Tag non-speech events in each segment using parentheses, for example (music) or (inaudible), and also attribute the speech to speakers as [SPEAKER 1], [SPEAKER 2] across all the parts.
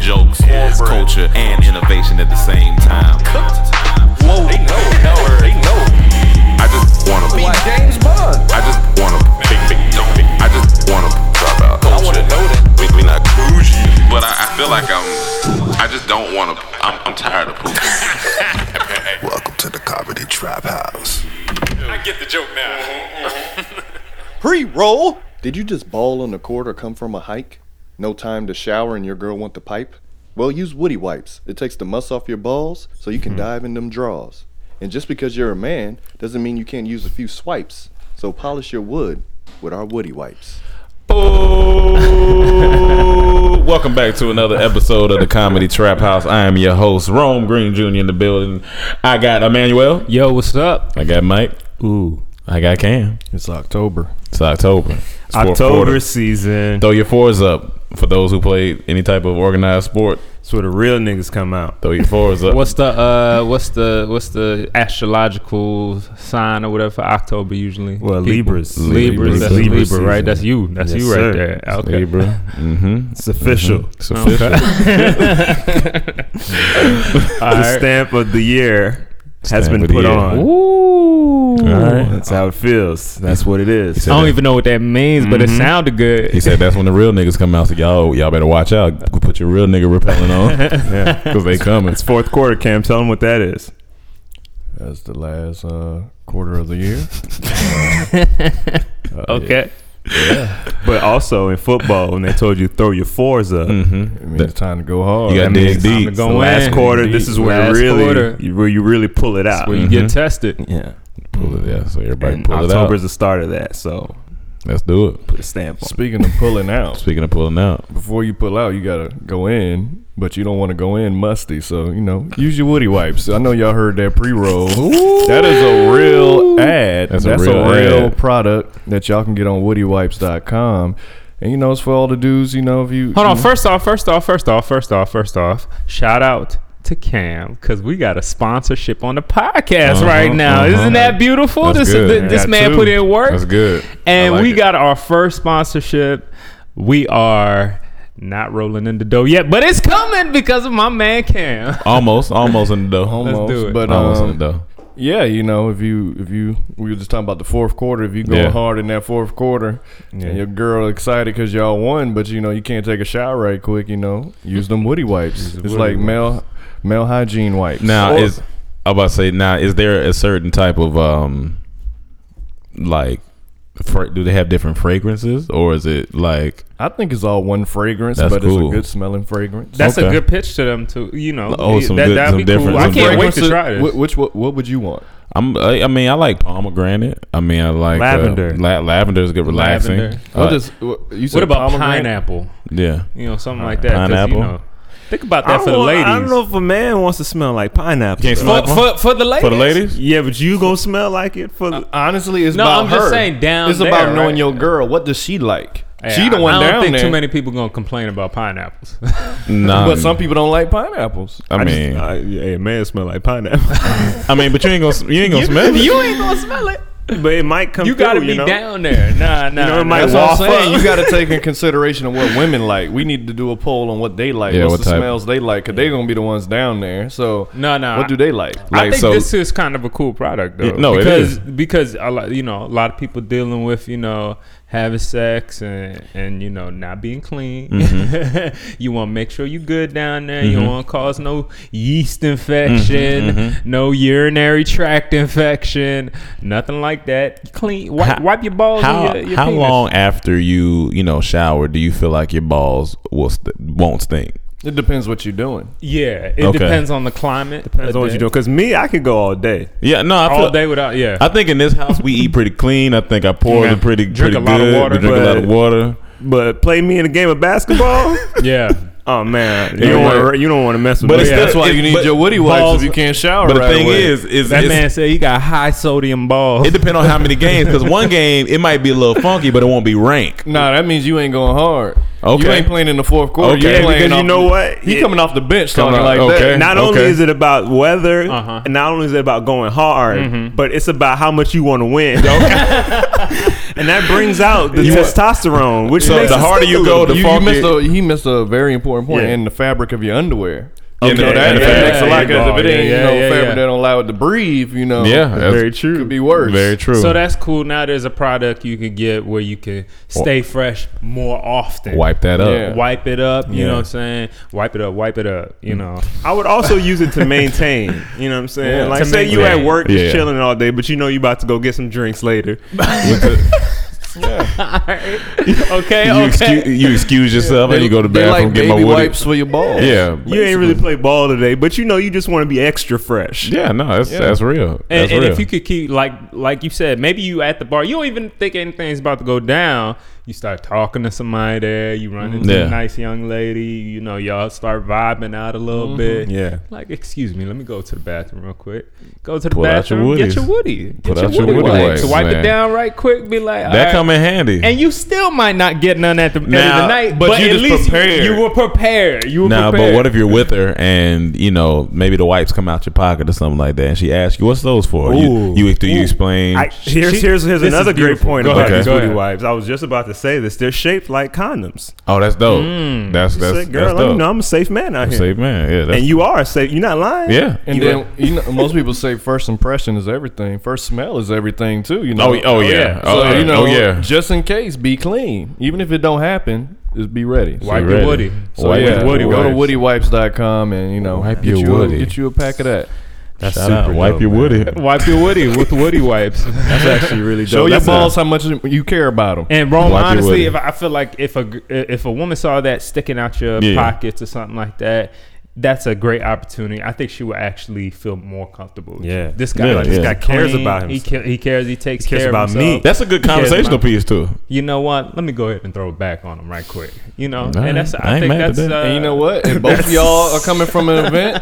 [SPEAKER 1] jokes,
[SPEAKER 2] Cornbread.
[SPEAKER 1] culture, and innovation at the same time.
[SPEAKER 2] Whoa. They know. it. They know. it.
[SPEAKER 3] I just wanna
[SPEAKER 2] Be James Bond.
[SPEAKER 3] I just wanna big big no big. I just wanna drop out.
[SPEAKER 2] I wanna know that.
[SPEAKER 3] We, we not bougie, but I, I feel like I'm. I just don't wanna. I'm, I'm tired
[SPEAKER 2] (laughs)
[SPEAKER 3] of pooping.
[SPEAKER 4] Welcome to the Comedy Trap House.
[SPEAKER 2] I get the joke now.
[SPEAKER 5] Pre-roll? Did you just ball on the court or come from a hike? No time to shower and your girl want the pipe? Well, use Woody Wipes. It takes the muss off your balls so you can
[SPEAKER 6] Hmm.
[SPEAKER 5] dive in them draws. And just because you're a man doesn't mean you can't use a few swipes. So polish your wood with our Woody Wipes.
[SPEAKER 1] Oh, welcome back to another episode of the Comedy Trap House. I am your host, Rome Green Jr. in the building. I got Emmanuel.
[SPEAKER 7] Yo, what's up?
[SPEAKER 1] I got Mike.
[SPEAKER 8] Ooh,
[SPEAKER 1] I got Cam.
[SPEAKER 8] it's October.
[SPEAKER 1] It's October. It's fourth
[SPEAKER 8] October
[SPEAKER 1] quarter.
[SPEAKER 8] season.
[SPEAKER 1] Throw your fours up for those who play any type of organized sport.
[SPEAKER 8] That's where the real niggas come out.
[SPEAKER 1] Throw your fours up.
[SPEAKER 7] What's the uh what's the what's the astrological sign or whatever for October usually?
[SPEAKER 8] Well,
[SPEAKER 7] People-
[SPEAKER 8] Libras.
[SPEAKER 7] Libras, that's
[SPEAKER 8] Libra
[SPEAKER 7] Libra,
[SPEAKER 8] season.
[SPEAKER 7] right? That's you. That's
[SPEAKER 8] Yes,
[SPEAKER 7] you right
[SPEAKER 8] sir.
[SPEAKER 7] there. Okay.
[SPEAKER 1] Libra? Mm-hmm.
[SPEAKER 8] It's official.
[SPEAKER 1] It's official.
[SPEAKER 8] The stamp of the year has
[SPEAKER 1] Stamp
[SPEAKER 8] been
[SPEAKER 1] of the
[SPEAKER 8] put
[SPEAKER 1] year.
[SPEAKER 8] on.
[SPEAKER 7] Ooh.
[SPEAKER 8] All right, that's how it feels. That's what it is.
[SPEAKER 7] I don't even know what that means, but it sounded good.
[SPEAKER 1] He said that's when the real niggas come out. So y'all, y'all better watch out. Put your real nigga repellent
[SPEAKER 6] (laughs)
[SPEAKER 1] on
[SPEAKER 8] Yeah.
[SPEAKER 1] because they coming.
[SPEAKER 8] It's fourth quarter, Cam. Tell them what that is.
[SPEAKER 6] That's the last uh, quarter of the year.
[SPEAKER 7] okay.
[SPEAKER 8] But also in football, when they told you throw your fours up,
[SPEAKER 1] Mm-hmm.
[SPEAKER 6] It means it's time to go hard.
[SPEAKER 1] You got
[SPEAKER 6] That means
[SPEAKER 1] dig deep.
[SPEAKER 6] it's time to
[SPEAKER 8] the
[SPEAKER 7] Go
[SPEAKER 8] last
[SPEAKER 7] in.
[SPEAKER 8] quarter, this is where
[SPEAKER 7] Last
[SPEAKER 8] you
[SPEAKER 7] quarter.
[SPEAKER 8] really, you, where you really pull it out. Mm-hmm.
[SPEAKER 7] Where you get tested.
[SPEAKER 8] yeah,
[SPEAKER 1] Pull it, yeah. So everybody
[SPEAKER 8] and
[SPEAKER 1] pull
[SPEAKER 8] October's
[SPEAKER 1] it
[SPEAKER 8] the start of that. So
[SPEAKER 1] out. Let's do it.
[SPEAKER 8] put a stamp
[SPEAKER 6] go.
[SPEAKER 8] on. it.
[SPEAKER 6] Speaking of pulling out,
[SPEAKER 1] Speaking of pulling out,
[SPEAKER 6] before you pull out, you gotta go in, but you don't want to go in musty. So you know, use your Woody wipes. I know y'all heard that pre-roll. That is a real ad.
[SPEAKER 1] That's
[SPEAKER 6] That's,
[SPEAKER 1] a
[SPEAKER 6] a real,
[SPEAKER 1] real ad.
[SPEAKER 6] product that y'all can get on WoodyWipes.com. And you know, it's for all the dudes. You know, if you
[SPEAKER 7] Hold
[SPEAKER 6] you
[SPEAKER 7] on.
[SPEAKER 6] know-
[SPEAKER 7] First off, first off, first off, first off, first off, shout out to Cam because we got a sponsorship on the podcast
[SPEAKER 1] Uh-huh,
[SPEAKER 7] right now.
[SPEAKER 1] uh-huh.
[SPEAKER 7] Isn't that beautiful?
[SPEAKER 1] That's
[SPEAKER 7] this
[SPEAKER 1] good.
[SPEAKER 7] th-
[SPEAKER 1] We
[SPEAKER 7] this
[SPEAKER 1] got
[SPEAKER 7] man
[SPEAKER 1] two.
[SPEAKER 7] put in work.
[SPEAKER 1] that's good.
[SPEAKER 7] And
[SPEAKER 1] I like
[SPEAKER 7] we
[SPEAKER 1] it.
[SPEAKER 7] got our first sponsorship. We are not rolling in the dough yet, but it's coming because of my man Cam. (laughs)
[SPEAKER 1] almost, almost in the dough.
[SPEAKER 6] Almost,
[SPEAKER 7] do it.
[SPEAKER 6] but
[SPEAKER 1] Almost
[SPEAKER 6] um,
[SPEAKER 1] in the dough.
[SPEAKER 6] yeah, you know, if you if you we were just talking about the fourth quarter, if you going
[SPEAKER 1] Yeah.
[SPEAKER 6] hard in that fourth quarter, and your girl excited because y'all won, but you know you can't take a shower right quick, you know, use them woody wipes. it's like male male hygiene wipes.
[SPEAKER 1] Now
[SPEAKER 6] Or-
[SPEAKER 1] is I about to say now is there a certain type of um like fra- do they have different fragrances or is it like
[SPEAKER 6] I think it's all one fragrance,
[SPEAKER 1] That's
[SPEAKER 6] but
[SPEAKER 1] cool.
[SPEAKER 6] it's a good smelling fragrance.
[SPEAKER 7] That's
[SPEAKER 1] Okay.
[SPEAKER 7] a good pitch to them too. You know,
[SPEAKER 1] Oh, some
[SPEAKER 7] that,
[SPEAKER 1] good-
[SPEAKER 7] that'd
[SPEAKER 1] some
[SPEAKER 7] be
[SPEAKER 1] different-
[SPEAKER 7] cool. I
[SPEAKER 1] some
[SPEAKER 7] can't wait to
[SPEAKER 6] Fragrances-
[SPEAKER 7] try this.
[SPEAKER 6] wh- Which what, what would you want?
[SPEAKER 1] I'm I, I mean I like pomegranate. I mean I like uh,
[SPEAKER 8] Lavender.
[SPEAKER 1] la- lavender is good relaxing.
[SPEAKER 7] Lavender.
[SPEAKER 1] Uh,
[SPEAKER 6] What does what, you said
[SPEAKER 7] what about
[SPEAKER 6] pomegranate?
[SPEAKER 7] pineapple?
[SPEAKER 1] yeah.
[SPEAKER 7] You know, something like that. 'cause,
[SPEAKER 1] Pineapple.
[SPEAKER 7] You know, think about
[SPEAKER 8] I
[SPEAKER 7] that
[SPEAKER 8] don't
[SPEAKER 7] for the
[SPEAKER 8] want-
[SPEAKER 7] ladies.
[SPEAKER 8] I don't know if a man wants to smell like pineapple.
[SPEAKER 1] Can't
[SPEAKER 8] though.
[SPEAKER 1] smell-
[SPEAKER 7] For, for, for the ladies.
[SPEAKER 1] For the ladies?
[SPEAKER 8] yeah, but you gonna smell like it for the,
[SPEAKER 6] Honestly, it's
[SPEAKER 7] No,
[SPEAKER 6] about
[SPEAKER 7] I'm just
[SPEAKER 6] her.
[SPEAKER 7] saying down
[SPEAKER 6] It's
[SPEAKER 7] there,
[SPEAKER 6] about knowing
[SPEAKER 7] right?
[SPEAKER 6] your girl. What does she like?
[SPEAKER 7] Yeah,
[SPEAKER 6] she the
[SPEAKER 7] I-
[SPEAKER 6] one
[SPEAKER 7] I don't
[SPEAKER 6] down
[SPEAKER 7] think
[SPEAKER 6] there.
[SPEAKER 7] too many people gonna complain about pineapples. (laughs)
[SPEAKER 1] Nah.
[SPEAKER 6] but some people don't like pineapples.
[SPEAKER 1] I,
[SPEAKER 8] I just-
[SPEAKER 1] mean
[SPEAKER 8] I- yeah, a man smell like pineapple. (laughs)
[SPEAKER 1] I mean but you ain't gonna you ain't gonna smell it.
[SPEAKER 7] you ain't gonna smell it.
[SPEAKER 8] but it might come.
[SPEAKER 7] You gotta
[SPEAKER 8] through,
[SPEAKER 7] be
[SPEAKER 8] you know?
[SPEAKER 7] down there. Nah, nah.
[SPEAKER 8] know,
[SPEAKER 7] nah.
[SPEAKER 8] it might
[SPEAKER 6] That's
[SPEAKER 8] walk-
[SPEAKER 6] what I'm
[SPEAKER 8] waffle.
[SPEAKER 6] saying.
[SPEAKER 5] (laughs)
[SPEAKER 6] You got to take in consideration of what women like. We need to do a poll on what they like.
[SPEAKER 1] Yeah,
[SPEAKER 6] what's
[SPEAKER 1] what
[SPEAKER 6] the
[SPEAKER 1] type?
[SPEAKER 6] smells they like? Because they're going to be the ones down there. So,
[SPEAKER 7] No, no.
[SPEAKER 6] what do they like?
[SPEAKER 7] I
[SPEAKER 1] Like,
[SPEAKER 7] think
[SPEAKER 1] so-
[SPEAKER 7] this is kind of a cool product though.
[SPEAKER 1] Yeah, no, it
[SPEAKER 7] because
[SPEAKER 1] is.
[SPEAKER 7] because a lot you know a lot of people dealing with you know having sex and and you know not being clean. (laughs) you want to make sure you good down there. You don't want to cause no yeast infection, no urinary tract infection, nothing like that. Clean. Wipe,
[SPEAKER 1] How-
[SPEAKER 7] wipe your balls.
[SPEAKER 1] How,
[SPEAKER 7] and your, your
[SPEAKER 1] how
[SPEAKER 7] penis.
[SPEAKER 1] long after you you know shower do you feel like your balls will st- won't stink?
[SPEAKER 6] It depends what you're doing.
[SPEAKER 7] Yeah, it
[SPEAKER 1] Okay.
[SPEAKER 7] depends on the climate.
[SPEAKER 8] Depends on what you doing. Cause me, I could go all day.
[SPEAKER 1] Yeah, no, I feel,
[SPEAKER 7] All day without. Yeah.
[SPEAKER 1] I think in this house we eat pretty clean. I think I pour
[SPEAKER 7] Yeah.
[SPEAKER 1] the pretty
[SPEAKER 7] Drink
[SPEAKER 1] pretty
[SPEAKER 7] a lot of
[SPEAKER 1] good.
[SPEAKER 7] water.
[SPEAKER 1] we drink a lot of
[SPEAKER 8] But-
[SPEAKER 1] water.
[SPEAKER 8] But play me in a game of (laughs) basketball.
[SPEAKER 7] yeah.
[SPEAKER 8] oh man,
[SPEAKER 1] Yeah,
[SPEAKER 8] you don't
[SPEAKER 1] but-
[SPEAKER 8] want to. You don't want to mess with
[SPEAKER 1] but
[SPEAKER 8] me.
[SPEAKER 1] it's
[SPEAKER 8] Yeah.
[SPEAKER 6] That's why
[SPEAKER 1] it-
[SPEAKER 6] you need
[SPEAKER 1] but
[SPEAKER 6] your Woody wipes
[SPEAKER 1] balls-
[SPEAKER 6] if you can't shower.
[SPEAKER 1] But the
[SPEAKER 6] right
[SPEAKER 1] thing
[SPEAKER 6] away.
[SPEAKER 1] is, is
[SPEAKER 7] That
[SPEAKER 1] it's-
[SPEAKER 7] man said he got high sodium balls.
[SPEAKER 1] it depends on how many games. Because (laughs) one game it might be a little funky, but it won't be rank.
[SPEAKER 6] nah, that means you ain't going hard.
[SPEAKER 1] Okay.
[SPEAKER 6] you ain't playing in the fourth quarter.
[SPEAKER 1] Okay.
[SPEAKER 6] You're
[SPEAKER 1] Yeah,
[SPEAKER 6] playing
[SPEAKER 8] because you
[SPEAKER 6] off
[SPEAKER 8] know
[SPEAKER 6] the-
[SPEAKER 8] what?
[SPEAKER 6] He
[SPEAKER 8] Yeah.
[SPEAKER 6] coming off the bench
[SPEAKER 1] Coming
[SPEAKER 6] talking like
[SPEAKER 1] out- okay.
[SPEAKER 6] that.
[SPEAKER 8] Not only
[SPEAKER 1] Okay.
[SPEAKER 8] is it about weather,
[SPEAKER 7] Uh-huh.
[SPEAKER 8] Mm-hmm. and not only is it about going hard, but it's about how much you want to win. (laughs) and that brings out the testosterone, which
[SPEAKER 1] So
[SPEAKER 8] makes
[SPEAKER 1] the
[SPEAKER 8] us
[SPEAKER 1] harder
[SPEAKER 8] think a
[SPEAKER 1] you
[SPEAKER 8] little
[SPEAKER 1] go,
[SPEAKER 8] bit.
[SPEAKER 1] the
[SPEAKER 6] you, you
[SPEAKER 1] funkier.
[SPEAKER 6] missed a, he missed a very important point
[SPEAKER 8] Yeah.
[SPEAKER 6] in the fabric of your underwear.
[SPEAKER 8] Okay,
[SPEAKER 6] You know, that,
[SPEAKER 8] yeah,
[SPEAKER 6] that
[SPEAKER 8] yeah,
[SPEAKER 6] makes a lot
[SPEAKER 8] yeah,
[SPEAKER 6] because if it
[SPEAKER 7] yeah,
[SPEAKER 6] ain't
[SPEAKER 7] yeah,
[SPEAKER 6] you know,
[SPEAKER 7] yeah,
[SPEAKER 6] fabric
[SPEAKER 7] yeah.
[SPEAKER 6] that don't allow it to breathe, you know,
[SPEAKER 1] Yeah, that's very
[SPEAKER 6] true. Could be worse.
[SPEAKER 1] Very true.
[SPEAKER 7] So that's cool. Now there's a product you can get where you can stay fresh more often.
[SPEAKER 1] wipe that up.
[SPEAKER 6] Yeah.
[SPEAKER 7] Wipe it up, you
[SPEAKER 8] Yeah.
[SPEAKER 7] know what I'm saying? Wipe it up, wipe it up, you know. (laughs)
[SPEAKER 8] I would also use it to maintain. You know what I'm saying?
[SPEAKER 7] Yeah.
[SPEAKER 8] Like,
[SPEAKER 7] To
[SPEAKER 8] say you
[SPEAKER 7] maintain.
[SPEAKER 8] at work,
[SPEAKER 1] Yeah.
[SPEAKER 8] just chilling all day, but you know you about to go get some drinks later.
[SPEAKER 7] Okay,
[SPEAKER 1] You,
[SPEAKER 7] okay.
[SPEAKER 1] excuse, you excuse yourself and you go to the
[SPEAKER 6] They
[SPEAKER 1] bathroom,
[SPEAKER 6] like
[SPEAKER 1] get my
[SPEAKER 6] baby
[SPEAKER 1] wood.
[SPEAKER 6] wipes for your balls.
[SPEAKER 1] Yeah,
[SPEAKER 8] You ain't really play ball today, but you know you just want to be extra fresh.
[SPEAKER 1] yeah. No, that's that's real.
[SPEAKER 7] and,
[SPEAKER 1] That's
[SPEAKER 7] and
[SPEAKER 1] real.
[SPEAKER 7] if you could keep like like you said, maybe you at the bar, you don't even think anything's about to go down. You start talking to somebody there, you run into
[SPEAKER 1] Mm-hmm. Yeah.
[SPEAKER 7] a nice young lady, you know, y'all start vibing out a little bit.
[SPEAKER 8] Yeah.
[SPEAKER 7] Like, excuse me, let me go to the bathroom real quick. Go to the
[SPEAKER 1] Pull out your
[SPEAKER 7] bathroom, get
[SPEAKER 1] woodies.
[SPEAKER 7] your woody. Get
[SPEAKER 1] Pull
[SPEAKER 7] your
[SPEAKER 1] out your
[SPEAKER 7] woody,
[SPEAKER 1] woody
[SPEAKER 7] wipe.
[SPEAKER 1] wipes,
[SPEAKER 7] So wipe
[SPEAKER 1] man.
[SPEAKER 7] it down right quick, be like
[SPEAKER 1] that
[SPEAKER 7] "All right."
[SPEAKER 1] come in handy.
[SPEAKER 7] and you still might not get none at the end of
[SPEAKER 1] Now,
[SPEAKER 7] the night,
[SPEAKER 1] but
[SPEAKER 7] but,
[SPEAKER 1] you
[SPEAKER 7] at
[SPEAKER 1] just
[SPEAKER 7] least
[SPEAKER 1] prepared.
[SPEAKER 7] you were prepared. You were
[SPEAKER 1] Nah,
[SPEAKER 7] prepared.
[SPEAKER 1] but what if you're with her and you know maybe the wipes come out your pocket or something like that, and she asks you, "What's those for?" You
[SPEAKER 8] Ooh.
[SPEAKER 1] you, do you explain?
[SPEAKER 8] I, here's
[SPEAKER 7] She-
[SPEAKER 8] here's here's
[SPEAKER 7] this is
[SPEAKER 8] another great
[SPEAKER 7] beautiful.
[SPEAKER 8] point
[SPEAKER 7] Go
[SPEAKER 8] about
[SPEAKER 1] ahead,
[SPEAKER 8] these
[SPEAKER 1] go
[SPEAKER 8] booty
[SPEAKER 7] ahead.
[SPEAKER 8] wipes. I was just about to say this. They're shaped like condoms.
[SPEAKER 1] oh, that's dope.
[SPEAKER 6] Mm.
[SPEAKER 1] That's that's,
[SPEAKER 8] Say, girl,
[SPEAKER 1] that's
[SPEAKER 8] let
[SPEAKER 1] dope.
[SPEAKER 8] me know I'm a safe man out here.
[SPEAKER 1] Say, man, yeah, that's,
[SPEAKER 8] And you are safe. You're not lying.
[SPEAKER 1] yeah.
[SPEAKER 6] And then you know, most people say first impression is everything. First smell is everything too. You know.
[SPEAKER 1] Oh, y- oh, yeah. Oh,
[SPEAKER 6] so,
[SPEAKER 1] yeah.
[SPEAKER 6] you know,
[SPEAKER 1] Oh, yeah.
[SPEAKER 6] Just in case, be clean. Even if it don't happen, just be ready.
[SPEAKER 1] Be
[SPEAKER 7] Wipe your
[SPEAKER 1] ready.
[SPEAKER 7] woody.
[SPEAKER 6] So
[SPEAKER 1] Wipe
[SPEAKER 6] yeah,
[SPEAKER 1] your woody
[SPEAKER 6] go
[SPEAKER 1] wipes.
[SPEAKER 6] to woodywipes.com and you
[SPEAKER 8] Oh,
[SPEAKER 6] know
[SPEAKER 1] Wipe
[SPEAKER 6] get
[SPEAKER 1] your
[SPEAKER 6] you
[SPEAKER 1] woody.
[SPEAKER 6] A, get you a pack of that.
[SPEAKER 1] That's super Wipe your woody.
[SPEAKER 7] (laughs) Wipe your woody with
[SPEAKER 1] (laughs)
[SPEAKER 7] woody wipes. That's actually really dope.
[SPEAKER 6] Show your
[SPEAKER 7] That's a-
[SPEAKER 6] balls how much you care about
[SPEAKER 8] uh,
[SPEAKER 6] them.
[SPEAKER 7] And
[SPEAKER 1] Wipe
[SPEAKER 7] Rome,
[SPEAKER 1] your woody.
[SPEAKER 7] honestly, if I I feel like if a gr- if a woman saw that sticking out your
[SPEAKER 1] Yeah.
[SPEAKER 7] pockets or something like that, that's a great opportunity. I think she would actually feel more comfortable.
[SPEAKER 8] Yeah.
[SPEAKER 7] this guy,
[SPEAKER 1] Yeah,
[SPEAKER 7] this
[SPEAKER 1] yeah.
[SPEAKER 7] guy cares
[SPEAKER 8] Clean.
[SPEAKER 7] about him.
[SPEAKER 8] He
[SPEAKER 7] He, ca- he cares. He takes
[SPEAKER 8] cares
[SPEAKER 7] care
[SPEAKER 8] about
[SPEAKER 7] of
[SPEAKER 8] me.
[SPEAKER 7] himself.
[SPEAKER 1] That's a good
[SPEAKER 7] cares
[SPEAKER 1] conversational
[SPEAKER 7] about-
[SPEAKER 1] piece too.
[SPEAKER 7] You know what? Let me go ahead and throw it back on him right quick. You know,
[SPEAKER 1] right.
[SPEAKER 7] and that's
[SPEAKER 1] I
[SPEAKER 7] I,
[SPEAKER 1] ain't
[SPEAKER 7] think
[SPEAKER 1] mad at
[SPEAKER 7] that's
[SPEAKER 1] that.
[SPEAKER 7] uh,
[SPEAKER 6] And you know what? If both of y'all are coming from an event,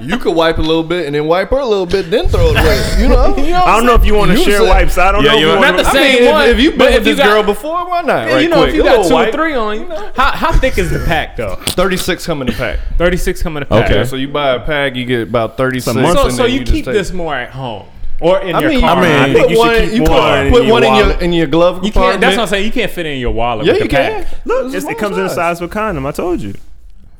[SPEAKER 6] you could wipe a little bit and then wipe her a little bit, then throw
[SPEAKER 8] (laughs)
[SPEAKER 6] it away. You know? You know what
[SPEAKER 8] I
[SPEAKER 6] I'm
[SPEAKER 8] don't know if
[SPEAKER 6] saying?
[SPEAKER 8] you want to
[SPEAKER 6] You
[SPEAKER 8] share
[SPEAKER 6] said-
[SPEAKER 8] wipes. I don't
[SPEAKER 1] Yeah,
[SPEAKER 8] know. if
[SPEAKER 1] you
[SPEAKER 8] you
[SPEAKER 1] want-
[SPEAKER 8] wanna-
[SPEAKER 7] Not the
[SPEAKER 6] I
[SPEAKER 7] same
[SPEAKER 6] mean, if-
[SPEAKER 7] one,
[SPEAKER 6] if,
[SPEAKER 7] but
[SPEAKER 6] you've been with
[SPEAKER 7] if you
[SPEAKER 6] this
[SPEAKER 7] got-
[SPEAKER 6] girl before, why not?
[SPEAKER 7] Yeah,
[SPEAKER 6] right
[SPEAKER 7] you know,
[SPEAKER 6] quick?
[SPEAKER 7] if you
[SPEAKER 6] A
[SPEAKER 7] got
[SPEAKER 6] little
[SPEAKER 7] two or
[SPEAKER 6] wipe.
[SPEAKER 7] three on, you know, how, how thick is the pack though?
[SPEAKER 6] 36 come in the pack.
[SPEAKER 7] Thirty six coming to pack.
[SPEAKER 1] Okay.
[SPEAKER 6] Yeah, so you buy a pack, you get about 36.
[SPEAKER 8] a month
[SPEAKER 7] So,
[SPEAKER 6] and
[SPEAKER 7] so
[SPEAKER 6] then
[SPEAKER 7] you,
[SPEAKER 6] just
[SPEAKER 7] keep
[SPEAKER 6] take-
[SPEAKER 7] this more at home or in
[SPEAKER 6] I
[SPEAKER 7] your
[SPEAKER 6] mean,
[SPEAKER 7] car.
[SPEAKER 1] mean,
[SPEAKER 7] I think
[SPEAKER 6] put
[SPEAKER 7] you should
[SPEAKER 6] one,
[SPEAKER 8] keep
[SPEAKER 6] you
[SPEAKER 8] one
[SPEAKER 6] um, put,
[SPEAKER 8] in
[SPEAKER 6] put
[SPEAKER 8] your
[SPEAKER 6] one in your
[SPEAKER 8] wallet.
[SPEAKER 6] in your glove
[SPEAKER 7] You can't.
[SPEAKER 6] compartment.
[SPEAKER 7] That's what I'm saying. You can't fit it in your wallet.
[SPEAKER 6] Yeah,
[SPEAKER 7] with
[SPEAKER 6] you
[SPEAKER 7] the
[SPEAKER 6] can.
[SPEAKER 7] pack.
[SPEAKER 6] Look,
[SPEAKER 8] It's-
[SPEAKER 6] it's
[SPEAKER 8] it
[SPEAKER 6] one
[SPEAKER 8] comes in a
[SPEAKER 6] size.
[SPEAKER 8] size of a condom. I told you.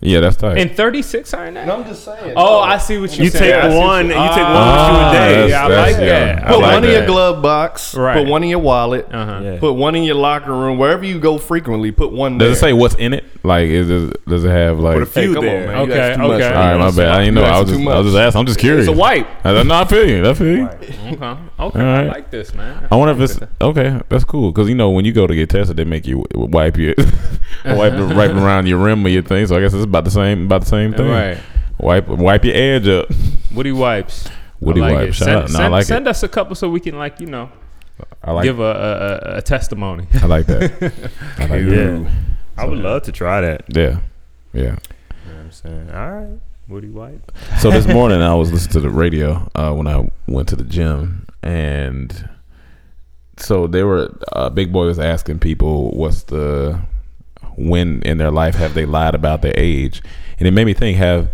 [SPEAKER 1] Yeah, that's tight.
[SPEAKER 7] And 36 iron that.
[SPEAKER 6] I'm just saying.
[SPEAKER 7] Oh, I see what you're
[SPEAKER 8] You
[SPEAKER 7] saying.
[SPEAKER 8] take
[SPEAKER 7] I see what
[SPEAKER 8] one. You
[SPEAKER 7] you're-
[SPEAKER 8] take one with you
[SPEAKER 1] Ah,
[SPEAKER 8] a day.
[SPEAKER 1] that's-
[SPEAKER 7] Yeah, I
[SPEAKER 1] that's-
[SPEAKER 7] like that. I
[SPEAKER 6] Put
[SPEAKER 7] like
[SPEAKER 6] one in your
[SPEAKER 7] that.
[SPEAKER 6] glove box.
[SPEAKER 7] Right.
[SPEAKER 6] Put one in your wallet.
[SPEAKER 7] Uh-huh.
[SPEAKER 8] Yeah.
[SPEAKER 6] Put one in your locker room. Wherever you go frequently, put one there.
[SPEAKER 1] does it say what's in it? Like, is it, does it have like?
[SPEAKER 8] Put a few
[SPEAKER 6] Hey, come
[SPEAKER 8] there.
[SPEAKER 6] on, man. You
[SPEAKER 7] Okay,
[SPEAKER 6] asked too much,
[SPEAKER 7] okay.
[SPEAKER 6] man.
[SPEAKER 1] all right, my bad. I didn't know.
[SPEAKER 6] You
[SPEAKER 1] I
[SPEAKER 6] asking
[SPEAKER 1] was
[SPEAKER 6] too
[SPEAKER 1] just, I
[SPEAKER 6] much.
[SPEAKER 1] was just asking. I'm just curious.
[SPEAKER 6] It's a wipe.
[SPEAKER 1] I, no, I feel you. I feel you.
[SPEAKER 7] Okay. Okay.
[SPEAKER 1] All
[SPEAKER 7] I
[SPEAKER 1] right.
[SPEAKER 7] like this, man.
[SPEAKER 1] I wonder if it's okay. That's cool because you know when you go to get tested, they make you w- wipe your (laughs) wipe it right around your rim of your thing. So I guess it's about the same about the same thing.
[SPEAKER 7] Right.
[SPEAKER 1] Wipe wipe your edge up.
[SPEAKER 7] Woody wipes.
[SPEAKER 1] Woody
[SPEAKER 7] I like
[SPEAKER 1] wipes.
[SPEAKER 7] It.
[SPEAKER 1] Shout
[SPEAKER 7] send,
[SPEAKER 1] out. No, I
[SPEAKER 7] send,
[SPEAKER 1] like it.
[SPEAKER 7] send us a couple so we can like you know
[SPEAKER 1] I like
[SPEAKER 7] give a, a, a, a testimony.
[SPEAKER 1] I like that.
[SPEAKER 7] (laughs)
[SPEAKER 1] I like that.
[SPEAKER 8] Yeah. I would love to try that.
[SPEAKER 1] Yeah. Yeah.
[SPEAKER 8] You know what I'm saying? All right. Woody wipe.
[SPEAKER 1] So this morning I was listening to the radio uh, when I went to the gym, and so they were uh, Big Boy was asking people what's the when in their life have they lied about their age, and it made me think have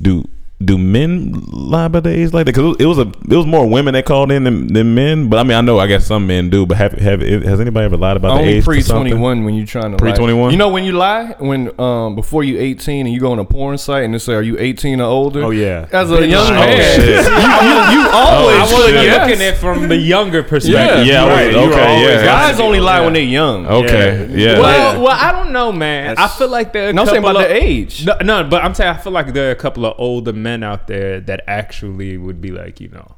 [SPEAKER 1] do do men lie about their age like that? Because it was a it was more women that called in than, than men. But I mean I know I guess some men do, but have have has anybody ever lied about their
[SPEAKER 6] Only
[SPEAKER 1] age? for
[SPEAKER 6] pre
[SPEAKER 1] something?
[SPEAKER 6] twenty one when you trying to
[SPEAKER 1] Pre-
[SPEAKER 6] lie.
[SPEAKER 1] 21?
[SPEAKER 6] You know when you lie when um before you eighteen and you go on a porn site and they say are you eighteen or older?
[SPEAKER 8] Oh, yeah.
[SPEAKER 6] As a young
[SPEAKER 1] Oh,
[SPEAKER 6] man,
[SPEAKER 1] shit.
[SPEAKER 8] (laughs)
[SPEAKER 6] you, you, you always
[SPEAKER 7] I wasn't
[SPEAKER 6] should.
[SPEAKER 7] looking at it from the younger
[SPEAKER 1] Yeah,
[SPEAKER 7] perspective.
[SPEAKER 1] yeah, I was-
[SPEAKER 8] Right, you were
[SPEAKER 1] okay,
[SPEAKER 8] always
[SPEAKER 1] yeah.
[SPEAKER 6] Guys only lie when they young.
[SPEAKER 1] Okay,
[SPEAKER 8] Yeah.
[SPEAKER 1] yeah.
[SPEAKER 7] Well, well, I don't know, man.
[SPEAKER 8] That's-
[SPEAKER 7] I feel like there. Are a
[SPEAKER 6] And I'm saying
[SPEAKER 7] couple
[SPEAKER 6] about
[SPEAKER 7] of-
[SPEAKER 6] the age.
[SPEAKER 7] No, no, but I'm saying I feel like there are a couple of older men out there that actually would be like, you know,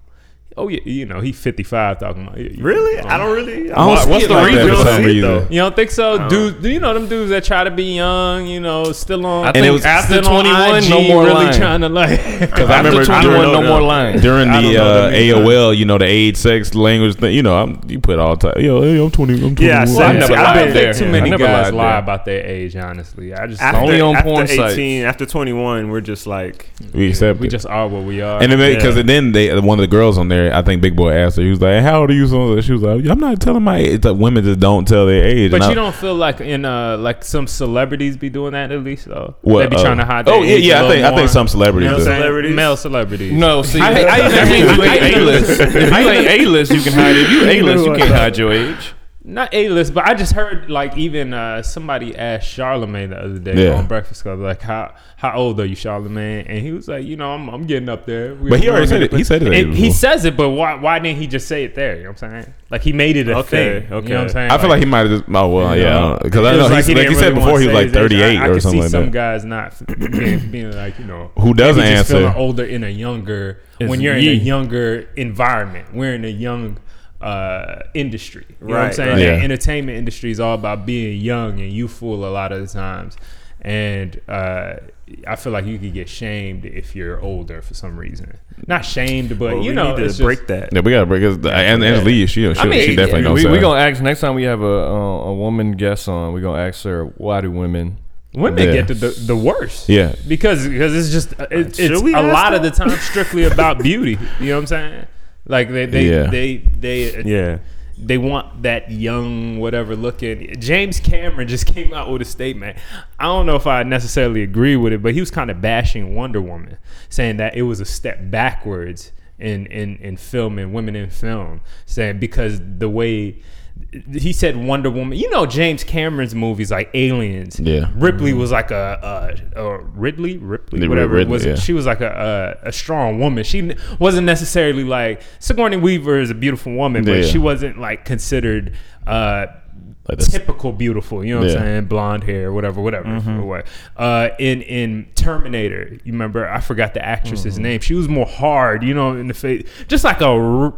[SPEAKER 7] oh yeah, you know, he's 55 talking about. yeah, you-
[SPEAKER 8] Really?
[SPEAKER 7] um,
[SPEAKER 8] Oh. I don't really.
[SPEAKER 1] I don't see
[SPEAKER 8] what's
[SPEAKER 1] it
[SPEAKER 8] the
[SPEAKER 1] like that
[SPEAKER 8] reason?
[SPEAKER 1] for
[SPEAKER 8] You don't
[SPEAKER 1] some
[SPEAKER 8] see it,
[SPEAKER 1] reason.
[SPEAKER 8] though?
[SPEAKER 7] You don't think so, dudes? Do you know them dudes that try to be young? You know, still on.
[SPEAKER 6] think after 21, no more
[SPEAKER 7] really
[SPEAKER 6] lying.
[SPEAKER 7] trying to like. (laughs)
[SPEAKER 1] Because I remember
[SPEAKER 6] After
[SPEAKER 1] during,
[SPEAKER 6] 21, no more
[SPEAKER 1] (laughs) (laughs)
[SPEAKER 6] lying.
[SPEAKER 1] during
[SPEAKER 8] I don't
[SPEAKER 1] the
[SPEAKER 8] know
[SPEAKER 1] uh,
[SPEAKER 8] that many
[SPEAKER 1] AOL, you know, the age, sex, language thing. You know, I'm, you put all type. Yo, hey, I'm twenty. I'm 21.
[SPEAKER 8] Yeah, I
[SPEAKER 7] I,
[SPEAKER 8] I've never
[SPEAKER 7] don't
[SPEAKER 8] lied
[SPEAKER 7] think
[SPEAKER 8] there.
[SPEAKER 7] too
[SPEAKER 8] Yeah,
[SPEAKER 7] many
[SPEAKER 1] I never
[SPEAKER 7] guys
[SPEAKER 1] lied
[SPEAKER 7] lie
[SPEAKER 1] there.
[SPEAKER 7] about their age. Honestly, I just
[SPEAKER 8] After,
[SPEAKER 7] don't.
[SPEAKER 6] Only on
[SPEAKER 8] after
[SPEAKER 6] porn sites.
[SPEAKER 8] 18, after 21, we're just like,
[SPEAKER 1] we accept
[SPEAKER 7] we
[SPEAKER 1] it.
[SPEAKER 7] just are what we are.
[SPEAKER 1] and then because
[SPEAKER 8] Yeah.
[SPEAKER 1] then they one of the girls on there there. I think Big Boy asked her. He was like, "How old are you?" So she was like, "I'm not telling my age." It's like women just don't tell their age.
[SPEAKER 7] But
[SPEAKER 1] And
[SPEAKER 7] you
[SPEAKER 1] I-
[SPEAKER 7] don't feel like in uh like some celebrities be doing that at least though.
[SPEAKER 1] What,
[SPEAKER 7] they be
[SPEAKER 1] uh,
[SPEAKER 7] trying to hide.
[SPEAKER 1] oh,
[SPEAKER 7] their
[SPEAKER 1] yeah,
[SPEAKER 7] age a
[SPEAKER 1] yeah, I
[SPEAKER 7] little
[SPEAKER 1] think- I think
[SPEAKER 7] more.
[SPEAKER 1] some celebrities
[SPEAKER 7] You know what
[SPEAKER 1] do.
[SPEAKER 7] I'm saying? Male celebrities.
[SPEAKER 6] No, see,
[SPEAKER 7] I- I- I-
[SPEAKER 6] if (laughs) you
[SPEAKER 7] I- I-
[SPEAKER 6] A-list, if you ain't A-list, you can hide. If you A-list, you can't hide your age.
[SPEAKER 7] not A list, but I just heard like even uh, somebody asked Charlemagne the other day
[SPEAKER 1] Yeah.
[SPEAKER 7] on Breakfast Club like how how old are you, Charlemagne? And he was like, you know, I'm, I'm getting up there. We-
[SPEAKER 1] But he
[SPEAKER 7] we
[SPEAKER 1] already
[SPEAKER 7] don't
[SPEAKER 1] said
[SPEAKER 7] need
[SPEAKER 1] it.
[SPEAKER 7] to
[SPEAKER 1] He
[SPEAKER 7] put-
[SPEAKER 1] said it.
[SPEAKER 7] And he
[SPEAKER 1] before.
[SPEAKER 7] says it, but why why didn't he just say it there? You know what I'm saying? Like he made it a
[SPEAKER 8] Okay,
[SPEAKER 7] thing.
[SPEAKER 8] okay.
[SPEAKER 7] You know what I'm saying?
[SPEAKER 1] I feel like he might have just. Oh well,
[SPEAKER 7] you
[SPEAKER 1] yeah, because I
[SPEAKER 7] it
[SPEAKER 1] know
[SPEAKER 7] was
[SPEAKER 1] he's, like he,
[SPEAKER 7] didn't
[SPEAKER 1] said
[SPEAKER 7] really
[SPEAKER 1] before,
[SPEAKER 7] wanna
[SPEAKER 1] he was
[SPEAKER 7] say
[SPEAKER 1] like
[SPEAKER 7] his age. I-
[SPEAKER 1] 38
[SPEAKER 7] I,
[SPEAKER 1] or
[SPEAKER 7] could
[SPEAKER 1] something
[SPEAKER 7] see
[SPEAKER 1] like
[SPEAKER 7] some
[SPEAKER 1] that.
[SPEAKER 7] guys not (clears throat) being, being like you know
[SPEAKER 1] (clears throat) Who doesn't
[SPEAKER 7] maybe just
[SPEAKER 1] answer?
[SPEAKER 7] feeling older in a younger
[SPEAKER 8] It's
[SPEAKER 7] when you're in a
[SPEAKER 8] ye.
[SPEAKER 7] younger environment. We're in a young uh, industry. You know what I'm
[SPEAKER 8] Right,
[SPEAKER 7] saying?
[SPEAKER 1] right.
[SPEAKER 7] The
[SPEAKER 1] Yeah.
[SPEAKER 7] entertainment industry is all about being young and youthful a lot of the times, and. Uh, I feel like you could get shamed if you're older for some reason. Not shamed, but
[SPEAKER 8] Well,
[SPEAKER 7] you
[SPEAKER 8] we
[SPEAKER 7] know,
[SPEAKER 8] need
[SPEAKER 7] it's just-
[SPEAKER 8] to break that.
[SPEAKER 1] Yeah, we gotta break his. And Angela Yee, she, she,
[SPEAKER 7] mean,
[SPEAKER 1] she definitely knows.
[SPEAKER 6] We, we gonna ask next time we have a uh, a woman guest on. We gonna ask her why do women?
[SPEAKER 7] Women
[SPEAKER 1] Yeah.
[SPEAKER 7] get the, the, the worst.
[SPEAKER 1] Yeah.
[SPEAKER 7] Because because it's just uh, it,
[SPEAKER 8] Should
[SPEAKER 7] it's
[SPEAKER 8] we
[SPEAKER 7] a
[SPEAKER 8] ask
[SPEAKER 7] lot of the
[SPEAKER 8] them?
[SPEAKER 7] time strictly about beauty. You know what I'm saying? Like they they
[SPEAKER 1] Yeah.
[SPEAKER 7] they they
[SPEAKER 8] Yeah.
[SPEAKER 7] they want that young whatever looking. James Cameron just (laughs) came out with a statement. I don't know if I necessarily agree with it, but he was kind of bashing Wonder Woman, saying that it was a step backwards in in in film and women in film, saying because the way he said Wonder Woman, you know James Cameron's movies like Aliens.
[SPEAKER 1] Yeah. Mm-hmm.
[SPEAKER 7] Ripley was like a, a, a Ridley Ripley
[SPEAKER 1] Yeah,
[SPEAKER 7] whatever
[SPEAKER 1] Ridley,
[SPEAKER 7] it was.
[SPEAKER 1] yeah.
[SPEAKER 7] She was like a, a a strong woman. She n- wasn't necessarily like Sigourney Weaver is a beautiful woman, but
[SPEAKER 1] Yeah.
[SPEAKER 7] she wasn't like considered uh
[SPEAKER 1] Like this-
[SPEAKER 7] typical beautiful. You know what
[SPEAKER 1] Yeah.
[SPEAKER 7] I'm saying? Blonde hair, whatever, whatever.
[SPEAKER 6] Mm-hmm.
[SPEAKER 7] What- Uh, in in Terminator, you remember? I forgot the
[SPEAKER 6] Mm-hmm.
[SPEAKER 7] actress's name. She was more hard. You know, in the face, just like a. r-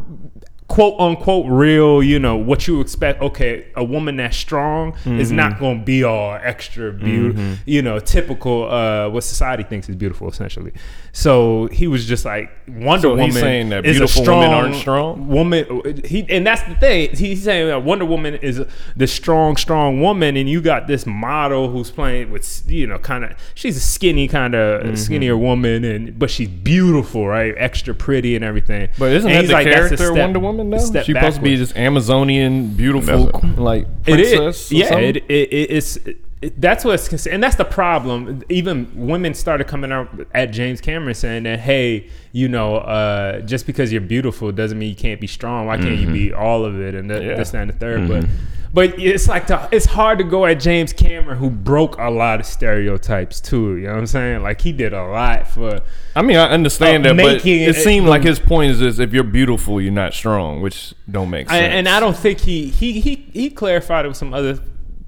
[SPEAKER 7] quote unquote real you know what you expect okay a woman that's strong is
[SPEAKER 6] Mm-hmm.
[SPEAKER 7] not gonna be all extra beautiful you know typical uh what society thinks is beautiful essentially so he was just like wonder
[SPEAKER 6] So
[SPEAKER 7] woman
[SPEAKER 6] he's saying that
[SPEAKER 7] is a
[SPEAKER 6] beautiful
[SPEAKER 7] strong
[SPEAKER 6] women aren't strong?
[SPEAKER 7] woman he and that's the thing he's saying that wonder woman is the strong strong woman and you got this model who's playing with you know kind of she's a skinny kind of
[SPEAKER 6] Mm-hmm.
[SPEAKER 7] skinnier woman and but she's beautiful right extra pretty and everything
[SPEAKER 6] But isn't
[SPEAKER 7] and
[SPEAKER 6] that
[SPEAKER 7] he's
[SPEAKER 6] the
[SPEAKER 7] like, that's a
[SPEAKER 6] character
[SPEAKER 7] step-
[SPEAKER 6] Wonder Woman? Though
[SPEAKER 7] a
[SPEAKER 6] she's
[SPEAKER 7] step
[SPEAKER 6] supposed to be
[SPEAKER 7] backwards.
[SPEAKER 6] just Amazonian, beautiful,
[SPEAKER 1] That's what-
[SPEAKER 6] like
[SPEAKER 7] It is.
[SPEAKER 6] princess. or
[SPEAKER 7] Yeah,
[SPEAKER 6] something?
[SPEAKER 7] it, it, it, it's it, that's what's considered, and that's the problem. Even women started coming out at James Cameron saying that, hey, you know, uh, just because you're beautiful doesn't mean you can't be strong. Why can't you be
[SPEAKER 6] Mm-hmm.
[SPEAKER 7] all of it and th- this that, and the 3rd But but it's like to, it's hard to go at James Cameron who broke a lot of stereotypes too. You know what I'm saying? Like he did a lot for.
[SPEAKER 6] I mean, I understand
[SPEAKER 7] Uh,
[SPEAKER 6] that, but
[SPEAKER 7] making
[SPEAKER 6] it,
[SPEAKER 7] it-
[SPEAKER 6] seemed like his point is this: if you're beautiful, you're not strong, which don't make
[SPEAKER 7] I,
[SPEAKER 6] sense.
[SPEAKER 7] and I don't think he he he he clarified it with some other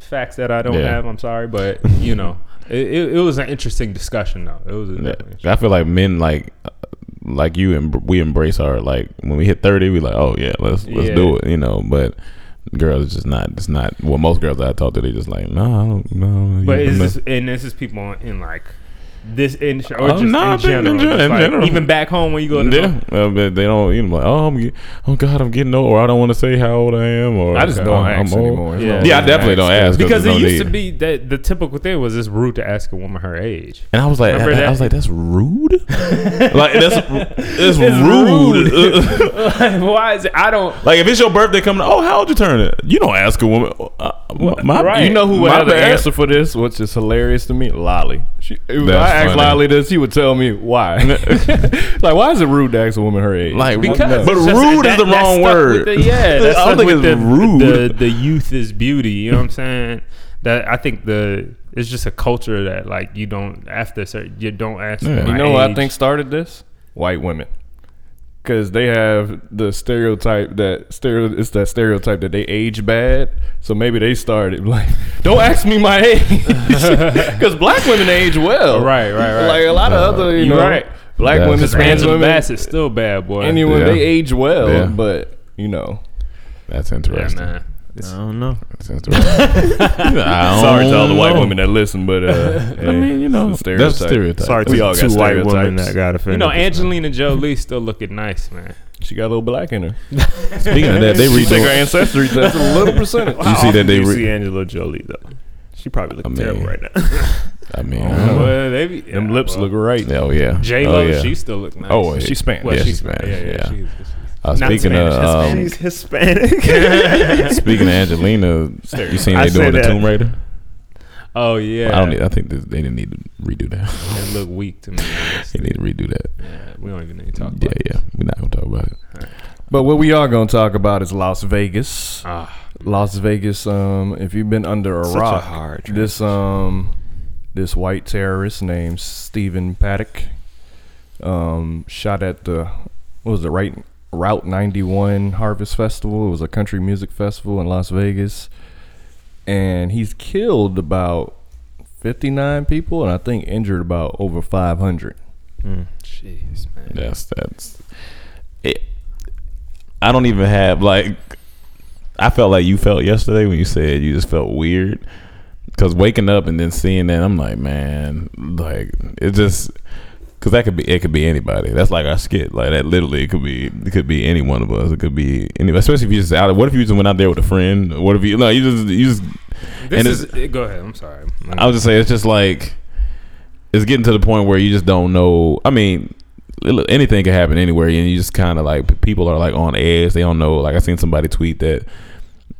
[SPEAKER 7] facts that I don't
[SPEAKER 1] Yeah.
[SPEAKER 7] have. I'm sorry, but
[SPEAKER 1] (laughs)
[SPEAKER 7] you know, it, it, it was an interesting discussion though. It was. A
[SPEAKER 1] Yeah. (laughs)
[SPEAKER 7] definitely-
[SPEAKER 1] I feel like men like uh, like you and we embrace our like when we hit thirty, we like oh yeah, let's let's
[SPEAKER 7] Yeah.
[SPEAKER 1] do it, you know. But girls it's just not it's not well most girls that I talk to they just like no I don't- no.
[SPEAKER 7] But
[SPEAKER 1] you-
[SPEAKER 7] is
[SPEAKER 1] no."
[SPEAKER 7] this and this is people in like this industry or
[SPEAKER 1] Oh,
[SPEAKER 7] just
[SPEAKER 1] nah, but
[SPEAKER 7] in
[SPEAKER 1] in
[SPEAKER 7] general,
[SPEAKER 1] gen-
[SPEAKER 7] just
[SPEAKER 1] in
[SPEAKER 7] like,
[SPEAKER 1] general.
[SPEAKER 7] even back home when you go to
[SPEAKER 1] yeah, uh, but they don't. You know, like, oh, I'm, get- oh, God, I'm getting old, or I don't want to say how old I am, or
[SPEAKER 6] I just don't
[SPEAKER 1] I'm- I'm
[SPEAKER 6] ask
[SPEAKER 1] old.
[SPEAKER 6] anymore. It's
[SPEAKER 7] Yeah.
[SPEAKER 6] not
[SPEAKER 1] Yeah, I
[SPEAKER 6] like
[SPEAKER 1] definitely
[SPEAKER 6] ask.
[SPEAKER 1] don't ask
[SPEAKER 7] because
[SPEAKER 1] there's
[SPEAKER 7] it
[SPEAKER 1] no
[SPEAKER 7] used to
[SPEAKER 1] need.
[SPEAKER 7] be that the typical thing was it's rude to ask a woman
[SPEAKER 1] (laughs)
[SPEAKER 7] her age.
[SPEAKER 1] And I was like, I,
[SPEAKER 7] Remember
[SPEAKER 1] I
[SPEAKER 7] that?
[SPEAKER 1] was like, that's
[SPEAKER 7] (laughs)
[SPEAKER 1] rude. like that's that's (laughs)
[SPEAKER 7] rude.
[SPEAKER 1] rude.
[SPEAKER 7] Why is it? I don't.
[SPEAKER 1] Like if it's your birthday coming, oh, how old you turning? You don't ask a woman. Uh, my,
[SPEAKER 7] Right.
[SPEAKER 6] You know who
[SPEAKER 1] my
[SPEAKER 6] had the
[SPEAKER 1] bad.
[SPEAKER 6] answer for this, which is hilarious to me? Lolly. She, if
[SPEAKER 1] That's
[SPEAKER 6] I asked
[SPEAKER 1] funny.
[SPEAKER 6] Lolly this, she would tell
[SPEAKER 1] (laughs)
[SPEAKER 6] me why. (laughs) like, why is it rude to ask a woman her age?
[SPEAKER 1] Like,
[SPEAKER 7] Because
[SPEAKER 1] but
[SPEAKER 7] it's just-
[SPEAKER 1] rude is
[SPEAKER 7] that-
[SPEAKER 1] the
[SPEAKER 7] that
[SPEAKER 1] wrong
[SPEAKER 7] stuck
[SPEAKER 1] word.
[SPEAKER 7] with the- yeah,
[SPEAKER 1] (laughs)
[SPEAKER 7] that's
[SPEAKER 1] I don't think it's
[SPEAKER 7] the,
[SPEAKER 1] rude.
[SPEAKER 7] The, the youth is beauty. You know what I'm saying? That I think the it's just a culture that like you don't after certain you don't ask.
[SPEAKER 1] Yeah.
[SPEAKER 7] my
[SPEAKER 6] you know, who I
[SPEAKER 7] age.
[SPEAKER 6] think started this white women. Because they have the stereotype that stereo, it's that stereotype that they age bad, so maybe they started (laughs) like, don't ask me my age, (laughs) because black women age well,
[SPEAKER 7] Right, right, right.
[SPEAKER 6] Like a lot
[SPEAKER 1] Uh,
[SPEAKER 6] of other, you
[SPEAKER 7] you
[SPEAKER 6] know,
[SPEAKER 7] right.
[SPEAKER 6] black
[SPEAKER 1] That's
[SPEAKER 6] women,
[SPEAKER 1] just
[SPEAKER 6] Spanish
[SPEAKER 7] Angela
[SPEAKER 6] women,
[SPEAKER 7] Bassett's still bad boy.
[SPEAKER 6] anyone
[SPEAKER 1] Yeah.
[SPEAKER 6] they age well,
[SPEAKER 1] Yeah.
[SPEAKER 6] but you know,
[SPEAKER 1] That's
[SPEAKER 7] yeah,
[SPEAKER 1] interesting.
[SPEAKER 7] man.
[SPEAKER 8] I don't know.
[SPEAKER 1] That's interesting.
[SPEAKER 6] Sorry to all the white women that listen, but (laughs) uh,
[SPEAKER 1] I mean, you know,
[SPEAKER 6] it's a
[SPEAKER 1] that's
[SPEAKER 6] stereotype.
[SPEAKER 1] stereotype.
[SPEAKER 8] Sorry to
[SPEAKER 6] We all
[SPEAKER 8] y'all
[SPEAKER 6] got
[SPEAKER 8] two white women
[SPEAKER 6] stereotypes.
[SPEAKER 8] that got offended.
[SPEAKER 7] You know, Angelina Jolie still looking nice, man.
[SPEAKER 6] she got a little black in her.
[SPEAKER 1] Speaking of that, they
[SPEAKER 6] (laughs) She take her
[SPEAKER 1] redoing. (laughs)
[SPEAKER 6] ancestry test a little percentage.
[SPEAKER 1] You see that they
[SPEAKER 8] you
[SPEAKER 1] re-
[SPEAKER 8] see Angela Jolie though. She probably looking
[SPEAKER 1] I mean,
[SPEAKER 8] terrible right now.
[SPEAKER 1] (laughs) I mean,
[SPEAKER 7] Well, they be,
[SPEAKER 6] Them lips look right.
[SPEAKER 1] oh yeah,
[SPEAKER 7] J Lo,
[SPEAKER 1] oh, yeah.
[SPEAKER 7] she still look nice.
[SPEAKER 1] Oh, yeah.
[SPEAKER 6] She's Spanish.
[SPEAKER 1] yeah,
[SPEAKER 7] she's
[SPEAKER 1] she's Spanish.
[SPEAKER 7] Yeah,
[SPEAKER 1] yeah.
[SPEAKER 7] yeah. She's,
[SPEAKER 1] Uh,
[SPEAKER 7] not
[SPEAKER 1] speaking of
[SPEAKER 7] Spanish,
[SPEAKER 1] um,
[SPEAKER 8] She's (laughs) Hispanic.
[SPEAKER 1] (laughs) speaking of Angelina, you seen
[SPEAKER 8] I
[SPEAKER 1] they doing
[SPEAKER 8] said
[SPEAKER 1] the
[SPEAKER 8] that.
[SPEAKER 1] Tomb Raider?
[SPEAKER 7] oh yeah,
[SPEAKER 1] I don't. e- Need, I think this, they didn't need to redo that. (laughs)
[SPEAKER 7] They look weak to me.
[SPEAKER 1] they need to redo that.
[SPEAKER 7] Yeah, we don't even need to talk
[SPEAKER 1] Yeah,
[SPEAKER 7] about it.
[SPEAKER 1] yeah. We're not gonna talk about it.
[SPEAKER 6] But what we are gonna talk about is Las Vegas.
[SPEAKER 7] Ah.
[SPEAKER 6] Las Vegas. Um, if you've been under a
[SPEAKER 8] a
[SPEAKER 6] rock,
[SPEAKER 8] hard
[SPEAKER 6] this um, this white terrorist named Stephen Paddock, um, shot at the what was the right Route 91 Harvest Festival. It was a country music festival in Las Vegas, and he's killed about 59 people, and I think injured about over 500.
[SPEAKER 7] Jeez, man.
[SPEAKER 1] That's that's. It, I don't even have like. I felt like you felt yesterday when you said you just felt weird. Cause waking up and then seeing that, I'm like, man, like it just. Cause that could be it could be anybody. That's like our skit. Like that literally it could be it could be any one of us. It could be any especially if you just out what if you just went out there with a friend? What if you no, you just you just
[SPEAKER 7] This
[SPEAKER 1] and
[SPEAKER 7] is, eh,
[SPEAKER 1] it's-
[SPEAKER 7] go ahead. I'm sorry.
[SPEAKER 1] I was just saying, it's just like it's getting to the point where you just don't know. I mean, li- anything can happen anywhere, and you just kind of like people are like on edge. They don't know. Like I seen somebody tweet that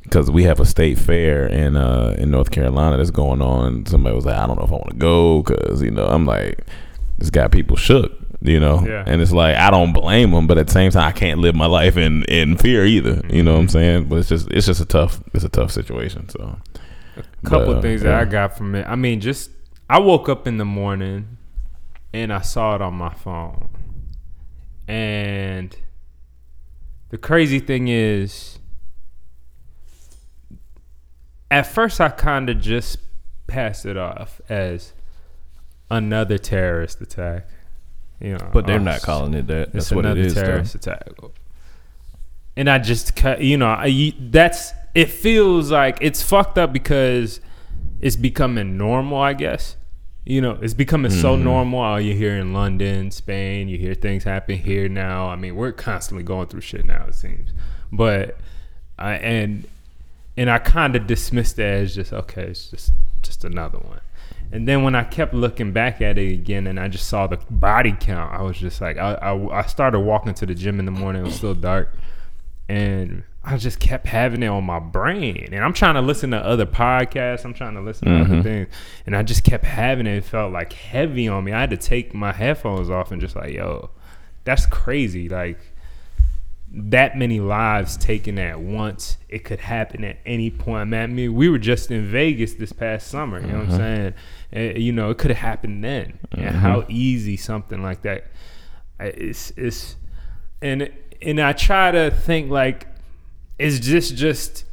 [SPEAKER 1] because we have a state fair in uh, in North Carolina that's going on. Somebody was like, I don't know if I want to go because you know I'm like this got people shook. You know,
[SPEAKER 7] Yeah.
[SPEAKER 1] and it's like I don't blame them, but at the same time, I can't live my life in in fear either. You know what I'm saying? But it's just it's just a tough it's a tough situation. So
[SPEAKER 7] couple
[SPEAKER 1] But, uh,
[SPEAKER 7] things
[SPEAKER 1] yeah.
[SPEAKER 7] that I got from it. I mean, just I woke up in the morning and I saw it on my phone. And the crazy thing is at first I kind of just passed it off as another terrorist attack. You know,
[SPEAKER 8] But they're
[SPEAKER 7] oh,
[SPEAKER 8] not calling it that.
[SPEAKER 7] it's
[SPEAKER 8] That's what it
[SPEAKER 7] another
[SPEAKER 8] is. though.
[SPEAKER 7] terrorist attack. And I just cut, you know, I, that's it feels like it's fucked up because it's becoming normal, I guess. You know, it's becoming so
[SPEAKER 8] Mm-hmm.
[SPEAKER 7] normal. All you hear in London, Spain, you hear things happen here now. I mean, we're constantly going through shit now, it seems. But I and and I kind of dismissed it as just okay, it's just just another one. And then when I kept looking back at it again, and I just saw the body count, I was just like, I, I, I started walking to the gym in the morning. It was still dark, and I just kept having it on my brain. And I'm trying to listen to other podcasts. I'm trying to listen to other things, and I just kept having it. It felt like heavy on me. I had to take my headphones off and just like, yo, that's crazy. Like that many lives taken at once. It could happen at any point. Man, I mean, we were just in Vegas this past summer. You know what I'm saying? And, you know, it could have happened then. And how easy something like that. I- It's it's, and and I try to think like, is this just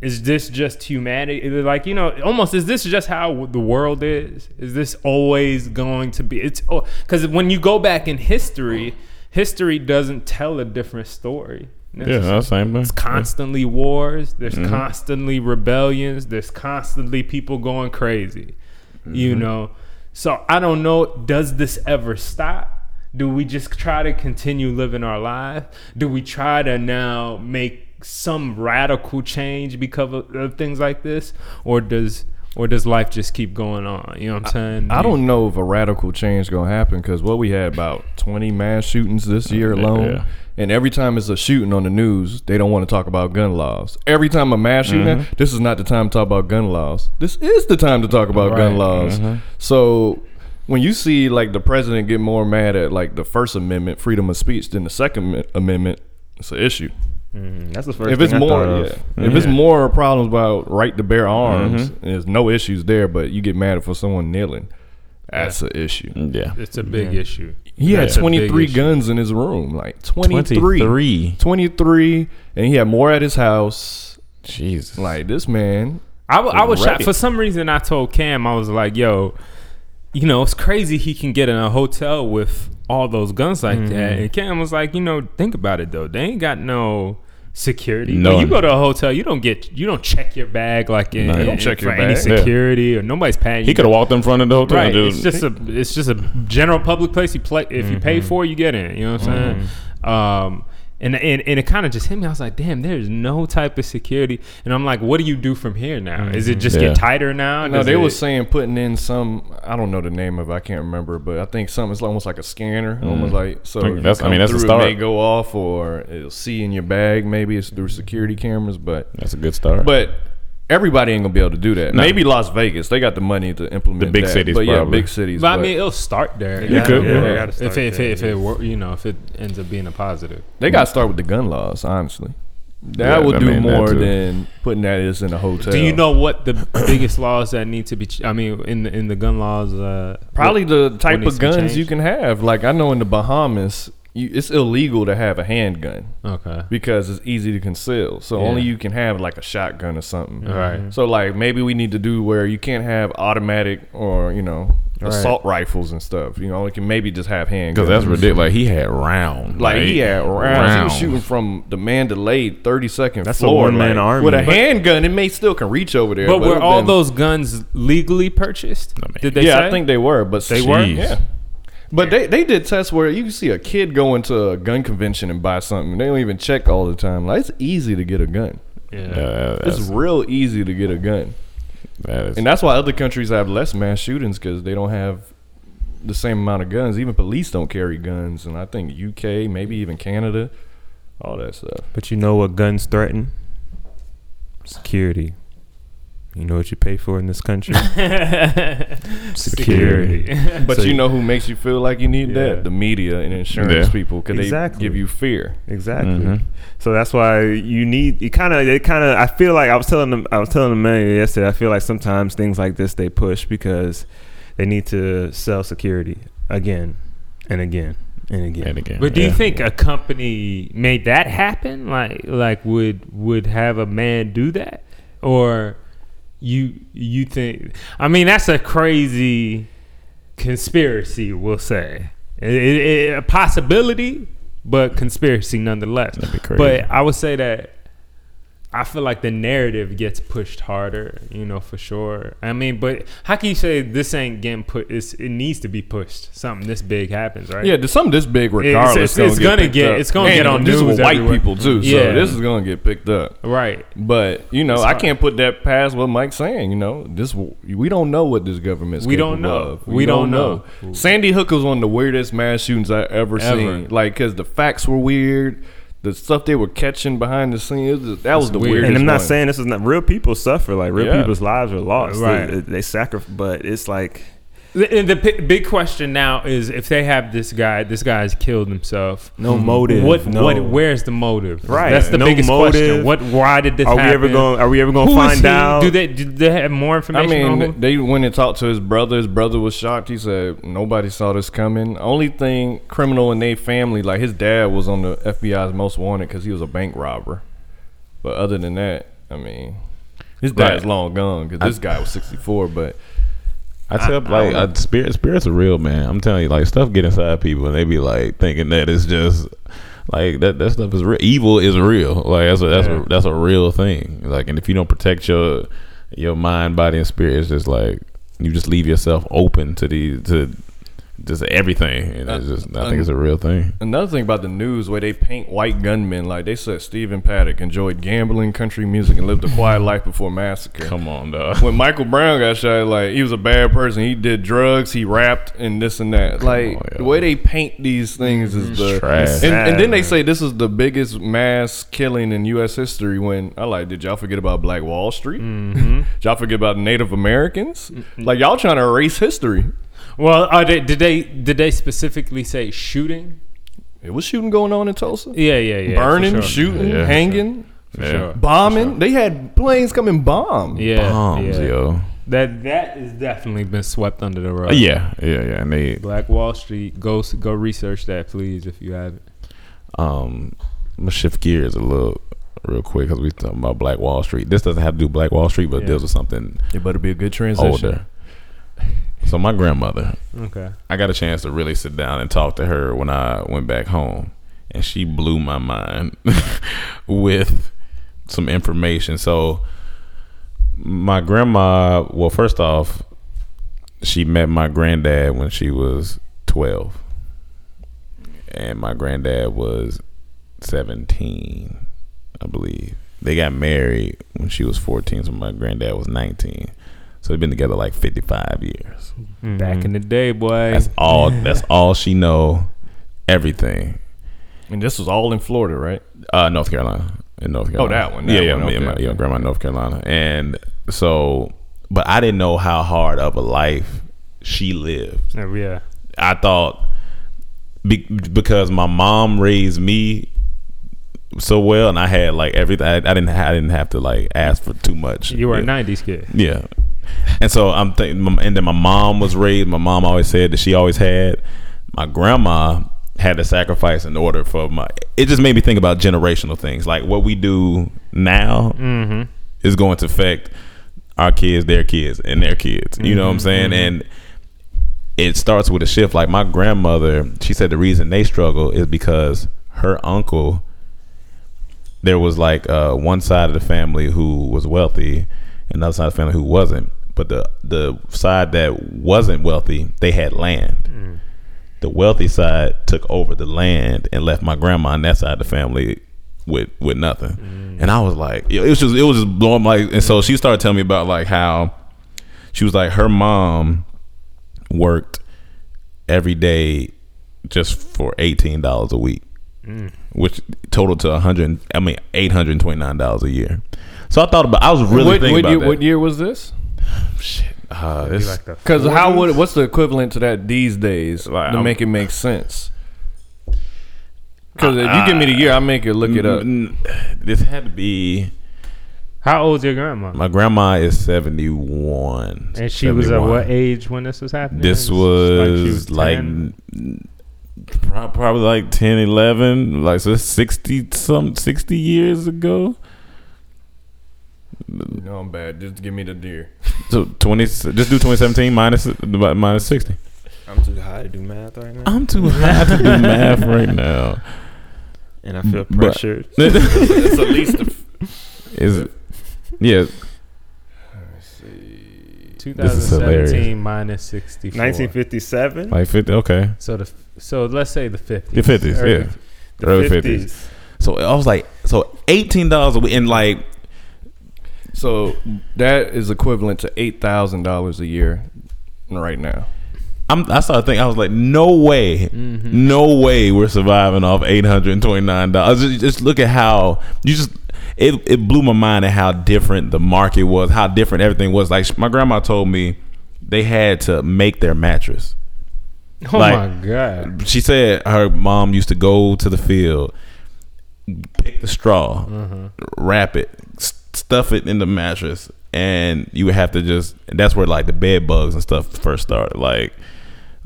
[SPEAKER 7] is this just humanity? Is it Like you know, almost is this just how the world is? Is this always going to be? It's because when you go back in history, history doesn't tell a different story.
[SPEAKER 1] yeah, that's the same thing.
[SPEAKER 7] There's constantly wars. There's
[SPEAKER 6] Mm-hmm.
[SPEAKER 7] constantly rebellions. There's constantly people going crazy. You
[SPEAKER 6] Mm-hmm.
[SPEAKER 7] know, so I don't know. Does this ever stop? Do we just try to continue living our life? Do we try to now make some radical change because of, of things like this, or does or does life just keep going on? You know what I'm saying?
[SPEAKER 6] I don't know if a radical change gonna happen because what we had about twenty mass shootings this year alone,
[SPEAKER 1] yeah.
[SPEAKER 6] and every time it's a shooting on the news, they don't want to talk about gun laws. Every time a mass shooting,
[SPEAKER 1] Mm-hmm.
[SPEAKER 6] this is not the time to talk about gun laws. This is the time to talk about gun laws.
[SPEAKER 1] mm-hmm.
[SPEAKER 6] So when you see like the president get more mad at like the First Amendment, freedom of speech, than the Second Am- Amendment, it's an issue.
[SPEAKER 8] That's the first.
[SPEAKER 6] If it's
[SPEAKER 8] thing I
[SPEAKER 6] more,
[SPEAKER 8] thought of.
[SPEAKER 6] yeah. if it's more problems about right to bear arms, and there's no issues there, but you get mad for someone kneeling. That's an issue.
[SPEAKER 1] Yeah. Mm.
[SPEAKER 7] It's a big issue.
[SPEAKER 6] He had
[SPEAKER 7] That's a big
[SPEAKER 6] 23
[SPEAKER 7] issue.
[SPEAKER 6] guns in his room, like 23, 23,
[SPEAKER 1] 23.
[SPEAKER 6] and he had more at his house.
[SPEAKER 1] Jesus.
[SPEAKER 6] Like this man,
[SPEAKER 7] I, w- I was shocked.
[SPEAKER 6] Reddit.
[SPEAKER 7] For some reason, I told Cam, I was like, yo, you know, it's crazy he can get in a hotel with all those guns like
[SPEAKER 1] Mm-hmm.
[SPEAKER 7] that. And Cam was like, you know, think about it though. They ain't got no security.
[SPEAKER 1] No.
[SPEAKER 7] When you go to a hotel, you don't get, you don't check your bag like in,
[SPEAKER 1] No, you don't
[SPEAKER 7] in-
[SPEAKER 6] check
[SPEAKER 7] for
[SPEAKER 6] your
[SPEAKER 7] any
[SPEAKER 6] bag.
[SPEAKER 1] Yeah.
[SPEAKER 7] security or nobody's patting
[SPEAKER 1] He
[SPEAKER 7] you
[SPEAKER 1] could have walked in front of the hotel.
[SPEAKER 7] Right.
[SPEAKER 1] and
[SPEAKER 7] It's just a
[SPEAKER 1] Mm-hmm.
[SPEAKER 7] it's just a general public place. You play if you pay for, it, you get in. You know what I'm saying? Um, And, and, and it kind of just hit me. I was like, damn, there's no type of security. And I'm like, what do you do from here now? Is it just
[SPEAKER 1] Mm-hmm. Yeah.
[SPEAKER 7] get tighter now?
[SPEAKER 6] No,
[SPEAKER 7] Does
[SPEAKER 6] they
[SPEAKER 7] it-
[SPEAKER 6] were saying putting in some. I don't know the name of. it. I can't remember, but I think something. It's almost like a scanner. Almost like so.
[SPEAKER 1] Okay,
[SPEAKER 6] you
[SPEAKER 1] that's- I
[SPEAKER 6] come
[SPEAKER 1] mean, that's a
[SPEAKER 6] through, it may
[SPEAKER 1] start.
[SPEAKER 6] go off, or it'll see in your bag. Maybe it's through security cameras, but
[SPEAKER 1] That's a good start.
[SPEAKER 6] but everybody ain't gonna be able to do that. Maybe Las Vegas. They got the money to implement
[SPEAKER 1] The big
[SPEAKER 6] that,
[SPEAKER 1] cities,
[SPEAKER 6] but yeah,
[SPEAKER 1] probably.
[SPEAKER 6] big cities.
[SPEAKER 7] But I
[SPEAKER 6] but
[SPEAKER 7] mean, it'll start there.
[SPEAKER 1] You could.
[SPEAKER 7] Yeah.
[SPEAKER 1] Yeah.
[SPEAKER 7] If, it, if, it, if it wor- you know, if it ends up being a positive.
[SPEAKER 6] they got to start with the gun laws. Honestly,
[SPEAKER 1] Yeah,
[SPEAKER 6] that would
[SPEAKER 1] I
[SPEAKER 6] do
[SPEAKER 1] mean, that
[SPEAKER 6] more
[SPEAKER 1] too.
[SPEAKER 6] than putting that is in a hotel.
[SPEAKER 7] Do you know what the biggest laws that need to be? Ch- I mean, in the in the gun laws, uh,
[SPEAKER 6] Probably the type
[SPEAKER 7] needs
[SPEAKER 6] of
[SPEAKER 7] to be
[SPEAKER 6] guns you
[SPEAKER 7] changed?
[SPEAKER 6] can have. Like I know in the Bahamas, you, it's illegal to have a handgun.
[SPEAKER 7] okay,
[SPEAKER 6] because it's easy to conceal. So
[SPEAKER 7] Yeah.
[SPEAKER 6] only you can have like a shotgun or something.
[SPEAKER 7] Right.
[SPEAKER 6] So like maybe we need to do where you can't have automatic or you know assault rifles and stuff. You know, you can maybe just have handguns.
[SPEAKER 1] because that's ridiculous. Like he had round.
[SPEAKER 6] Like he had rounds. He was
[SPEAKER 1] rounds.
[SPEAKER 6] shooting from the Mandalay thirty second
[SPEAKER 8] That's a
[SPEAKER 6] floor.
[SPEAKER 8] one-man
[SPEAKER 6] like,
[SPEAKER 8] army.
[SPEAKER 6] With a
[SPEAKER 8] But-
[SPEAKER 6] handgun, it may still can reach over there.
[SPEAKER 7] but were
[SPEAKER 6] it
[SPEAKER 7] all
[SPEAKER 6] been-
[SPEAKER 7] those guns legally purchased?
[SPEAKER 1] I mean-
[SPEAKER 7] Did they?
[SPEAKER 6] yeah,
[SPEAKER 7] say?
[SPEAKER 6] I think they were, but
[SPEAKER 1] They were? Jeez.
[SPEAKER 6] Yeah. But they, they did tests where you can see a kid go into a gun convention and buy something. They don't even check all the time. Like it's easy to get a gun.
[SPEAKER 7] Yeah.
[SPEAKER 1] Yeah, that-
[SPEAKER 6] It's
[SPEAKER 1] that's,
[SPEAKER 6] real easy to get a gun,
[SPEAKER 1] that is-
[SPEAKER 6] and that's why other countries have less mass shootings because they don't have the same amount of guns. Even police don't carry guns, and I think UK, maybe even Canada, all that stuff.
[SPEAKER 8] But you know what guns threaten? Security. You know what you pay for in this country?
[SPEAKER 7] (laughs)
[SPEAKER 8] Security.
[SPEAKER 6] But
[SPEAKER 8] So-
[SPEAKER 6] you know who makes you feel like you need
[SPEAKER 8] Yeah.
[SPEAKER 6] that? The media and insurance
[SPEAKER 1] Yeah.
[SPEAKER 6] people, because
[SPEAKER 8] Exactly.
[SPEAKER 6] they give you fear.
[SPEAKER 8] Exactly.
[SPEAKER 1] Mhm.
[SPEAKER 8] So that's why you need. You kind of. It kind of. I feel like I was telling them. I was telling the man yesterday. I feel like sometimes things like this they push because they need to sell security again and again and again.
[SPEAKER 1] and again.
[SPEAKER 7] But do you
[SPEAKER 1] yeah.
[SPEAKER 7] think a company made that happen? Like, like would would have a man do that, or you you think? I mean, that's a crazy conspiracy. We'll say It- it- it- a possibility, but conspiracy nonetheless.
[SPEAKER 1] That'd be crazy.
[SPEAKER 7] But I would say that I feel like the narrative gets pushed harder, you know, for sure. I mean, but how can you say this ain't getting put? It's, it needs to be pushed. Something this big happens, right?
[SPEAKER 6] Yeah, there's something this big regardless.
[SPEAKER 7] it's- it's gonna
[SPEAKER 6] picked
[SPEAKER 7] get-
[SPEAKER 6] up.
[SPEAKER 7] it's gonna
[SPEAKER 6] And
[SPEAKER 7] get on
[SPEAKER 6] This
[SPEAKER 7] news
[SPEAKER 6] is white
[SPEAKER 7] everywhere.
[SPEAKER 6] people too,
[SPEAKER 7] Yeah.
[SPEAKER 6] so this is gonna get picked up.
[SPEAKER 7] Right.
[SPEAKER 6] But you know,
[SPEAKER 7] It's
[SPEAKER 6] I
[SPEAKER 7] hard.
[SPEAKER 6] can't put that past what Mike's saying. You know, this we don't know what this government's.
[SPEAKER 7] We don't
[SPEAKER 6] capable
[SPEAKER 7] know.
[SPEAKER 6] of.
[SPEAKER 7] We don't know.
[SPEAKER 6] Sandy Hook was one of the weirdest mass shootings I
[SPEAKER 7] Ever.
[SPEAKER 6] ever, seen. Like, cause the facts were weird. The stuff they were catching behind the scenes, that was the
[SPEAKER 7] weird.
[SPEAKER 6] weirdest.
[SPEAKER 8] And I'm not
[SPEAKER 6] one.
[SPEAKER 8] saying this is not real. People suffer. Like real
[SPEAKER 6] Yeah.
[SPEAKER 8] people's lives are lost.
[SPEAKER 7] Right.
[SPEAKER 8] They, they sacrifice. But it's like
[SPEAKER 7] The, and the pi big question now is if they have this guy, this guy's killed himself.
[SPEAKER 8] no motive.
[SPEAKER 7] what?
[SPEAKER 8] no.
[SPEAKER 7] What? Where's the motive?
[SPEAKER 8] Right.
[SPEAKER 7] That's the
[SPEAKER 8] No
[SPEAKER 7] biggest question.
[SPEAKER 8] motive.
[SPEAKER 7] What? Why did this?
[SPEAKER 8] Are we
[SPEAKER 7] happen?
[SPEAKER 8] ever going? Are we ever going
[SPEAKER 7] Who
[SPEAKER 8] to
[SPEAKER 7] is
[SPEAKER 8] find
[SPEAKER 7] he?
[SPEAKER 8] out?
[SPEAKER 7] Do they? Do they have more
[SPEAKER 6] I
[SPEAKER 7] information? on
[SPEAKER 6] mean,
[SPEAKER 7] who?
[SPEAKER 6] they went and talked to his brother. His brother was shocked. He said nobody saw this coming. Only thing criminal in their family, like his dad, was on the FBI's most wanted because he was a bank robber. But other than that, I mean, his
[SPEAKER 1] Right.
[SPEAKER 6] dad's long gone because this guy was sixty four. But
[SPEAKER 1] I tell like uh, spirit spirits are real, man. I'm telling you, like stuff get inside people, and they be like thinking that it's just like that. That stuff is real. Evil is real. Like that's a that's
[SPEAKER 8] Yeah.
[SPEAKER 1] a that's a real thing. Like, and if you don't protect your your mind, body, and spirit, it's just like you just leave yourself open to the to just everything. And it's just I think it's a real thing.
[SPEAKER 6] another thing about the news where they paint white gunmen, like they said Stephen Paddock enjoyed gambling, country music, and lived a quiet life before massacre.
[SPEAKER 1] Come on, dog.
[SPEAKER 6] when Michael Brown got shot, like he was a bad person. He did drugs, he rapped, and this and that. Like
[SPEAKER 1] on, yo.
[SPEAKER 6] the way they paint these things is the
[SPEAKER 1] Mm-hmm. trash.
[SPEAKER 6] And, and then they
[SPEAKER 8] Sad.
[SPEAKER 6] say this is the biggest mass killing in U.S. history. When I like, did y'all forget about Black Wall Street?
[SPEAKER 1] Mm-hmm.
[SPEAKER 6] did (laughs) y'all forget about Native Americans? Like y'all trying to erase history?
[SPEAKER 7] well, are they, did they? Did they specifically say shooting?
[SPEAKER 6] It was shooting going on in Tulsa,
[SPEAKER 7] Yeah, yeah, yeah. for
[SPEAKER 6] burning,
[SPEAKER 7] sure.
[SPEAKER 6] shooting,
[SPEAKER 1] Yeah, for
[SPEAKER 6] hanging,
[SPEAKER 1] Yeah.
[SPEAKER 7] sure.
[SPEAKER 6] bombing. They had planes coming bomb.
[SPEAKER 7] Yeah,
[SPEAKER 1] Bombs,
[SPEAKER 7] yeah.
[SPEAKER 1] yo.
[SPEAKER 7] That that has definitely been swept under the rug.
[SPEAKER 1] Yeah, yeah, yeah. And they
[SPEAKER 7] Black Wall Street. Go s- go research that, please, if you haven't.
[SPEAKER 1] um, I'm gonna shift gears a little real quick because we talking about Black Wall Street. This doesn't have to do with Black Wall Street, but it
[SPEAKER 7] Yeah.
[SPEAKER 1] deals with something
[SPEAKER 6] It better be a good transition.
[SPEAKER 1] older. So my grandmother,
[SPEAKER 7] Okay.
[SPEAKER 1] I got a chance to really sit down and talk to her when I went back home, and she blew my mind (laughs) with some information. So my grandma, well, first off, she met my granddad when she was twelve, and my granddad was 17, I believe. They got married when she was 14, so my granddad was 19. So they've been together like 55 years.
[SPEAKER 7] Back in the day, boy.
[SPEAKER 1] That's all. That's all she know. Everything.
[SPEAKER 6] And this was all in Florida, right?
[SPEAKER 1] Uh, North Carolina. In North Carolina.
[SPEAKER 6] Oh, that one, that
[SPEAKER 1] yeah, yeah,
[SPEAKER 6] one,
[SPEAKER 1] me and my,
[SPEAKER 6] okay.
[SPEAKER 1] yeah, grandma in North Carolina. And so, but I didn't know how hard of a life she lived.
[SPEAKER 8] Oh, yeah.
[SPEAKER 1] I thought be, because my mom raised me so well, and I had like everything. I, I didn't. I didn't have to like ask for too much.
[SPEAKER 7] you were
[SPEAKER 1] yeah.
[SPEAKER 7] a 90s kid.
[SPEAKER 1] Yeah. And so I'm thinking, and then my mom was raised. My mom always said that she always had. My grandma had to sacrifice in order for my. It just made me think about generational things, like what we do now is going to affect our kids, their kids, and their kids. You know what I'm saying? And it starts with a shift. Like my grandmother, she said the reason they struggle is because her uncle there was like uh, one side of the family who was wealthy and another side of the family who wasn't. But the the side that wasn't wealthy, they had land. The wealthy side took over the land and left my grandma on that side of the family with with nothing. And I was like, it was just it was just blowing my. And so she started telling me about like how she was like her mom worked every day just for eighteen dollars a week which totaled to 100 I mean 829 dollars a year. So I thought about I was really
[SPEAKER 6] what,
[SPEAKER 1] thinking
[SPEAKER 6] what
[SPEAKER 1] about
[SPEAKER 6] year,
[SPEAKER 1] that.
[SPEAKER 6] what year was this?
[SPEAKER 1] Uh, this-
[SPEAKER 6] Because how would what's the equivalent to that these days
[SPEAKER 1] Like,
[SPEAKER 6] to
[SPEAKER 1] I'm-
[SPEAKER 6] make it make sense? Because if you give me the year, I make it look it up.
[SPEAKER 1] n- this had to be
[SPEAKER 7] How old's your grandma?
[SPEAKER 1] my grandma is 71.
[SPEAKER 7] and she was at
[SPEAKER 1] 71.
[SPEAKER 7] what age when this was happening?
[SPEAKER 1] This
[SPEAKER 7] It like she
[SPEAKER 1] was like
[SPEAKER 7] 10.
[SPEAKER 1] prob- probably like 10 11 like so it's 60 some 60 years ago.
[SPEAKER 6] No, I'm bad. Just give me the deer.
[SPEAKER 1] So 20 just do 2017 minus minus 60.
[SPEAKER 8] I'm too high to do math right now.
[SPEAKER 1] I'm too high to do math
[SPEAKER 8] (laughs)
[SPEAKER 1] right now.
[SPEAKER 8] And I feel
[SPEAKER 1] But-
[SPEAKER 8] pressured.
[SPEAKER 6] It's at least the
[SPEAKER 1] is it? Yeah,
[SPEAKER 7] 2017
[SPEAKER 1] hilarious.
[SPEAKER 7] minus 64.
[SPEAKER 8] 1957?
[SPEAKER 1] like 50 okay.
[SPEAKER 7] So the f- so let's say the 50s.
[SPEAKER 1] The 50s,
[SPEAKER 7] Early-
[SPEAKER 1] yeah. early 50s. So I was like, so eighteen dollars a week, and like,
[SPEAKER 6] so that is equivalent to eight thousand dollars a year right now.
[SPEAKER 1] I'm, I started thinking, I was like, no way, no way, we're surviving off eight hundred and twenty nine dollars. Just, just look at how you just. It, it blew my mind at how different the market was, how different everything was. Like my grandma told me, they had to make their mattress.
[SPEAKER 7] Oh
[SPEAKER 1] Like-
[SPEAKER 7] my god.
[SPEAKER 1] She said her mom used to go to the field, pick the straw,
[SPEAKER 7] Mm-hmm.
[SPEAKER 1] wrap it, s- stuff it in the mattress, and you would have to just. and that's where like the bed bugs and stuff first started. Like,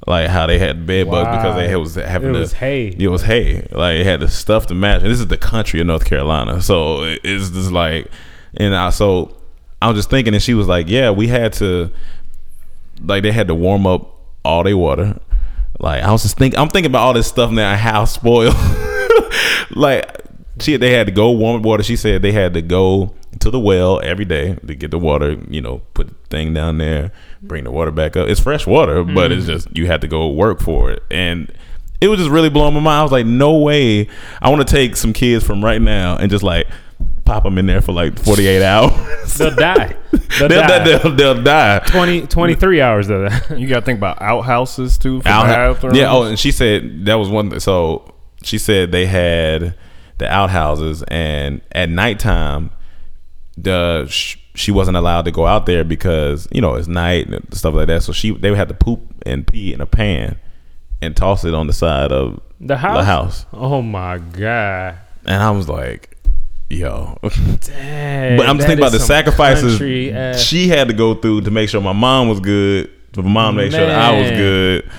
[SPEAKER 1] like how they had bed bugs because they had,
[SPEAKER 7] Wow.
[SPEAKER 1] was having
[SPEAKER 7] It
[SPEAKER 1] to,
[SPEAKER 7] was hay.
[SPEAKER 1] It was hay. Like it had to stuff the mattress. And this is the country of North Carolina, so it- it's just like, and I so I was just thinking, and she was like, "Yeah, we had to." like they had to warm up all their water. Like I was just think I'm thinking about all this stuff now (laughs) and how spoiled. like she they had to go warm up water. She said they had to go to the well every day to get the water, you know, put the thing down there, bring the water back up. It's fresh water, but
[SPEAKER 7] Mm.
[SPEAKER 1] it's just you had to go work for it. And it was just really blowing my mind. I was like, no way. I want to take some kids from right now and just like pop them in there for like 48 (laughs) hours. (laughs)
[SPEAKER 7] They'll die. They'll,
[SPEAKER 1] they'll, they'll,
[SPEAKER 7] die.
[SPEAKER 1] they'll, they'll die.
[SPEAKER 7] 20, 23 hours of that.
[SPEAKER 6] You got to think about outhouses too. For
[SPEAKER 1] Out-
[SPEAKER 6] bathrooms.
[SPEAKER 1] yeah. Oh, and she said that was one. So she said they had the outhouses, and at nighttime, the sh- she wasn't allowed to go out there because you know it's night and stuff like that. So she they would have to poop and pee in a pan and toss it on the side of
[SPEAKER 7] (laughs) The house?
[SPEAKER 1] The house.
[SPEAKER 7] Oh my god.
[SPEAKER 1] And I was like,
[SPEAKER 7] (laughs)
[SPEAKER 1] yo.
[SPEAKER 7] Dang,
[SPEAKER 1] But I'm
[SPEAKER 7] that
[SPEAKER 1] just thinking
[SPEAKER 7] is
[SPEAKER 1] about the
[SPEAKER 7] some
[SPEAKER 1] sacrifices
[SPEAKER 7] country ass-
[SPEAKER 1] she had to go through to make sure my mom was good, for my mom to make sure that I was
[SPEAKER 7] Man.
[SPEAKER 1] good.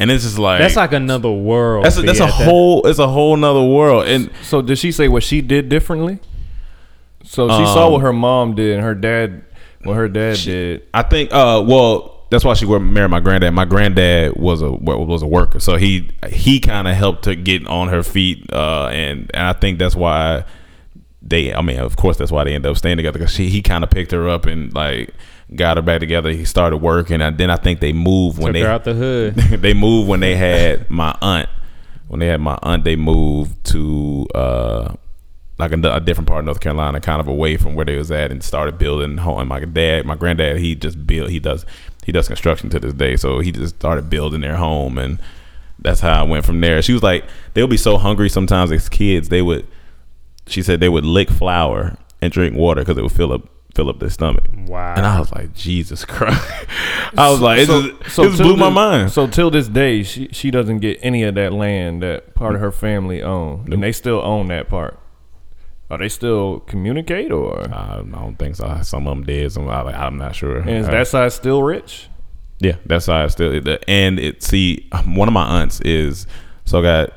[SPEAKER 1] And it's just like
[SPEAKER 7] that's like another world.
[SPEAKER 1] That's a,
[SPEAKER 7] to
[SPEAKER 1] that's
[SPEAKER 7] be
[SPEAKER 1] a
[SPEAKER 7] at that.
[SPEAKER 1] whole it's a whole nother world. And
[SPEAKER 6] So did she say what she did differently? So she saw
[SPEAKER 1] Um,
[SPEAKER 6] what her mom did and her dad, what her dad did.
[SPEAKER 1] I think uh well that's why she wor- married my granddad. My granddad was a wa- was a worker, so he he kind of helped her get on her feet, uh, and and I think that's why they. I mean, of course, that's why they ended up staying together because she he kind of picked her up and like got her back together. He started working, and then I think they moved when
[SPEAKER 7] Took
[SPEAKER 1] (laughs)
[SPEAKER 7] her
[SPEAKER 1] they
[SPEAKER 7] out the hood.
[SPEAKER 1] they moved when they had my aunt, when they had my aunt, they moved to uh, like a, a different part of North Carolina, kind of away from where they was at, and started building home. And my dad, my granddad, he just built. He does he does construction to this day, so he just started building their home, and that's how I went from there. She was like, they'll be so hungry sometimes as kids, they would. She said they would lick flour and drink water because it would fill up fill up their stomach.
[SPEAKER 8] Wow.
[SPEAKER 1] And I was like, Jesus Christ! (laughs) I was like, it
[SPEAKER 6] so,
[SPEAKER 1] just,
[SPEAKER 6] so
[SPEAKER 1] it just
[SPEAKER 6] till
[SPEAKER 1] blew my
[SPEAKER 6] this-
[SPEAKER 1] mind.
[SPEAKER 6] So till this day, she she doesn't get any of that land that part of her family owned, and they still own that part. Are they still communicate or?
[SPEAKER 1] I don't- I don't think so. Some of them did. Some I, like, I'm not sure.
[SPEAKER 6] And is
[SPEAKER 1] Uh,
[SPEAKER 6] that side still rich?
[SPEAKER 1] yeah, that's how I still. it- And it see (laughs) one of my aunts is so I got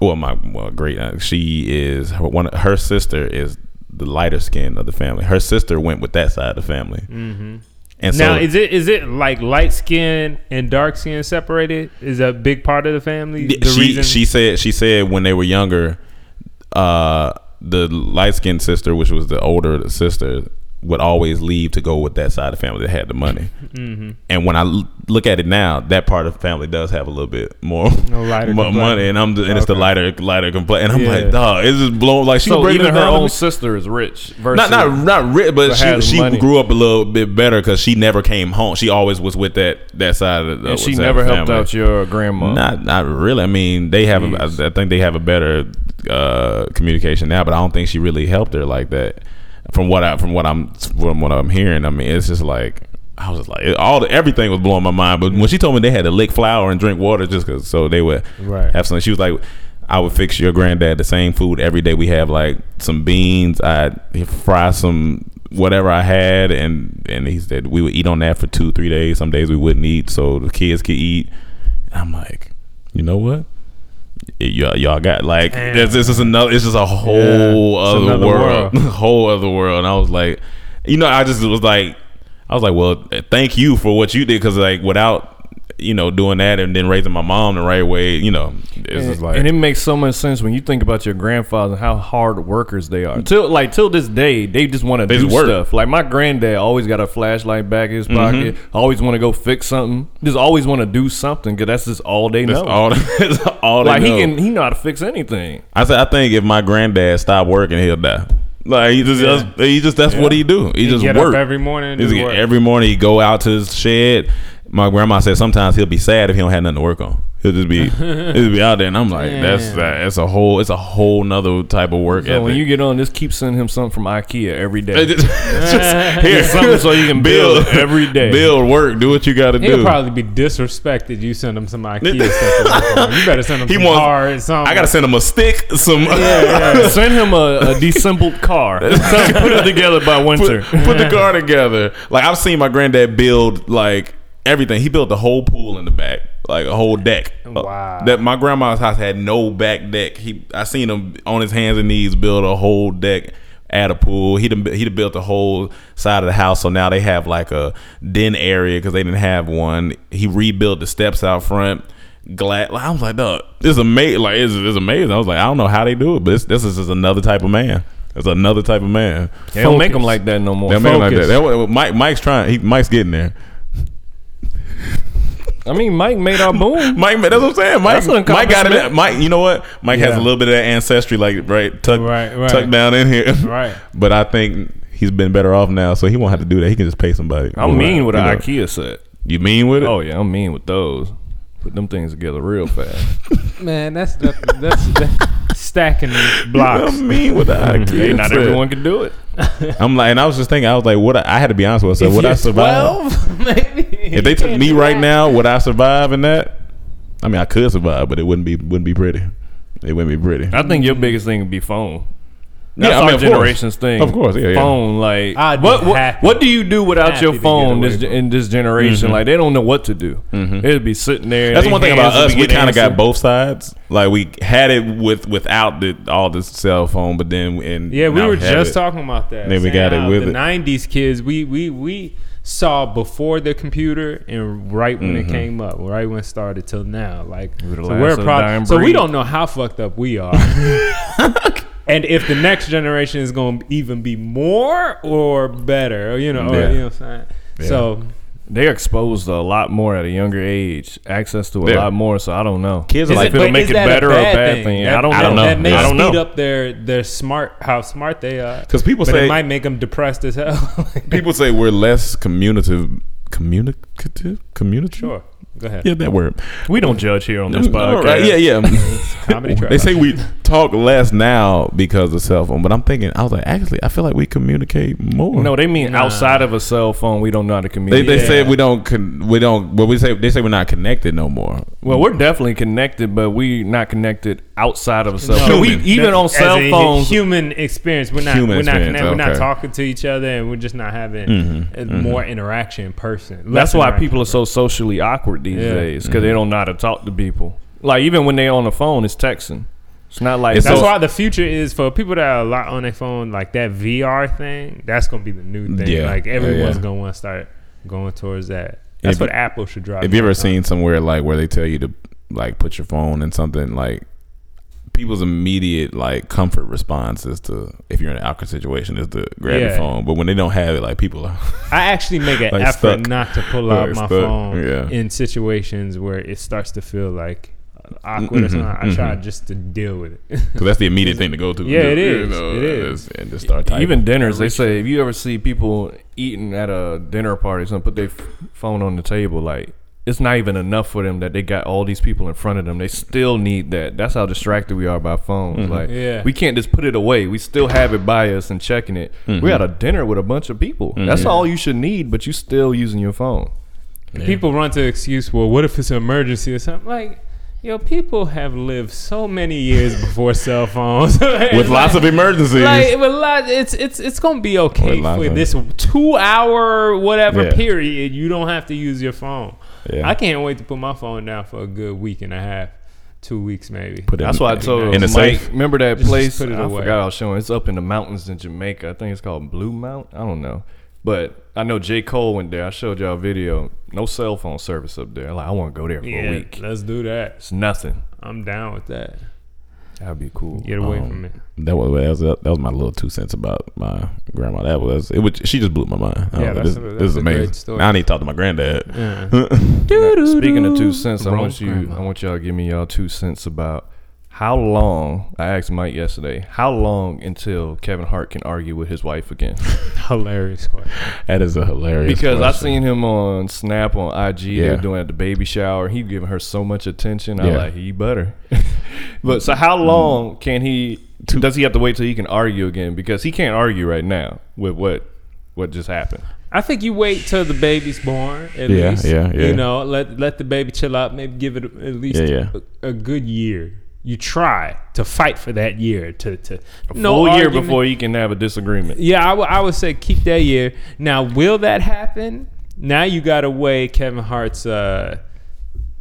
[SPEAKER 1] well my well great aunt she is her- one of- her sister is the lighter skin of the family. Her sister went with that side of the family. Mm-hmm. And so
[SPEAKER 7] now is it is it like light skin and dark skin separated? Is that a big part of the family?
[SPEAKER 1] Yeah,
[SPEAKER 7] The
[SPEAKER 1] she
[SPEAKER 7] reason
[SPEAKER 1] she said she said when they were younger, uh, the light skinned sister, which was the older sister, would always leave to go with that side of the family that had the money.
[SPEAKER 6] Mm-hmm.
[SPEAKER 1] And when I l- look at it now, that part of the family does have a little bit more
[SPEAKER 7] No lighter
[SPEAKER 1] (laughs) mo-
[SPEAKER 7] complexion.
[SPEAKER 1] money, and I'm the, and it's the
[SPEAKER 7] Okay.
[SPEAKER 1] lighter lighter complexion. And I'm
[SPEAKER 7] Yeah.
[SPEAKER 1] like, dog, it's just blown like she was
[SPEAKER 6] So
[SPEAKER 1] breaking
[SPEAKER 6] even
[SPEAKER 1] it
[SPEAKER 6] her
[SPEAKER 1] down to me.
[SPEAKER 6] own sister is rich. Versus
[SPEAKER 1] Not not not rich, but
[SPEAKER 6] But has
[SPEAKER 1] she she
[SPEAKER 6] money.
[SPEAKER 1] grew up a little bit better because she never came home. She always was with that that side of the.
[SPEAKER 6] and she
[SPEAKER 1] side
[SPEAKER 6] never
[SPEAKER 1] of the
[SPEAKER 6] helped
[SPEAKER 1] family.
[SPEAKER 6] out your grandma.
[SPEAKER 1] Not, not really. I mean, they have. A, I I think they have a better uh, communication now, but I don't think she really helped her like that. From what I, from what I'm, from what I'm hearing, I mean, it's just like I was just like it- all the, everything was blowing my mind. But when she told me they had to lick flour and drink water just because, so they would
[SPEAKER 8] Right.
[SPEAKER 1] have something. She was like, I would fix your granddad the same food every day. We have like some beans. I fry some whatever I had, and and he said we would eat on that for two, three days. Some days we wouldn't eat, so the kids could eat. And I'm like, you know what? Y- Y'all, y'all got like this, this is another. This is a whole
[SPEAKER 8] Yeah, it's
[SPEAKER 1] other
[SPEAKER 8] another
[SPEAKER 1] world, (laughs) whole other world. And I was like, you know, I just was like, I was like, well, thank you for what you did because like without you know doing that and then raising my mom the right way, you know, it's
[SPEAKER 6] And,
[SPEAKER 1] just like
[SPEAKER 6] and it makes so much sense when you think about your grandfather and how hard workers they are. Till like till this day, they just want to
[SPEAKER 1] They
[SPEAKER 6] do
[SPEAKER 1] just work. Mm-hmm.
[SPEAKER 6] stuff. Like my granddad always got a flashlight back in his pocket. Always want to go fix something. Just always want to do something because that's just all they
[SPEAKER 1] that's
[SPEAKER 6] know.
[SPEAKER 1] all. (laughs) That's all.
[SPEAKER 6] like
[SPEAKER 1] they
[SPEAKER 6] he
[SPEAKER 1] know.
[SPEAKER 6] can he know how to fix anything.
[SPEAKER 1] I said, I think if my granddad stopped working, he'll die. Like he just, that's, he just that's what he do. He, just
[SPEAKER 7] get
[SPEAKER 1] work
[SPEAKER 7] up every morning. And
[SPEAKER 1] He's
[SPEAKER 7] do
[SPEAKER 1] like,
[SPEAKER 7] work.
[SPEAKER 1] every morning he go out to his shed. My grandma said sometimes he'll be sad if he don't have nothing to work on. He'll just
[SPEAKER 6] (laughs)
[SPEAKER 1] be he'll just be out there, and I'm like, that's that's a whole it's a whole nother type of work
[SPEAKER 6] So when
[SPEAKER 1] (laughs)
[SPEAKER 6] you
[SPEAKER 1] ethic.
[SPEAKER 6] get on, just keep sending him something from IKEA every day.
[SPEAKER 1] It's
[SPEAKER 6] (laughs)
[SPEAKER 1] just, it's just- here,
[SPEAKER 6] something so
[SPEAKER 1] (laughs)
[SPEAKER 6] you can build every day.
[SPEAKER 1] Build work. Do what you got to
[SPEAKER 7] He'll
[SPEAKER 1] do.
[SPEAKER 7] probably be disrespected. You send him some IKEA stuff. to work on. You better send him
[SPEAKER 1] He
[SPEAKER 7] some
[SPEAKER 1] wants-
[SPEAKER 7] hard. Some
[SPEAKER 1] I gotta send him a stick, some (laughs)
[SPEAKER 6] Send him a, a dissembled car. Tell him put it together by winter.
[SPEAKER 1] put, put
[SPEAKER 6] (laughs)
[SPEAKER 1] the car together. Like I've seen my granddad build like everything. He built the whole pool in the back, like a whole deck.
[SPEAKER 7] Wow.
[SPEAKER 1] That my grandma's house had no back deck. He I seen him on his hands and knees build a whole deck. Add a pool. He done, he done built the whole side of the house, so now they have like a den area because they didn't have one. He rebuilt the steps out front. Glad like, I was like, "Dog, this is amazing! Like, it's, it's amazing." I was like, "I don't know how they do it, but this, this is just another type of man. It's another type of man."
[SPEAKER 6] They don't make them like that no more.
[SPEAKER 1] That man like that. that was, Mike, Mike's trying. He, Mike's getting there.
[SPEAKER 6] I mean, Mike made our boom.
[SPEAKER 1] Mike, that's what I'm saying. Mike,
[SPEAKER 6] That's an
[SPEAKER 1] Mike got
[SPEAKER 6] accomplishment.
[SPEAKER 1] it. Mike, you know what? Mike has
[SPEAKER 6] Yeah.
[SPEAKER 1] a little bit of that ancestry, like right, tucked,
[SPEAKER 7] Right, right.
[SPEAKER 1] tucked down in here. (laughs)
[SPEAKER 7] Right.
[SPEAKER 1] But I think he's been better off now, so he won't have to do that. He can just pay somebody.
[SPEAKER 6] I'm mean with
[SPEAKER 1] you
[SPEAKER 6] an
[SPEAKER 1] know.
[SPEAKER 6] IKEA set.
[SPEAKER 1] You mean with it?
[SPEAKER 6] Oh yeah, I'm mean with those. Put them things together real
[SPEAKER 1] (laughs)
[SPEAKER 6] fast.
[SPEAKER 7] man. That's that, that's that, stacking blocks.
[SPEAKER 1] I'm mean with the IKEA.
[SPEAKER 6] Hey, not
[SPEAKER 1] set.
[SPEAKER 6] everyone can do it.
[SPEAKER 1] I'm like, and I was just thinking, I was like, what? I, I had to be honest with myself. Would I survive?
[SPEAKER 7] (laughs) maybe.
[SPEAKER 1] If they took me right now, would I survive in that? I mean, I could survive, but it wouldn't be wouldn't be pretty. It wouldn't be pretty.
[SPEAKER 6] I think your biggest thing would be phone.
[SPEAKER 1] Yeah,
[SPEAKER 6] That's
[SPEAKER 1] I mean,
[SPEAKER 6] our
[SPEAKER 1] of course.
[SPEAKER 6] generation's thing.
[SPEAKER 1] Of course, yeah, yeah.
[SPEAKER 6] Phone,
[SPEAKER 7] I'd
[SPEAKER 6] like
[SPEAKER 7] be
[SPEAKER 6] what, what
[SPEAKER 7] happy-
[SPEAKER 6] what do you do without
[SPEAKER 7] happy
[SPEAKER 6] your
[SPEAKER 7] to get
[SPEAKER 6] phone
[SPEAKER 7] away
[SPEAKER 6] this,
[SPEAKER 7] from
[SPEAKER 6] in this generation? Like they don't know what to do. It'd be sitting there.
[SPEAKER 1] Mm-hmm. That's
[SPEAKER 6] they
[SPEAKER 1] one thing
[SPEAKER 6] hands
[SPEAKER 1] about
[SPEAKER 6] would
[SPEAKER 1] us.
[SPEAKER 6] be
[SPEAKER 1] We
[SPEAKER 6] getting
[SPEAKER 1] kind of got
[SPEAKER 6] answered.
[SPEAKER 1] both sides. Like we had it with without the, all the cell phone, but then and
[SPEAKER 7] Yeah, we
[SPEAKER 1] now
[SPEAKER 7] were
[SPEAKER 1] have
[SPEAKER 7] just
[SPEAKER 1] it.
[SPEAKER 7] talking about that.
[SPEAKER 1] Then we
[SPEAKER 7] saying
[SPEAKER 1] got it
[SPEAKER 7] how
[SPEAKER 1] with
[SPEAKER 7] the
[SPEAKER 1] it.
[SPEAKER 7] '90s kids. We we we saw before the computer and right when it came up, right when it started till now. Like
[SPEAKER 6] We were Mm-hmm. the
[SPEAKER 7] so,
[SPEAKER 6] last
[SPEAKER 7] we're
[SPEAKER 6] of the
[SPEAKER 7] pro-
[SPEAKER 6] dying
[SPEAKER 7] so we
[SPEAKER 6] breed.
[SPEAKER 7] don't know how fucked up we
[SPEAKER 6] (laughs)
[SPEAKER 7] are. And if the next generation is going to even be more or better, you know, or,
[SPEAKER 1] Yeah.
[SPEAKER 7] you know what I'm saying? So,
[SPEAKER 6] they're exposed to a lot more at a younger age, access to a
[SPEAKER 1] Yeah.
[SPEAKER 6] lot more. So I don't know.
[SPEAKER 1] Kids are
[SPEAKER 6] Is
[SPEAKER 1] like-
[SPEAKER 6] if it'll
[SPEAKER 7] but
[SPEAKER 6] make
[SPEAKER 7] is
[SPEAKER 6] it
[SPEAKER 7] that a
[SPEAKER 6] better or a bad thing.
[SPEAKER 7] That-
[SPEAKER 6] I don't
[SPEAKER 1] I don't
[SPEAKER 6] know.
[SPEAKER 1] know.
[SPEAKER 7] That may
[SPEAKER 6] I don't
[SPEAKER 7] speed
[SPEAKER 6] know.
[SPEAKER 7] up their their smart how smart they are.
[SPEAKER 1] 'Cause people
[SPEAKER 7] but
[SPEAKER 1] say-
[SPEAKER 7] it might make them depressed as hell. (laughs)
[SPEAKER 1] People say we're less communicative, communicative, communicative.
[SPEAKER 7] sure. Go ahead.
[SPEAKER 1] Yeah, that word.
[SPEAKER 6] We don't judge here on this
[SPEAKER 1] (laughs)
[SPEAKER 6] podcast.
[SPEAKER 1] All right, Yeah, yeah.
[SPEAKER 7] Comedy trap.
[SPEAKER 1] they say we talk less now because of cell phone, but I'm thinking I was like, actually, I feel like we communicate more.
[SPEAKER 6] No, they mean
[SPEAKER 7] Nah.
[SPEAKER 6] outside of a cell phone. We don't know how to
[SPEAKER 1] they
[SPEAKER 6] communicate.
[SPEAKER 1] they say we don't con- we don't. Well, we say they say we're not connected no more.
[SPEAKER 6] well, we're definitely connected, but we not connected outside of a cell.
[SPEAKER 7] No.
[SPEAKER 6] phone. We
[SPEAKER 1] Human.
[SPEAKER 6] even
[SPEAKER 7] That-
[SPEAKER 6] on
[SPEAKER 7] as
[SPEAKER 6] cell
[SPEAKER 7] a hu-
[SPEAKER 6] phones.
[SPEAKER 7] Human experience. We're not.
[SPEAKER 1] Human
[SPEAKER 7] we're not.
[SPEAKER 1] experience,
[SPEAKER 7] connect- We're not
[SPEAKER 1] okay. Mm-hmm,
[SPEAKER 7] talking to each other, and we're just not having uh, more interaction in person.
[SPEAKER 6] That's
[SPEAKER 7] Less
[SPEAKER 6] why
[SPEAKER 7] interaction.
[SPEAKER 6] people are so socially awkward these
[SPEAKER 7] Yeah.
[SPEAKER 6] days because
[SPEAKER 1] Mm-hmm.
[SPEAKER 6] they don't know how to talk to people. Like even when they on the phone, it's texting. It's not like
[SPEAKER 1] It's
[SPEAKER 7] That's
[SPEAKER 1] so-
[SPEAKER 7] why the future is for people that are a lot on their phone, like that VR thing. That's gonna be the new thing.
[SPEAKER 1] Yeah.
[SPEAKER 7] Like
[SPEAKER 1] Yeah,
[SPEAKER 7] everyone's
[SPEAKER 1] yeah.
[SPEAKER 7] gonna want to start going towards that. That's
[SPEAKER 1] If-
[SPEAKER 7] what Apple should drive.
[SPEAKER 1] Have you ever seen somewhere like where they tell you to like put your phone in something like people's immediate like comfort response is to if you're in an awkward situation is to grab your
[SPEAKER 7] Yeah.
[SPEAKER 1] phone, but when they don't have it, like people are (laughs)
[SPEAKER 7] I actually make an
[SPEAKER 1] Like
[SPEAKER 7] effort
[SPEAKER 1] stuck.
[SPEAKER 7] not to pull out
[SPEAKER 1] Like
[SPEAKER 7] my
[SPEAKER 1] stuck,
[SPEAKER 7] phone
[SPEAKER 1] yeah.
[SPEAKER 7] in situations where it starts to feel like awkward or something. I try just to deal with it. (laughs)
[SPEAKER 1] because that's the immediate thing to go to.
[SPEAKER 7] Yeah, it
[SPEAKER 1] You
[SPEAKER 7] is. It is.
[SPEAKER 1] And just start typing.
[SPEAKER 6] even dinners. They say if you ever see people eating at a dinner party, something put their f- phone on the table, like. It's not even enough for them that they got all these people in front of them. They still need that. That's how distracted we are by phones. Like,
[SPEAKER 7] Yeah.
[SPEAKER 6] we can't just put it away. We still have it by us and checking it. We're at a dinner with a bunch of people. That's all you should need, but you still using your phone.
[SPEAKER 7] People run to the excuse, well, what if it's an emergency or something? Like, yo, people have lived so many years
[SPEAKER 1] (laughs)
[SPEAKER 7] before cell phones. (laughs)
[SPEAKER 1] with lots of emergencies.
[SPEAKER 7] Like with lot, it's it's it's gonna be okay
[SPEAKER 1] With lots
[SPEAKER 7] for
[SPEAKER 1] of-
[SPEAKER 7] this two hour whatever
[SPEAKER 1] Yeah.
[SPEAKER 7] period. You don't have to use your phone.
[SPEAKER 1] Yeah.
[SPEAKER 7] I can't wait to put my phone down for a good week and a half, two weeks maybe.
[SPEAKER 1] Put it
[SPEAKER 6] That's why I told
[SPEAKER 1] in a
[SPEAKER 6] Mike.
[SPEAKER 1] safe.
[SPEAKER 6] Remember that
[SPEAKER 7] Just
[SPEAKER 6] place?
[SPEAKER 7] put it
[SPEAKER 6] I
[SPEAKER 7] away.
[SPEAKER 6] forgot I was showing. It's up in the mountains in Jamaica. I think it's called Blue Mount. I don't know, but I know J Cole went there. I showed y'all a video. No cell phone service up there. Like I want to go there for
[SPEAKER 7] yeah,
[SPEAKER 6] a week.
[SPEAKER 7] let's do that.
[SPEAKER 6] It's nothing.
[SPEAKER 7] I'm down with that.
[SPEAKER 6] That'd be cool.
[SPEAKER 7] Get away from it.
[SPEAKER 1] That was that was that was my little two cents about my grandma. That was it. Was, she just blew my mind. I
[SPEAKER 7] Yeah,
[SPEAKER 1] was like,
[SPEAKER 7] that's
[SPEAKER 1] this,
[SPEAKER 7] a-
[SPEAKER 1] this
[SPEAKER 7] that's
[SPEAKER 1] is
[SPEAKER 7] a great
[SPEAKER 1] amazing.
[SPEAKER 7] story.
[SPEAKER 1] Now I need to talk to my granddad. (laughs)
[SPEAKER 6] Speaking of two cents, I
[SPEAKER 7] Wrong
[SPEAKER 6] want you.
[SPEAKER 7] grandma.
[SPEAKER 6] I want y'all to give me y'all two cents about how long. I asked Mike yesterday. How long until Kevin Hart can argue with his wife again?
[SPEAKER 7] Hilarious question.
[SPEAKER 1] That is a hilarious.
[SPEAKER 6] Because I
[SPEAKER 1] question.
[SPEAKER 6] seen him on Snap on IG, they
[SPEAKER 1] Yeah.
[SPEAKER 6] were doing it at the baby shower. He giving her so much attention. I
[SPEAKER 1] Yeah. Mm.
[SPEAKER 6] like he better. (laughs) but so how long can he? Does he have to wait till he can argue again? Because he can't argue right now with what what just happened.
[SPEAKER 7] I think you wait till the baby's born. At
[SPEAKER 1] Yeah,
[SPEAKER 7] least.
[SPEAKER 1] yeah, yeah.
[SPEAKER 7] You know, let let the baby chill out. Maybe give it at least
[SPEAKER 1] Yeah, yeah.
[SPEAKER 7] A, a good year. You try to fight for that year to to no
[SPEAKER 6] Full year
[SPEAKER 7] argument.
[SPEAKER 6] before he can have a disagreement.
[SPEAKER 7] Yeah, I would- I would say keep that year. Now, will that happen? Now you got to weigh Kevin Hart's uh,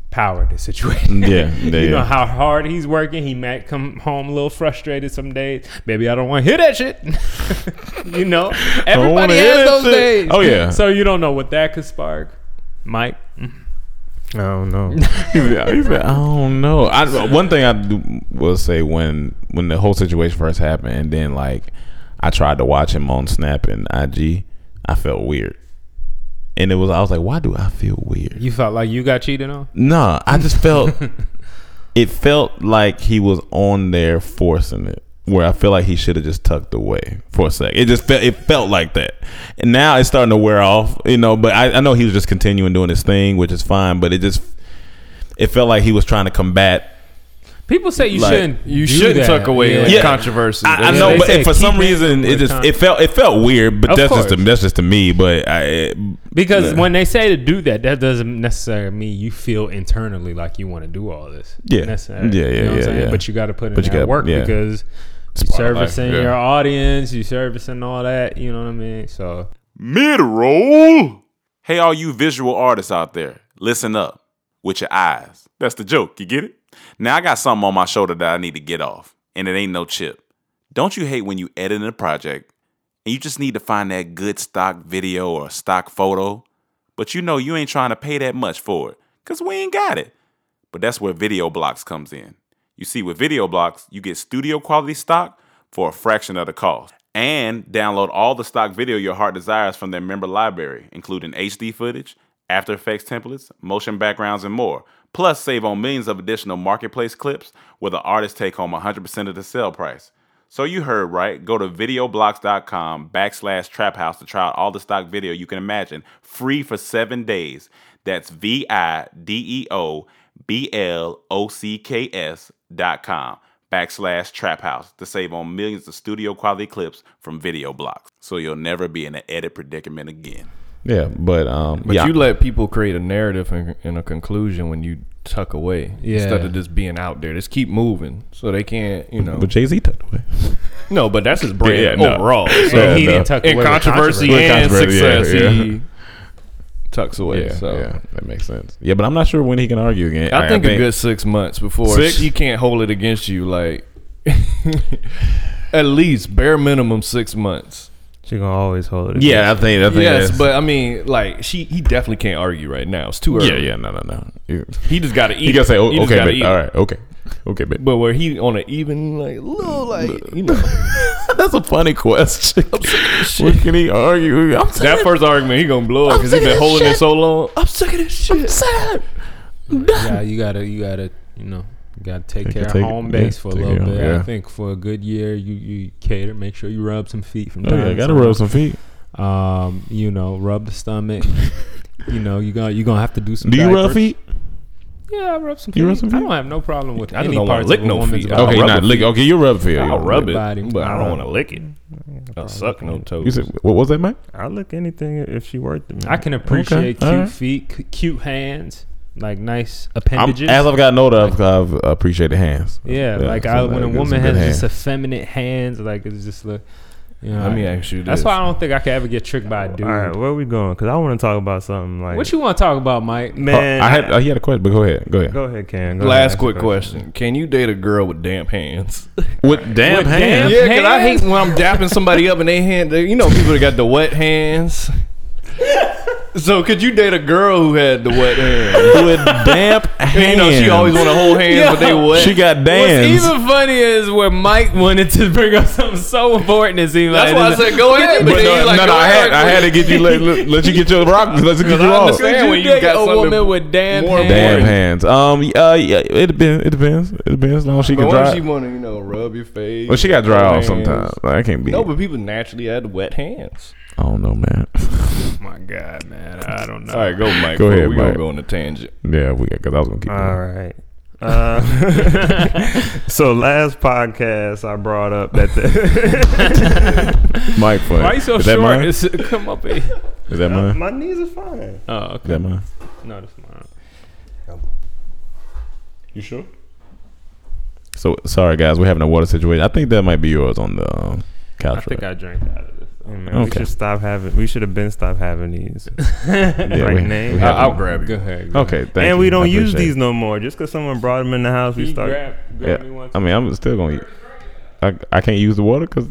[SPEAKER 7] power
[SPEAKER 1] (laughs)
[SPEAKER 7] to situation.
[SPEAKER 6] (laughs)
[SPEAKER 1] Yeah, yeah,
[SPEAKER 7] you know
[SPEAKER 1] yeah.
[SPEAKER 7] how hard he's working. He might come home a little frustrated some days. Baby, I don't want to hear that shit. (laughs) you know, everybody
[SPEAKER 1] hear
[SPEAKER 7] has
[SPEAKER 1] that
[SPEAKER 7] those
[SPEAKER 1] shit.
[SPEAKER 7] days.
[SPEAKER 1] Oh, yeah.
[SPEAKER 7] So you don't know what that could spark, Mike.
[SPEAKER 8] I don't know.
[SPEAKER 1] He said- he said, I don't know. I, one thing I do, will say when when the whole situation first happened, and then like I tried to watch him on Snap and IG, I felt weird, and it was I was like, why do I feel weird?
[SPEAKER 7] (laughs) You felt like you got cheated on.
[SPEAKER 1] Nah, I just felt it felt like he was on there forcing it. Where I feel like he should have just tucked away for a sec. It just felt it felt like that. And now it's starting to wear off, you know, but I, I know he was just continuing doing his thing, which is fine, but it just it felt like he was trying to combat
[SPEAKER 7] People say you
[SPEAKER 1] Like,
[SPEAKER 7] shouldn't.
[SPEAKER 6] You
[SPEAKER 7] do
[SPEAKER 6] should
[SPEAKER 7] that.
[SPEAKER 6] tuck away
[SPEAKER 7] Yeah.
[SPEAKER 6] like,
[SPEAKER 1] Yeah.
[SPEAKER 6] controversy.
[SPEAKER 1] I, I
[SPEAKER 6] They
[SPEAKER 1] know,
[SPEAKER 6] say-
[SPEAKER 1] but
[SPEAKER 7] say
[SPEAKER 1] if for
[SPEAKER 7] keep
[SPEAKER 1] some
[SPEAKER 7] it
[SPEAKER 1] reason
[SPEAKER 7] with
[SPEAKER 1] it just
[SPEAKER 7] time.
[SPEAKER 1] it felt it felt weird, but
[SPEAKER 7] Of
[SPEAKER 1] that's just
[SPEAKER 7] course.
[SPEAKER 1] that's just to me. But I it,
[SPEAKER 7] Because
[SPEAKER 1] Yeah.
[SPEAKER 7] when they say to do that, that doesn't necessarily mean you feel internally like you want to do all this.
[SPEAKER 1] Yeah.
[SPEAKER 7] Necessarily.
[SPEAKER 1] Yeah, yeah,
[SPEAKER 7] You know what I'm
[SPEAKER 1] yeah,
[SPEAKER 7] saying?
[SPEAKER 1] yeah.
[SPEAKER 7] But you got to put in
[SPEAKER 1] But you
[SPEAKER 7] that
[SPEAKER 1] gotta-
[SPEAKER 7] work
[SPEAKER 1] yeah.
[SPEAKER 7] because
[SPEAKER 1] It's
[SPEAKER 7] you're
[SPEAKER 1] part of life,
[SPEAKER 7] servicing
[SPEAKER 1] yeah.
[SPEAKER 7] your audience, you're servicing all that. You know what I
[SPEAKER 1] (laughs)
[SPEAKER 7] mean? So
[SPEAKER 9] Hey, all you visual artists out there, listen up with your eyes. That's the joke. You get it? Now, I got something on my shoulder that I need to get off, and it ain't no chip. Don't you hate when you edit a project and you just need to find that good stock video or stock photo, but you know you ain't trying to pay that much for it because we ain't got it? But that's where Video Blocks comes in. You see, with Video Blocks, you get studio quality stock for a fraction of the cost. And download all the stock video your heart desires from their member library, including HD footage, After Effects templates, motion backgrounds, and more. Plus, save on millions of additional marketplace clips where the artists take home 100% of the sale price. So you heard right. Go to videoblocks.com backslash trap house to try out all the stock video you can imagine, free for seven days. That's V I D E O B L O C K S dot com backslash trap house to save on millions of studio quality clips from video blocks. So you'll never be in an edit predicament again.
[SPEAKER 1] Yeah, but um,
[SPEAKER 6] But
[SPEAKER 1] yeah,
[SPEAKER 6] you let people create a narrative and, and a conclusion when you tuck away
[SPEAKER 7] Yeah.
[SPEAKER 6] instead of just being out there. Just keep moving so they can't, you know.
[SPEAKER 1] but Jay Z tucked away.
[SPEAKER 6] no, but that's his brand
[SPEAKER 1] Yeah, no.
[SPEAKER 6] overall. So
[SPEAKER 1] Yeah,
[SPEAKER 7] he
[SPEAKER 1] no.
[SPEAKER 7] didn't tuck away
[SPEAKER 6] in
[SPEAKER 7] the
[SPEAKER 6] controversy,
[SPEAKER 1] controversy.
[SPEAKER 6] and
[SPEAKER 1] Controversy, yeah,
[SPEAKER 6] success,
[SPEAKER 1] yeah.
[SPEAKER 6] he (laughs) tucks
[SPEAKER 1] (laughs)
[SPEAKER 6] away.
[SPEAKER 1] Yeah,
[SPEAKER 6] so
[SPEAKER 1] yeah, that makes sense. Yeah, but I'm not sure when he can argue again.
[SPEAKER 6] I, think a good six months before
[SPEAKER 1] Six?
[SPEAKER 6] you can't hold it against you. Like (laughs) at least bare minimum six months.
[SPEAKER 8] She gonna always hold it.
[SPEAKER 1] Yeah, I think. I think
[SPEAKER 6] Yes,
[SPEAKER 1] that's-
[SPEAKER 6] but I mean, like she, he definitely can't argue right now. It's too early.
[SPEAKER 1] yeah, yeah, no, no, no. You,
[SPEAKER 6] He just got to eat.
[SPEAKER 1] you gotta say,
[SPEAKER 6] He
[SPEAKER 1] oh,
[SPEAKER 6] just
[SPEAKER 1] okay,
[SPEAKER 6] gotta
[SPEAKER 1] but
[SPEAKER 6] eat
[SPEAKER 1] all
[SPEAKER 6] it.
[SPEAKER 1] right, okay, okay,
[SPEAKER 6] (laughs)
[SPEAKER 1] but
[SPEAKER 6] But where he on an even like little like
[SPEAKER 1] (laughs)
[SPEAKER 6] you know
[SPEAKER 1] that's a funny question. what can he argue? I'm sick
[SPEAKER 6] that first argument he gonna blow up because he been holding it so long.
[SPEAKER 1] of this shit. I'm sad.
[SPEAKER 7] Yeah, you gotta, you gotta, you know, you gotta take
[SPEAKER 1] Take-
[SPEAKER 7] care of
[SPEAKER 1] take-
[SPEAKER 7] home
[SPEAKER 1] yeah,
[SPEAKER 7] base for a
[SPEAKER 1] take
[SPEAKER 7] little
[SPEAKER 1] care of-
[SPEAKER 7] bit.
[SPEAKER 1] yeah.
[SPEAKER 7] I think for a good year, you you cater, make sure you rub some feet from
[SPEAKER 1] Oh,
[SPEAKER 7] time.
[SPEAKER 1] yeah,
[SPEAKER 7] to
[SPEAKER 1] gotta
[SPEAKER 7] time.
[SPEAKER 1] rub some feet.
[SPEAKER 7] Um, you know, rub
[SPEAKER 1] (laughs)
[SPEAKER 7] the stomach. you know, you gonna you gonna have to do some.
[SPEAKER 1] Do you rub
[SPEAKER 7] diapers.
[SPEAKER 1] feet?
[SPEAKER 7] Yeah, I rub some.
[SPEAKER 1] You
[SPEAKER 7] feet.
[SPEAKER 1] rub some
[SPEAKER 7] I
[SPEAKER 1] feet?
[SPEAKER 7] don't have no problem with
[SPEAKER 6] I just
[SPEAKER 7] any
[SPEAKER 6] don't wanna
[SPEAKER 7] parts
[SPEAKER 6] lick
[SPEAKER 7] of a
[SPEAKER 6] no
[SPEAKER 7] woman's
[SPEAKER 6] feet.
[SPEAKER 7] body.
[SPEAKER 1] Okay,
[SPEAKER 6] rub
[SPEAKER 1] not
[SPEAKER 6] it.
[SPEAKER 1] lick. Okay, you rub feet.
[SPEAKER 6] I'll rub it,
[SPEAKER 7] Body.
[SPEAKER 6] but I don't want to
[SPEAKER 7] Uh,
[SPEAKER 6] lick it. I'll suck no toes.
[SPEAKER 1] Oh, You said what was that, Mike?
[SPEAKER 8] I look anything if she worth it. man.
[SPEAKER 7] I can appreciate
[SPEAKER 1] all
[SPEAKER 7] cute
[SPEAKER 1] right.
[SPEAKER 7] feet, c- cute hands, like nice
[SPEAKER 1] I'm,
[SPEAKER 7] appendages.
[SPEAKER 1] as I've gotten older, I've, I've appreciated hands.
[SPEAKER 7] yeah, like
[SPEAKER 1] so
[SPEAKER 7] I, when a
[SPEAKER 1] it's
[SPEAKER 7] woman
[SPEAKER 1] good
[SPEAKER 7] has
[SPEAKER 1] hand.
[SPEAKER 7] just effeminate hands, like it's just look. You know,
[SPEAKER 6] Let me ask you this.
[SPEAKER 7] That's why I don't think I could ever get tricked by a dude.
[SPEAKER 8] All right, where we going? Because I want to talk about something like
[SPEAKER 7] What you want to talk about, Mike?
[SPEAKER 1] Oh,
[SPEAKER 8] man.
[SPEAKER 1] I had uh, he had a question, but go ahead, go ahead.
[SPEAKER 8] go ahead, Cam. Go ahead, ask
[SPEAKER 6] Last
[SPEAKER 8] your
[SPEAKER 6] quick question: Can you date a girl with damp hands?
[SPEAKER 1] With damn hands,
[SPEAKER 7] With (laughs) damn-
[SPEAKER 6] Yeah, because I hate
[SPEAKER 7] Hands?
[SPEAKER 6] when I'm dapping somebody up and they hand. They, you know, people that got the wet hands.
[SPEAKER 7] (laughs)
[SPEAKER 6] So could you date a girl who had the wet hands?
[SPEAKER 1] (laughs) with damp hands.
[SPEAKER 6] (laughs) You know, she always want to hold hands, but they
[SPEAKER 7] Yo,
[SPEAKER 6] wet.
[SPEAKER 1] She got dams.
[SPEAKER 7] What's even funny is where Mike wanted to (laughs) bring up something so important. It seemed
[SPEAKER 6] That's
[SPEAKER 7] like
[SPEAKER 6] why I
[SPEAKER 7] this is-
[SPEAKER 6] said go ahead.
[SPEAKER 1] But
[SPEAKER 6] But then
[SPEAKER 1] no,
[SPEAKER 6] you like,
[SPEAKER 1] no, no,
[SPEAKER 6] go
[SPEAKER 1] I had,
[SPEAKER 6] ahead.
[SPEAKER 1] I had to get you. Let, let, let you get your rock. Let you get
[SPEAKER 6] I
[SPEAKER 1] your off.
[SPEAKER 6] understand.
[SPEAKER 7] Could
[SPEAKER 6] when
[SPEAKER 7] you
[SPEAKER 6] you
[SPEAKER 7] date
[SPEAKER 6] got
[SPEAKER 7] a
[SPEAKER 6] something
[SPEAKER 7] woman with damn
[SPEAKER 6] more
[SPEAKER 7] hands?
[SPEAKER 1] Damn
[SPEAKER 6] Boring.
[SPEAKER 1] hands. Um. Uh. Yeah. It depends. It depends. It depends. As long as she
[SPEAKER 6] But
[SPEAKER 1] can
[SPEAKER 6] what if she
[SPEAKER 1] dry.
[SPEAKER 6] want to, you know, rub your face?
[SPEAKER 1] Well, she got dry off
[SPEAKER 6] hands?
[SPEAKER 1] sometimes. Like, I can't be.
[SPEAKER 6] No, but people naturally had wet hands.
[SPEAKER 1] I don't know, man. (laughs)
[SPEAKER 7] Oh My God, man, I don't know.
[SPEAKER 6] All right, go, Mike.
[SPEAKER 1] Go ahead,
[SPEAKER 6] we
[SPEAKER 1] Mike.
[SPEAKER 6] gonna go on a tangent.
[SPEAKER 1] yeah, we got. Cause I was gonna keep.
[SPEAKER 8] All
[SPEAKER 1] going.
[SPEAKER 8] right. Uh, (laughs) so last podcast I brought up that the (laughs)
[SPEAKER 1] Mike, funny.
[SPEAKER 7] Why you so
[SPEAKER 1] Is that
[SPEAKER 7] short?
[SPEAKER 1] mine? Is
[SPEAKER 7] It's- come up here.
[SPEAKER 1] that mine?
[SPEAKER 8] my knees are fine.
[SPEAKER 7] Oh,
[SPEAKER 1] Is
[SPEAKER 7] okay.
[SPEAKER 1] that mine?
[SPEAKER 7] No, that's mine.
[SPEAKER 6] You sure?
[SPEAKER 1] So sorry, guys. We're having a water situation. I think that might be yours on the um, couch.
[SPEAKER 7] I think
[SPEAKER 1] right?
[SPEAKER 7] I drank out of this.
[SPEAKER 8] Hey, man, We
[SPEAKER 1] Okay.
[SPEAKER 8] should stop having. We should have been stopped having these.
[SPEAKER 1] (laughs) Yeah,
[SPEAKER 8] right
[SPEAKER 1] we-
[SPEAKER 8] now.
[SPEAKER 1] we
[SPEAKER 6] I,
[SPEAKER 1] have
[SPEAKER 6] I'll
[SPEAKER 1] them.
[SPEAKER 6] grab
[SPEAKER 7] Go
[SPEAKER 6] you.
[SPEAKER 7] ahead.
[SPEAKER 1] Okay. Thank
[SPEAKER 8] and
[SPEAKER 1] you.
[SPEAKER 8] we
[SPEAKER 1] I
[SPEAKER 8] don't use
[SPEAKER 1] appreciate
[SPEAKER 8] these
[SPEAKER 1] it.
[SPEAKER 8] no more. Just because someone brought them in the house, we
[SPEAKER 7] You
[SPEAKER 8] start.
[SPEAKER 7] grab, grab me
[SPEAKER 1] Yeah.
[SPEAKER 7] one.
[SPEAKER 1] I
[SPEAKER 7] time.
[SPEAKER 1] mean, I'm still gonna. I I can't use the water because.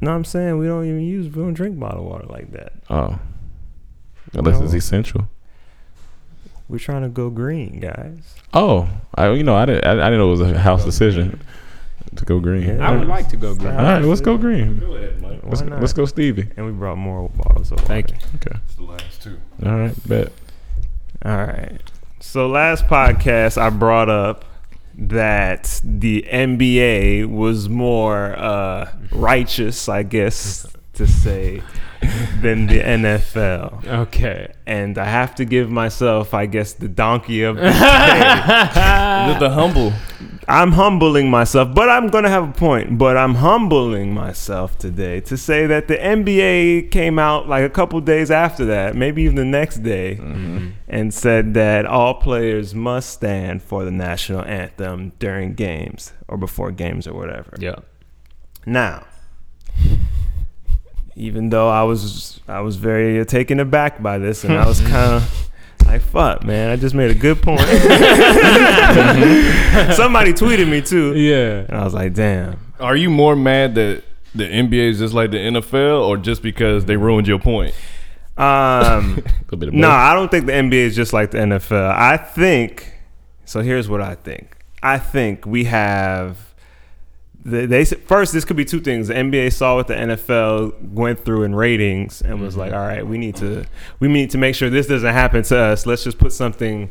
[SPEAKER 8] No, I'm saying we don't even use. We don't drink bottled water like that.
[SPEAKER 1] Oh. Unless it's
[SPEAKER 8] No.
[SPEAKER 1] essential.
[SPEAKER 8] We're trying to go green, guys.
[SPEAKER 1] Oh, I you know I didn't I, I didn't know it was a house decision to go green.
[SPEAKER 8] Yeah.
[SPEAKER 7] I would like to go green.
[SPEAKER 1] All right, let's go green.
[SPEAKER 8] Why
[SPEAKER 1] Let's,
[SPEAKER 8] not?
[SPEAKER 1] let's go Stevie.
[SPEAKER 8] And we brought more bottles of water.
[SPEAKER 7] Thank you.
[SPEAKER 1] Okay.
[SPEAKER 6] It's the last two.
[SPEAKER 1] All right, bet.
[SPEAKER 8] All right. So last podcast I brought up that the NBA was more uh, righteous, I guess to say, than the NFL.
[SPEAKER 7] Okay.
[SPEAKER 8] And I have to give myself, I guess, the donkey of the day.
[SPEAKER 6] the humble.
[SPEAKER 8] I'm humbling myself, but I'm going to have a point. But I'm humbling myself today to say that the NBA came out like a couple days after that, maybe even the next day, and said that all players must stand for the national anthem during games or before games or whatever.
[SPEAKER 7] Yeah.
[SPEAKER 8] Now, even though I was I was very taken aback by this, and I was kind of like, "Fuck, man! I just made a good point." (laughs) Somebody tweeted me too,
[SPEAKER 7] Yeah.
[SPEAKER 8] and I was like, "Damn."
[SPEAKER 6] Are you more mad that the NBA is just like the NFL, or just because they ruined your point?
[SPEAKER 7] (laughs)
[SPEAKER 8] Um,
[SPEAKER 1] A bit of
[SPEAKER 8] no,
[SPEAKER 1] both.
[SPEAKER 8] I don't think the NBA is just like the NFL. I think so. Here's what I think. I think we have they, they said- first this could be two things. The NBA saw what the NFL went through in ratings and
[SPEAKER 7] Mm-hmm.
[SPEAKER 8] was like, all right, we need to we need to make sure this doesn't happen to us. Let's just put something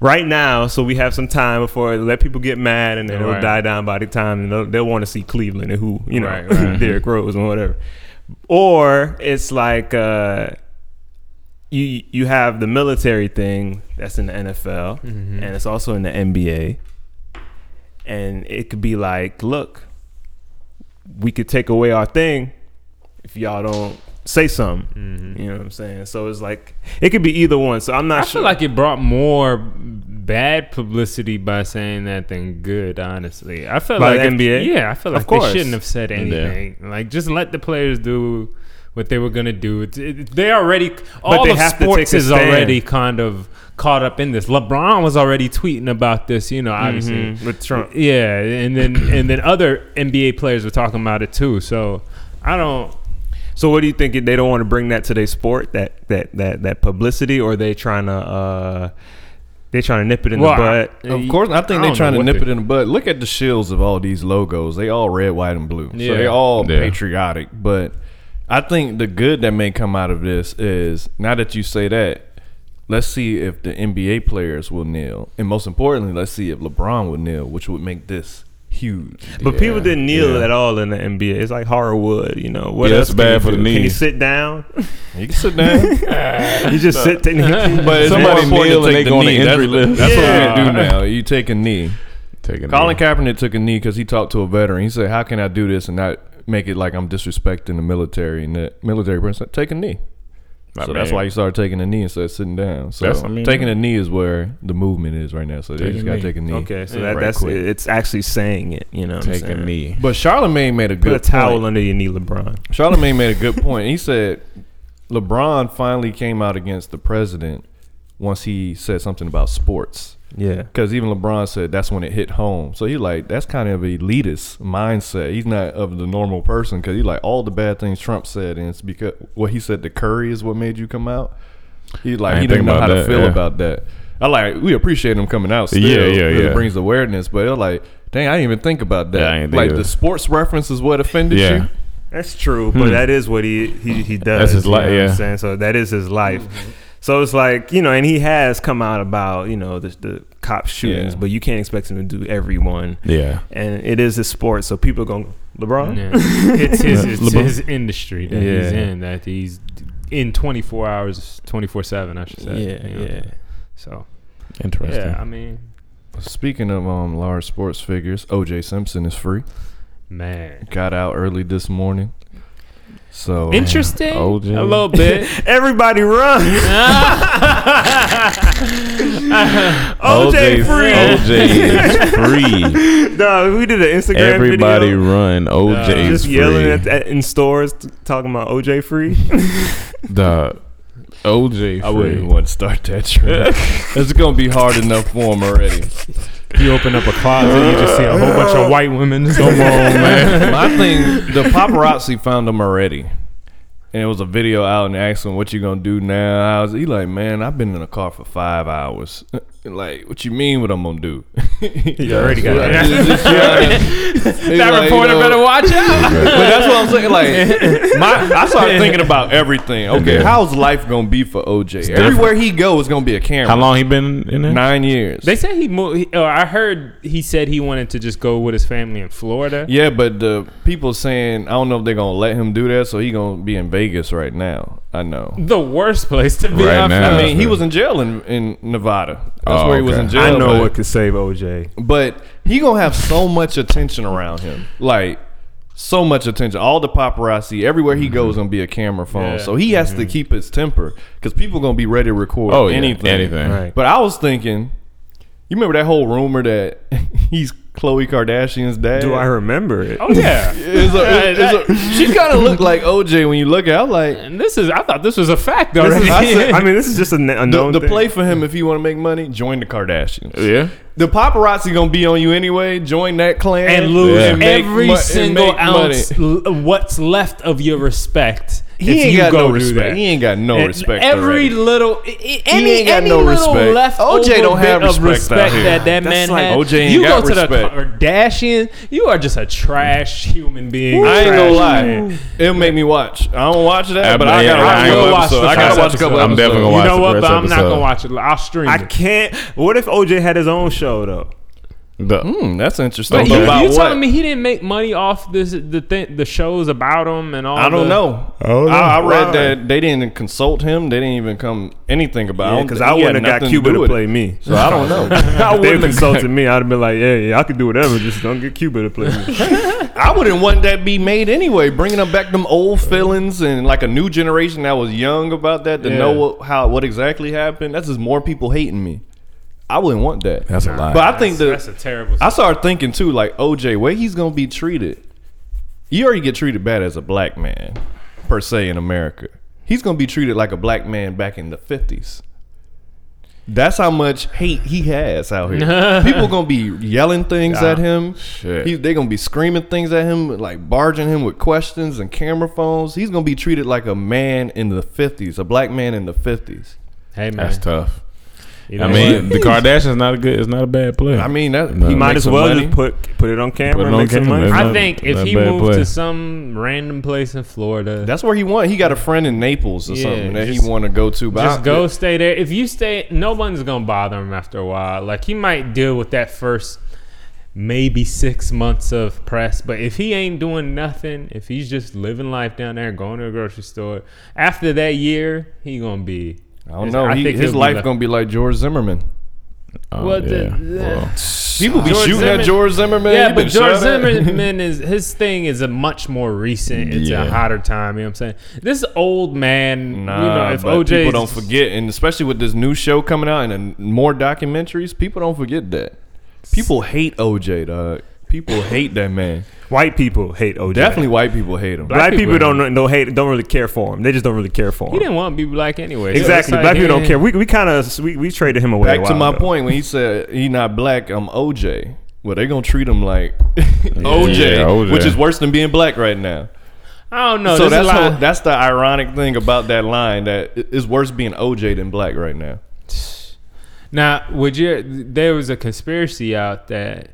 [SPEAKER 8] right now so we have some time before let people get mad and then
[SPEAKER 7] Right.
[SPEAKER 8] it'll die down by the time and they'll, they'll want to see Cleveland and who you know
[SPEAKER 7] Right, right.
[SPEAKER 8] (laughs) Derrick Rose and whatever. Or it's like. uh you you have the military thing that's in the NFL
[SPEAKER 7] Mm-hmm.
[SPEAKER 8] and it's also in the NBA. And it could be like, look, we could take away our thing if y'all don't say something.
[SPEAKER 7] Mm-hmm.
[SPEAKER 8] You know what I'm saying? So it's like it could be either one. So I'm
[SPEAKER 7] I
[SPEAKER 8] not sure.
[SPEAKER 7] feel like it brought more bad publicity by saying that than good. Honestly, I feel
[SPEAKER 8] By
[SPEAKER 7] like
[SPEAKER 8] the
[SPEAKER 7] if-
[SPEAKER 8] NBA?
[SPEAKER 7] yeah, I feel
[SPEAKER 8] Of
[SPEAKER 7] like
[SPEAKER 8] course.
[SPEAKER 7] they shouldn't have said anything. Like just let the players do what they were gonna do. It's- it- They already all
[SPEAKER 8] they
[SPEAKER 7] of
[SPEAKER 8] have to
[SPEAKER 7] sports
[SPEAKER 8] take a
[SPEAKER 7] is
[SPEAKER 8] stand.
[SPEAKER 7] already kind of caught up in this. LeBron was already tweeting about this. You know, obviously
[SPEAKER 8] Mm-hmm. with Trump.
[SPEAKER 7] yeah, and then and then other NBA players were talking about it too. So I don't.
[SPEAKER 8] So what do you think? They don't want to bring that to their sport, that that that that publicity, or they trying to uh they trying to nip it in
[SPEAKER 7] Well, I-
[SPEAKER 8] the butt.
[SPEAKER 6] Of course, I think
[SPEAKER 7] I
[SPEAKER 6] they're
[SPEAKER 7] don't
[SPEAKER 6] trying
[SPEAKER 7] know
[SPEAKER 6] to
[SPEAKER 7] what
[SPEAKER 6] nip
[SPEAKER 7] they-
[SPEAKER 6] it in the bud. Look at the shields of all these logos; they all red, white, and blue.
[SPEAKER 7] Yeah.
[SPEAKER 6] So they all
[SPEAKER 1] Yeah.
[SPEAKER 6] patriotic. But I think the good that may come out of this is now that you say that, let's see if the NBA players will kneel, and most importantly, let's see if LeBron will kneel, which would make this huge.
[SPEAKER 8] But people didn't kneel
[SPEAKER 1] yeah.
[SPEAKER 8] at all in the NBA. It's like hardwood, you know. What
[SPEAKER 1] Yeah,
[SPEAKER 8] else
[SPEAKER 1] that's
[SPEAKER 8] can
[SPEAKER 1] bad
[SPEAKER 8] you
[SPEAKER 1] for
[SPEAKER 8] do?
[SPEAKER 1] the
[SPEAKER 8] Can you
[SPEAKER 1] knees. (laughs)
[SPEAKER 8] sit down?
[SPEAKER 6] You can sit down.
[SPEAKER 8] You just sit
[SPEAKER 1] (laughs)
[SPEAKER 8] technically.
[SPEAKER 6] But it's
[SPEAKER 1] Somebody
[SPEAKER 6] more important
[SPEAKER 1] kneel
[SPEAKER 6] to
[SPEAKER 1] and
[SPEAKER 6] take
[SPEAKER 1] they
[SPEAKER 6] the
[SPEAKER 1] go on the
[SPEAKER 6] knee.
[SPEAKER 1] injury
[SPEAKER 6] that's
[SPEAKER 1] list.
[SPEAKER 6] that's
[SPEAKER 8] Yeah.
[SPEAKER 6] what we do now. You take a knee.
[SPEAKER 1] Taking
[SPEAKER 6] Colin Kaepernick took a knee because he talked to a veteran. He said, "How can I do this and not make it like I'm disrespecting the military?" And the military person said, "Take a knee."
[SPEAKER 1] I
[SPEAKER 6] so that's
[SPEAKER 1] mean-
[SPEAKER 6] why he started taking a knee instead of sitting down. So
[SPEAKER 1] That's- I mean-
[SPEAKER 6] taking a knee is where the movement is right now. So they just got to take a knee.
[SPEAKER 8] Okay, so
[SPEAKER 6] Yeah.
[SPEAKER 8] that,
[SPEAKER 6] Right
[SPEAKER 8] that's
[SPEAKER 6] quick.
[SPEAKER 8] it's actually saying it. You know, what I'm
[SPEAKER 1] Take a
[SPEAKER 8] saying?
[SPEAKER 1] knee.
[SPEAKER 6] But Charlemagne made a
[SPEAKER 8] Put
[SPEAKER 6] good
[SPEAKER 8] a towel
[SPEAKER 6] point.
[SPEAKER 8] under your knee, LeBron.
[SPEAKER 6] Charlemagne made a good point. He said LeBron finally came out against the president once he said something about sports.
[SPEAKER 8] Yeah,
[SPEAKER 6] Because even LeBron said that's when it hit home. So he like that's kind of elitist mindset. He's not of the normal person because he like all the bad things Trump said, and it's because what he said to Curry is what made you come out. He like
[SPEAKER 1] I
[SPEAKER 6] he
[SPEAKER 1] ain't think
[SPEAKER 6] didn't know
[SPEAKER 1] about
[SPEAKER 6] how to
[SPEAKER 1] that,
[SPEAKER 6] feel
[SPEAKER 1] yeah.
[SPEAKER 6] about that. I like we appreciate him coming out. Still,
[SPEAKER 1] Yeah, yeah,
[SPEAKER 6] 'cause It
[SPEAKER 1] yeah.
[SPEAKER 6] brings awareness, but it like dang, I didn't even think about that.
[SPEAKER 1] Yeah, I ain't think
[SPEAKER 6] like
[SPEAKER 1] of
[SPEAKER 6] the
[SPEAKER 1] it.
[SPEAKER 6] sports reference is what offended
[SPEAKER 1] Yeah.
[SPEAKER 6] you.
[SPEAKER 8] that's true. But that is what he he, he does.
[SPEAKER 1] That's his
[SPEAKER 8] you
[SPEAKER 1] li-
[SPEAKER 8] know what I'm
[SPEAKER 1] yeah.
[SPEAKER 8] saying? So that is his life. So it's like you know, and he has come out about you know the, the cop shootings,
[SPEAKER 6] Yeah.
[SPEAKER 8] but you can't expect him to do everyone.
[SPEAKER 1] Yeah.
[SPEAKER 8] And it is a sport, so people are going LeBron.
[SPEAKER 7] Yeah. (laughs) It's his it's
[SPEAKER 1] LeBron?
[SPEAKER 7] his industry that he's
[SPEAKER 8] Yeah.
[SPEAKER 7] in that he's in 24 hours 24 7 I should say
[SPEAKER 8] Yeah,
[SPEAKER 7] you know.
[SPEAKER 8] yeah.
[SPEAKER 7] so
[SPEAKER 1] Interesting.
[SPEAKER 7] yeah I mean
[SPEAKER 6] Speaking of um large sports figures, OJ Simpson is free.
[SPEAKER 1] (laughs)
[SPEAKER 7] man
[SPEAKER 6] Got out early this morning. So
[SPEAKER 7] interesting
[SPEAKER 1] OJ.
[SPEAKER 7] a little bit
[SPEAKER 8] Everybody run. (laughs) OJ free.
[SPEAKER 1] OJ
[SPEAKER 6] (laughs)
[SPEAKER 1] is free.
[SPEAKER 8] no, we did an Instagram
[SPEAKER 1] Everybody
[SPEAKER 8] video.
[SPEAKER 1] run. OJ
[SPEAKER 7] Nah.
[SPEAKER 1] is
[SPEAKER 8] Just
[SPEAKER 1] free.
[SPEAKER 8] yelling at, at in stores t- talking about OJ free.
[SPEAKER 1] Dog. OJ
[SPEAKER 6] I
[SPEAKER 1] free.
[SPEAKER 6] wouldn't want to start that trend. it's gonna be hard enough for him already.
[SPEAKER 7] you open up a closet you just see a whole bunch of white women just (laughs)
[SPEAKER 6] Come on, man. My thing, the paparazzi found him already, and it was a video out and asked him, "What you gonna do now?" I was, he like, "Man, I've been in a car for five hours. (laughs) like, what you mean? What I'm gonna do?" (laughs) he
[SPEAKER 8] already got it.
[SPEAKER 6] That
[SPEAKER 7] reporter better watch out
[SPEAKER 6] But that's what I'm saying. Like, my, I started thinking about everything. Okay,
[SPEAKER 1] Yeah.
[SPEAKER 6] how's life gonna be for OJ? Everywhere he goes, is gonna be a camera.
[SPEAKER 1] How long he been in there?
[SPEAKER 6] Nine years.
[SPEAKER 7] they said he moved he, oh, I heard he said he wanted to just go with his family in Florida
[SPEAKER 6] yeah, but the people saying I don't know if they're gonna let him do that, so he gonna be in Vegas right now. I know.
[SPEAKER 7] the worst place to be
[SPEAKER 1] Right
[SPEAKER 7] I
[SPEAKER 1] now.
[SPEAKER 7] feel.
[SPEAKER 6] I mean, he was in jail in, in Nevada. That's
[SPEAKER 1] Oh,
[SPEAKER 6] where he was
[SPEAKER 1] okay.
[SPEAKER 6] in
[SPEAKER 8] I
[SPEAKER 6] jail.
[SPEAKER 8] know
[SPEAKER 6] but,
[SPEAKER 8] what could save OJ.
[SPEAKER 6] But he gonna have so much attention around him, like so much attention. All the paparazzi, everywhere he goes, gonna be a camera phone.
[SPEAKER 7] Yeah.
[SPEAKER 6] So he has to keep his temper because people gonna be ready to record
[SPEAKER 1] Oh, yeah.
[SPEAKER 6] anything.
[SPEAKER 1] Anything.
[SPEAKER 8] Right.
[SPEAKER 6] But I was thinking, you remember that whole rumor that (laughs) he's Khloe Kardashian's dad?
[SPEAKER 8] Do I remember it?
[SPEAKER 7] oh yeah
[SPEAKER 6] It's a- it's a- (laughs) she kind of looked like OJ when you look at. It. I'm like
[SPEAKER 7] And this is, I thought this was a fact though.
[SPEAKER 8] This is- (laughs) I, said- I mean, this is just a, kn- a
[SPEAKER 6] the,
[SPEAKER 8] known
[SPEAKER 6] the
[SPEAKER 8] thing.
[SPEAKER 6] play for him if you want to make money, join the Kardashians.
[SPEAKER 1] Yeah.
[SPEAKER 6] The paparazzi gonna be on you anyway. Join that clan
[SPEAKER 7] and lose
[SPEAKER 1] Yeah.
[SPEAKER 6] make
[SPEAKER 7] every
[SPEAKER 6] mo- and
[SPEAKER 7] single
[SPEAKER 6] make money.
[SPEAKER 7] ounce, l- what's left of your respect
[SPEAKER 6] If
[SPEAKER 8] ain't
[SPEAKER 6] you
[SPEAKER 8] got
[SPEAKER 6] go
[SPEAKER 8] no
[SPEAKER 6] do
[SPEAKER 8] respect.
[SPEAKER 6] that, he ain't got no
[SPEAKER 8] And
[SPEAKER 6] respect.
[SPEAKER 7] Every
[SPEAKER 6] already.
[SPEAKER 7] little, i- i- any,
[SPEAKER 6] ain't got
[SPEAKER 7] any
[SPEAKER 6] no
[SPEAKER 7] little
[SPEAKER 6] respect.
[SPEAKER 7] left
[SPEAKER 6] OJ don't
[SPEAKER 7] bit
[SPEAKER 6] have
[SPEAKER 7] of
[SPEAKER 6] respect out
[SPEAKER 7] respect
[SPEAKER 6] here.
[SPEAKER 7] that that
[SPEAKER 9] That's
[SPEAKER 7] man
[SPEAKER 9] like-
[SPEAKER 7] had.
[SPEAKER 6] OJ ain't
[SPEAKER 7] you
[SPEAKER 6] got
[SPEAKER 7] go to
[SPEAKER 6] respect.
[SPEAKER 7] the Kardashian, you are just a trash human being.
[SPEAKER 6] I ain't gonna
[SPEAKER 7] Trash
[SPEAKER 6] lie.
[SPEAKER 7] man.
[SPEAKER 6] It'll make me watch. I don't watch that,
[SPEAKER 1] I-
[SPEAKER 6] but I
[SPEAKER 1] yeah,
[SPEAKER 6] gotta,
[SPEAKER 1] I
[SPEAKER 6] watch,
[SPEAKER 1] ain't
[SPEAKER 6] a couple
[SPEAKER 1] gonna watch
[SPEAKER 6] episodes.
[SPEAKER 1] the
[SPEAKER 6] I gotta
[SPEAKER 1] first
[SPEAKER 6] watch a couple
[SPEAKER 1] episode. I'm
[SPEAKER 6] episodes.
[SPEAKER 1] definitely gonna
[SPEAKER 7] You
[SPEAKER 1] watch
[SPEAKER 7] know
[SPEAKER 1] the
[SPEAKER 7] what?
[SPEAKER 1] first
[SPEAKER 7] But I'm not
[SPEAKER 1] episode.
[SPEAKER 7] gonna watch it. I'll stream
[SPEAKER 8] I
[SPEAKER 7] it.
[SPEAKER 8] can't. What if OJ had his own show though?
[SPEAKER 1] The-
[SPEAKER 6] Hmm, that's interesting.
[SPEAKER 1] But
[SPEAKER 6] But
[SPEAKER 1] you-
[SPEAKER 6] about
[SPEAKER 7] You
[SPEAKER 6] what?
[SPEAKER 7] telling me he didn't make money off this the thing, the shows about him and all?
[SPEAKER 6] I don't
[SPEAKER 7] the-
[SPEAKER 6] know. I,
[SPEAKER 8] don't know.
[SPEAKER 6] I read
[SPEAKER 8] Why?
[SPEAKER 6] that they didn't consult him. They didn't even come anything about him
[SPEAKER 8] Because I wouldn't have got Cuba to play me.
[SPEAKER 6] So I don't know.
[SPEAKER 8] I would have consulted me. I'd have been like, yeah, yeah, I could do whatever. Just don't get Cuba to play me.
[SPEAKER 6] I wouldn't want that be made anyway. Bringing them back them old feelings and like a new generation that was young about that to know what, how what exactly happened. That's just more people hating me. I wouldn't want that.
[SPEAKER 1] That's a lie.
[SPEAKER 6] But I think
[SPEAKER 7] That's a
[SPEAKER 6] the
[SPEAKER 7] terrible.
[SPEAKER 6] I started thinking too, like OJ, where he's gonna be treated. You already get treated bad as a black man, per se, in America. He's gonna be treated like a black man back in the fifties. That's how much hate he has out
[SPEAKER 7] (laughs)
[SPEAKER 6] here. People gonna be yelling things at him.
[SPEAKER 1] shit.
[SPEAKER 6] He- they gonna be screaming things at him, like barging him with questions and camera phones. He's gonna be treated like a man in the fifties, a black man in the fifties.
[SPEAKER 7] hey man,
[SPEAKER 1] That's tough.
[SPEAKER 8] You
[SPEAKER 1] I
[SPEAKER 8] know
[SPEAKER 1] mean, the Kardashians not a good. It's not a bad play.
[SPEAKER 6] I mean, that
[SPEAKER 1] No.
[SPEAKER 6] he
[SPEAKER 8] might
[SPEAKER 6] make
[SPEAKER 8] as
[SPEAKER 6] some
[SPEAKER 8] well
[SPEAKER 6] money.
[SPEAKER 8] just put put it on camera
[SPEAKER 1] Put it
[SPEAKER 8] and
[SPEAKER 1] on
[SPEAKER 8] make some
[SPEAKER 1] camera.
[SPEAKER 8] money.
[SPEAKER 1] That's
[SPEAKER 7] I
[SPEAKER 1] not-
[SPEAKER 7] think if
[SPEAKER 1] not
[SPEAKER 7] he
[SPEAKER 1] bad
[SPEAKER 7] moved
[SPEAKER 1] play.
[SPEAKER 7] to some random place in Florida,
[SPEAKER 6] That's where he want. He got a friend in Naples or
[SPEAKER 7] Yeah,
[SPEAKER 6] something that
[SPEAKER 7] just-
[SPEAKER 6] he want to go to. But
[SPEAKER 7] just
[SPEAKER 6] I-
[SPEAKER 7] go stay there. If you stay, no one's gonna bother him after a while. Like he might deal with that first maybe six months of press, but if he ain't doing nothing, if he's just living life down there, going to a grocery store, after that year, he gonna be.
[SPEAKER 6] I don't know. he, his
[SPEAKER 7] he'll be
[SPEAKER 6] life
[SPEAKER 7] left-
[SPEAKER 6] gonna be like George Zimmerman.
[SPEAKER 1] Oh,
[SPEAKER 7] well, the-
[SPEAKER 1] yeah.
[SPEAKER 7] the-
[SPEAKER 1] Well,
[SPEAKER 6] People be
[SPEAKER 7] George
[SPEAKER 6] shooting
[SPEAKER 7] Zimmerman-
[SPEAKER 6] at George Zimmerman.
[SPEAKER 7] Yeah,
[SPEAKER 6] He
[SPEAKER 7] but
[SPEAKER 6] been
[SPEAKER 7] George
[SPEAKER 6] shot at.
[SPEAKER 7] Zimmerman is his thing is a much more recent. It's
[SPEAKER 1] Yeah.
[SPEAKER 7] a hotter time. You know what I'm saying? This old man,
[SPEAKER 6] Nah,
[SPEAKER 7] you know, if
[SPEAKER 6] but
[SPEAKER 7] OJ
[SPEAKER 6] people don't forget, and especially with this new show coming out and then more documentaries, people don't forget that. People hate OJ, dog. People hate that man.
[SPEAKER 8] White people hate OJ.
[SPEAKER 6] Definitely, whight people hate him.
[SPEAKER 8] Black, people, don't don't hate don't really care for him. They just don't really care for him.
[SPEAKER 7] he didn't want to be black anyway. so
[SPEAKER 8] exactly.
[SPEAKER 7] it's like,
[SPEAKER 8] Black people don't
[SPEAKER 7] eh.
[SPEAKER 8] care. We, we kind of we, we traded him away. a
[SPEAKER 6] Back to
[SPEAKER 8] while
[SPEAKER 6] my
[SPEAKER 8] ago.
[SPEAKER 6] point when he said he not black, I'm OJ. Well, they gonna treat him like (laughs) OJ,
[SPEAKER 1] Yeah, OJ.
[SPEAKER 6] which is worse than being black right now.
[SPEAKER 7] I don't know.
[SPEAKER 6] so
[SPEAKER 7] there's a
[SPEAKER 6] that's
[SPEAKER 7] lot-
[SPEAKER 6] how, that's the ironic thing about that line that i- it's worse being OJ than black right now.
[SPEAKER 7] Now, would you? There was a conspiracy out that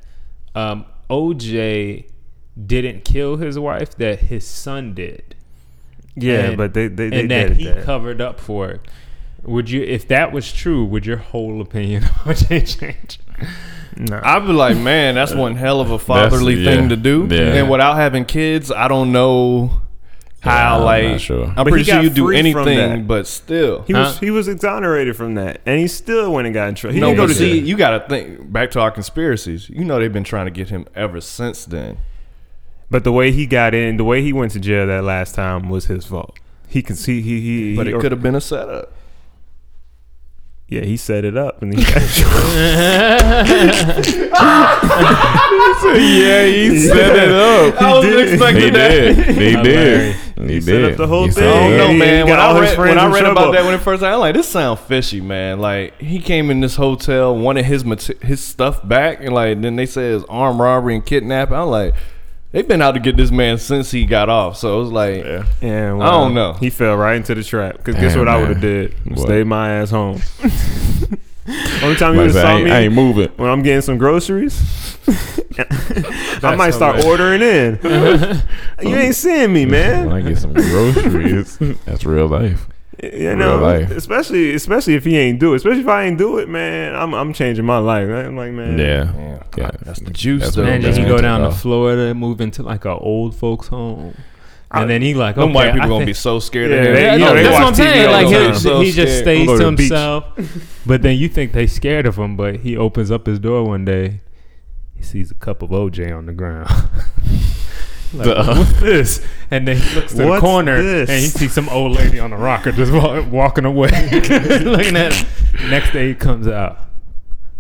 [SPEAKER 7] um, OJ didn't kill his wife; that his son did,
[SPEAKER 8] Yeah,
[SPEAKER 7] And-
[SPEAKER 8] but they they, they
[SPEAKER 7] and that
[SPEAKER 8] did
[SPEAKER 7] he
[SPEAKER 8] that.
[SPEAKER 7] covered up for it. Would you, if that was true, would your whole opinion (laughs) on OJ change?
[SPEAKER 6] I'd be like, man,
[SPEAKER 1] (laughs)
[SPEAKER 6] that's one hell of a fatherly
[SPEAKER 1] yeah.
[SPEAKER 6] thing to do.
[SPEAKER 1] Yeah.
[SPEAKER 6] And without having kids, I don't know how.
[SPEAKER 1] I'm
[SPEAKER 6] like,
[SPEAKER 1] not sure.
[SPEAKER 6] I'm
[SPEAKER 1] But
[SPEAKER 8] he
[SPEAKER 6] pretty sure
[SPEAKER 8] got
[SPEAKER 6] you do
[SPEAKER 8] free from
[SPEAKER 6] anything,
[SPEAKER 8] that.
[SPEAKER 6] but still,
[SPEAKER 8] He was
[SPEAKER 7] Huh?
[SPEAKER 8] he was exonerated from that, and he still went and got in trouble. He
[SPEAKER 6] no.
[SPEAKER 8] didn't go
[SPEAKER 6] But
[SPEAKER 8] to
[SPEAKER 6] see,
[SPEAKER 8] jail.
[SPEAKER 6] you got to think back to our conspiracies. You know, they've been trying to get him ever since then.
[SPEAKER 8] But the way he got in, the way he went to jail that last time was his fault. He can see he he.
[SPEAKER 6] But
[SPEAKER 8] he
[SPEAKER 6] it could have been a setup.
[SPEAKER 8] Yeah, he set it up, and he
[SPEAKER 1] (laughs)
[SPEAKER 8] got
[SPEAKER 1] yeah, he set (laughs) it up.
[SPEAKER 6] I
[SPEAKER 8] did.
[SPEAKER 6] wasn't expecting
[SPEAKER 1] He
[SPEAKER 6] Oh, that.
[SPEAKER 1] did. He did. He
[SPEAKER 8] set
[SPEAKER 1] did.
[SPEAKER 8] up the whole
[SPEAKER 1] He
[SPEAKER 8] thing.
[SPEAKER 1] set
[SPEAKER 6] I don't
[SPEAKER 1] it
[SPEAKER 6] know,
[SPEAKER 1] up.
[SPEAKER 8] Yeah, he
[SPEAKER 6] man. When
[SPEAKER 8] got all
[SPEAKER 6] I
[SPEAKER 8] his
[SPEAKER 6] read,
[SPEAKER 8] friends
[SPEAKER 6] when I
[SPEAKER 8] in
[SPEAKER 6] read
[SPEAKER 8] trouble.
[SPEAKER 6] about that when it first, I'm like, this sound fishy, man. Like he came in this hotel, wanted his mate- his stuff back, and like then they said it's armed robbery and kidnapping. I'm like, they've been out to get this man since he got off. So it was like,
[SPEAKER 8] Yeah,
[SPEAKER 6] I don't know.
[SPEAKER 8] He fell right into the trap. Cause guess
[SPEAKER 1] Damn,
[SPEAKER 8] what I
[SPEAKER 1] man.
[SPEAKER 8] would have did?
[SPEAKER 1] What?
[SPEAKER 8] Stayed my
[SPEAKER 1] (laughs)
[SPEAKER 8] ass home. Only time you
[SPEAKER 1] Like I
[SPEAKER 8] would have
[SPEAKER 1] said, I
[SPEAKER 8] saw
[SPEAKER 1] ain't,
[SPEAKER 8] me
[SPEAKER 1] I ain't moving.
[SPEAKER 8] when I'm getting
[SPEAKER 1] (laughs)
[SPEAKER 8] some groceries. I might start
[SPEAKER 7] hilarious.
[SPEAKER 8] ordering
[SPEAKER 1] (laughs)
[SPEAKER 8] in. you ain't seeing me,
[SPEAKER 1] When I
[SPEAKER 8] man.
[SPEAKER 1] get some groceries, (laughs) that's real life.
[SPEAKER 8] You
[SPEAKER 1] Real
[SPEAKER 8] know,
[SPEAKER 1] life.
[SPEAKER 8] especially especially if he ain't do it. Especially if I ain't do it, man. I'm I'm changing my life. right? I'm like, man.
[SPEAKER 1] Yeah,
[SPEAKER 6] Yeah.
[SPEAKER 1] yeah.
[SPEAKER 6] that's the juice,
[SPEAKER 1] That's
[SPEAKER 6] though.
[SPEAKER 1] what
[SPEAKER 7] And
[SPEAKER 1] That's
[SPEAKER 7] then he
[SPEAKER 1] what
[SPEAKER 7] go
[SPEAKER 1] I'm
[SPEAKER 7] down to
[SPEAKER 1] talking
[SPEAKER 7] Florida, move into like an old folks home,
[SPEAKER 8] I-
[SPEAKER 7] and then he like,
[SPEAKER 6] Them
[SPEAKER 7] okay,
[SPEAKER 6] white
[SPEAKER 7] I
[SPEAKER 6] people gonna
[SPEAKER 7] think-
[SPEAKER 6] be so scared
[SPEAKER 8] Yeah,
[SPEAKER 6] of him.
[SPEAKER 8] they- you know, they
[SPEAKER 7] that's
[SPEAKER 8] watch
[SPEAKER 7] what I'm
[SPEAKER 8] TV
[SPEAKER 7] saying.
[SPEAKER 8] all
[SPEAKER 7] Like
[SPEAKER 8] the
[SPEAKER 7] he,
[SPEAKER 8] time.
[SPEAKER 6] So
[SPEAKER 7] he just
[SPEAKER 6] scared.
[SPEAKER 7] stays
[SPEAKER 8] Go to
[SPEAKER 7] to
[SPEAKER 8] the beach.
[SPEAKER 7] himself. but then you think they scared of him, but he opens up his door one day. He sees a cup of OJ on the ground. (laughs) like,
[SPEAKER 1] Duh.
[SPEAKER 7] what's this? And then he looks to the
[SPEAKER 8] What's
[SPEAKER 7] corner
[SPEAKER 8] this?
[SPEAKER 7] and he sees (laughs) some old lady on a rocker just wa- walking away, (laughs) looking at. Him. Next day he comes out.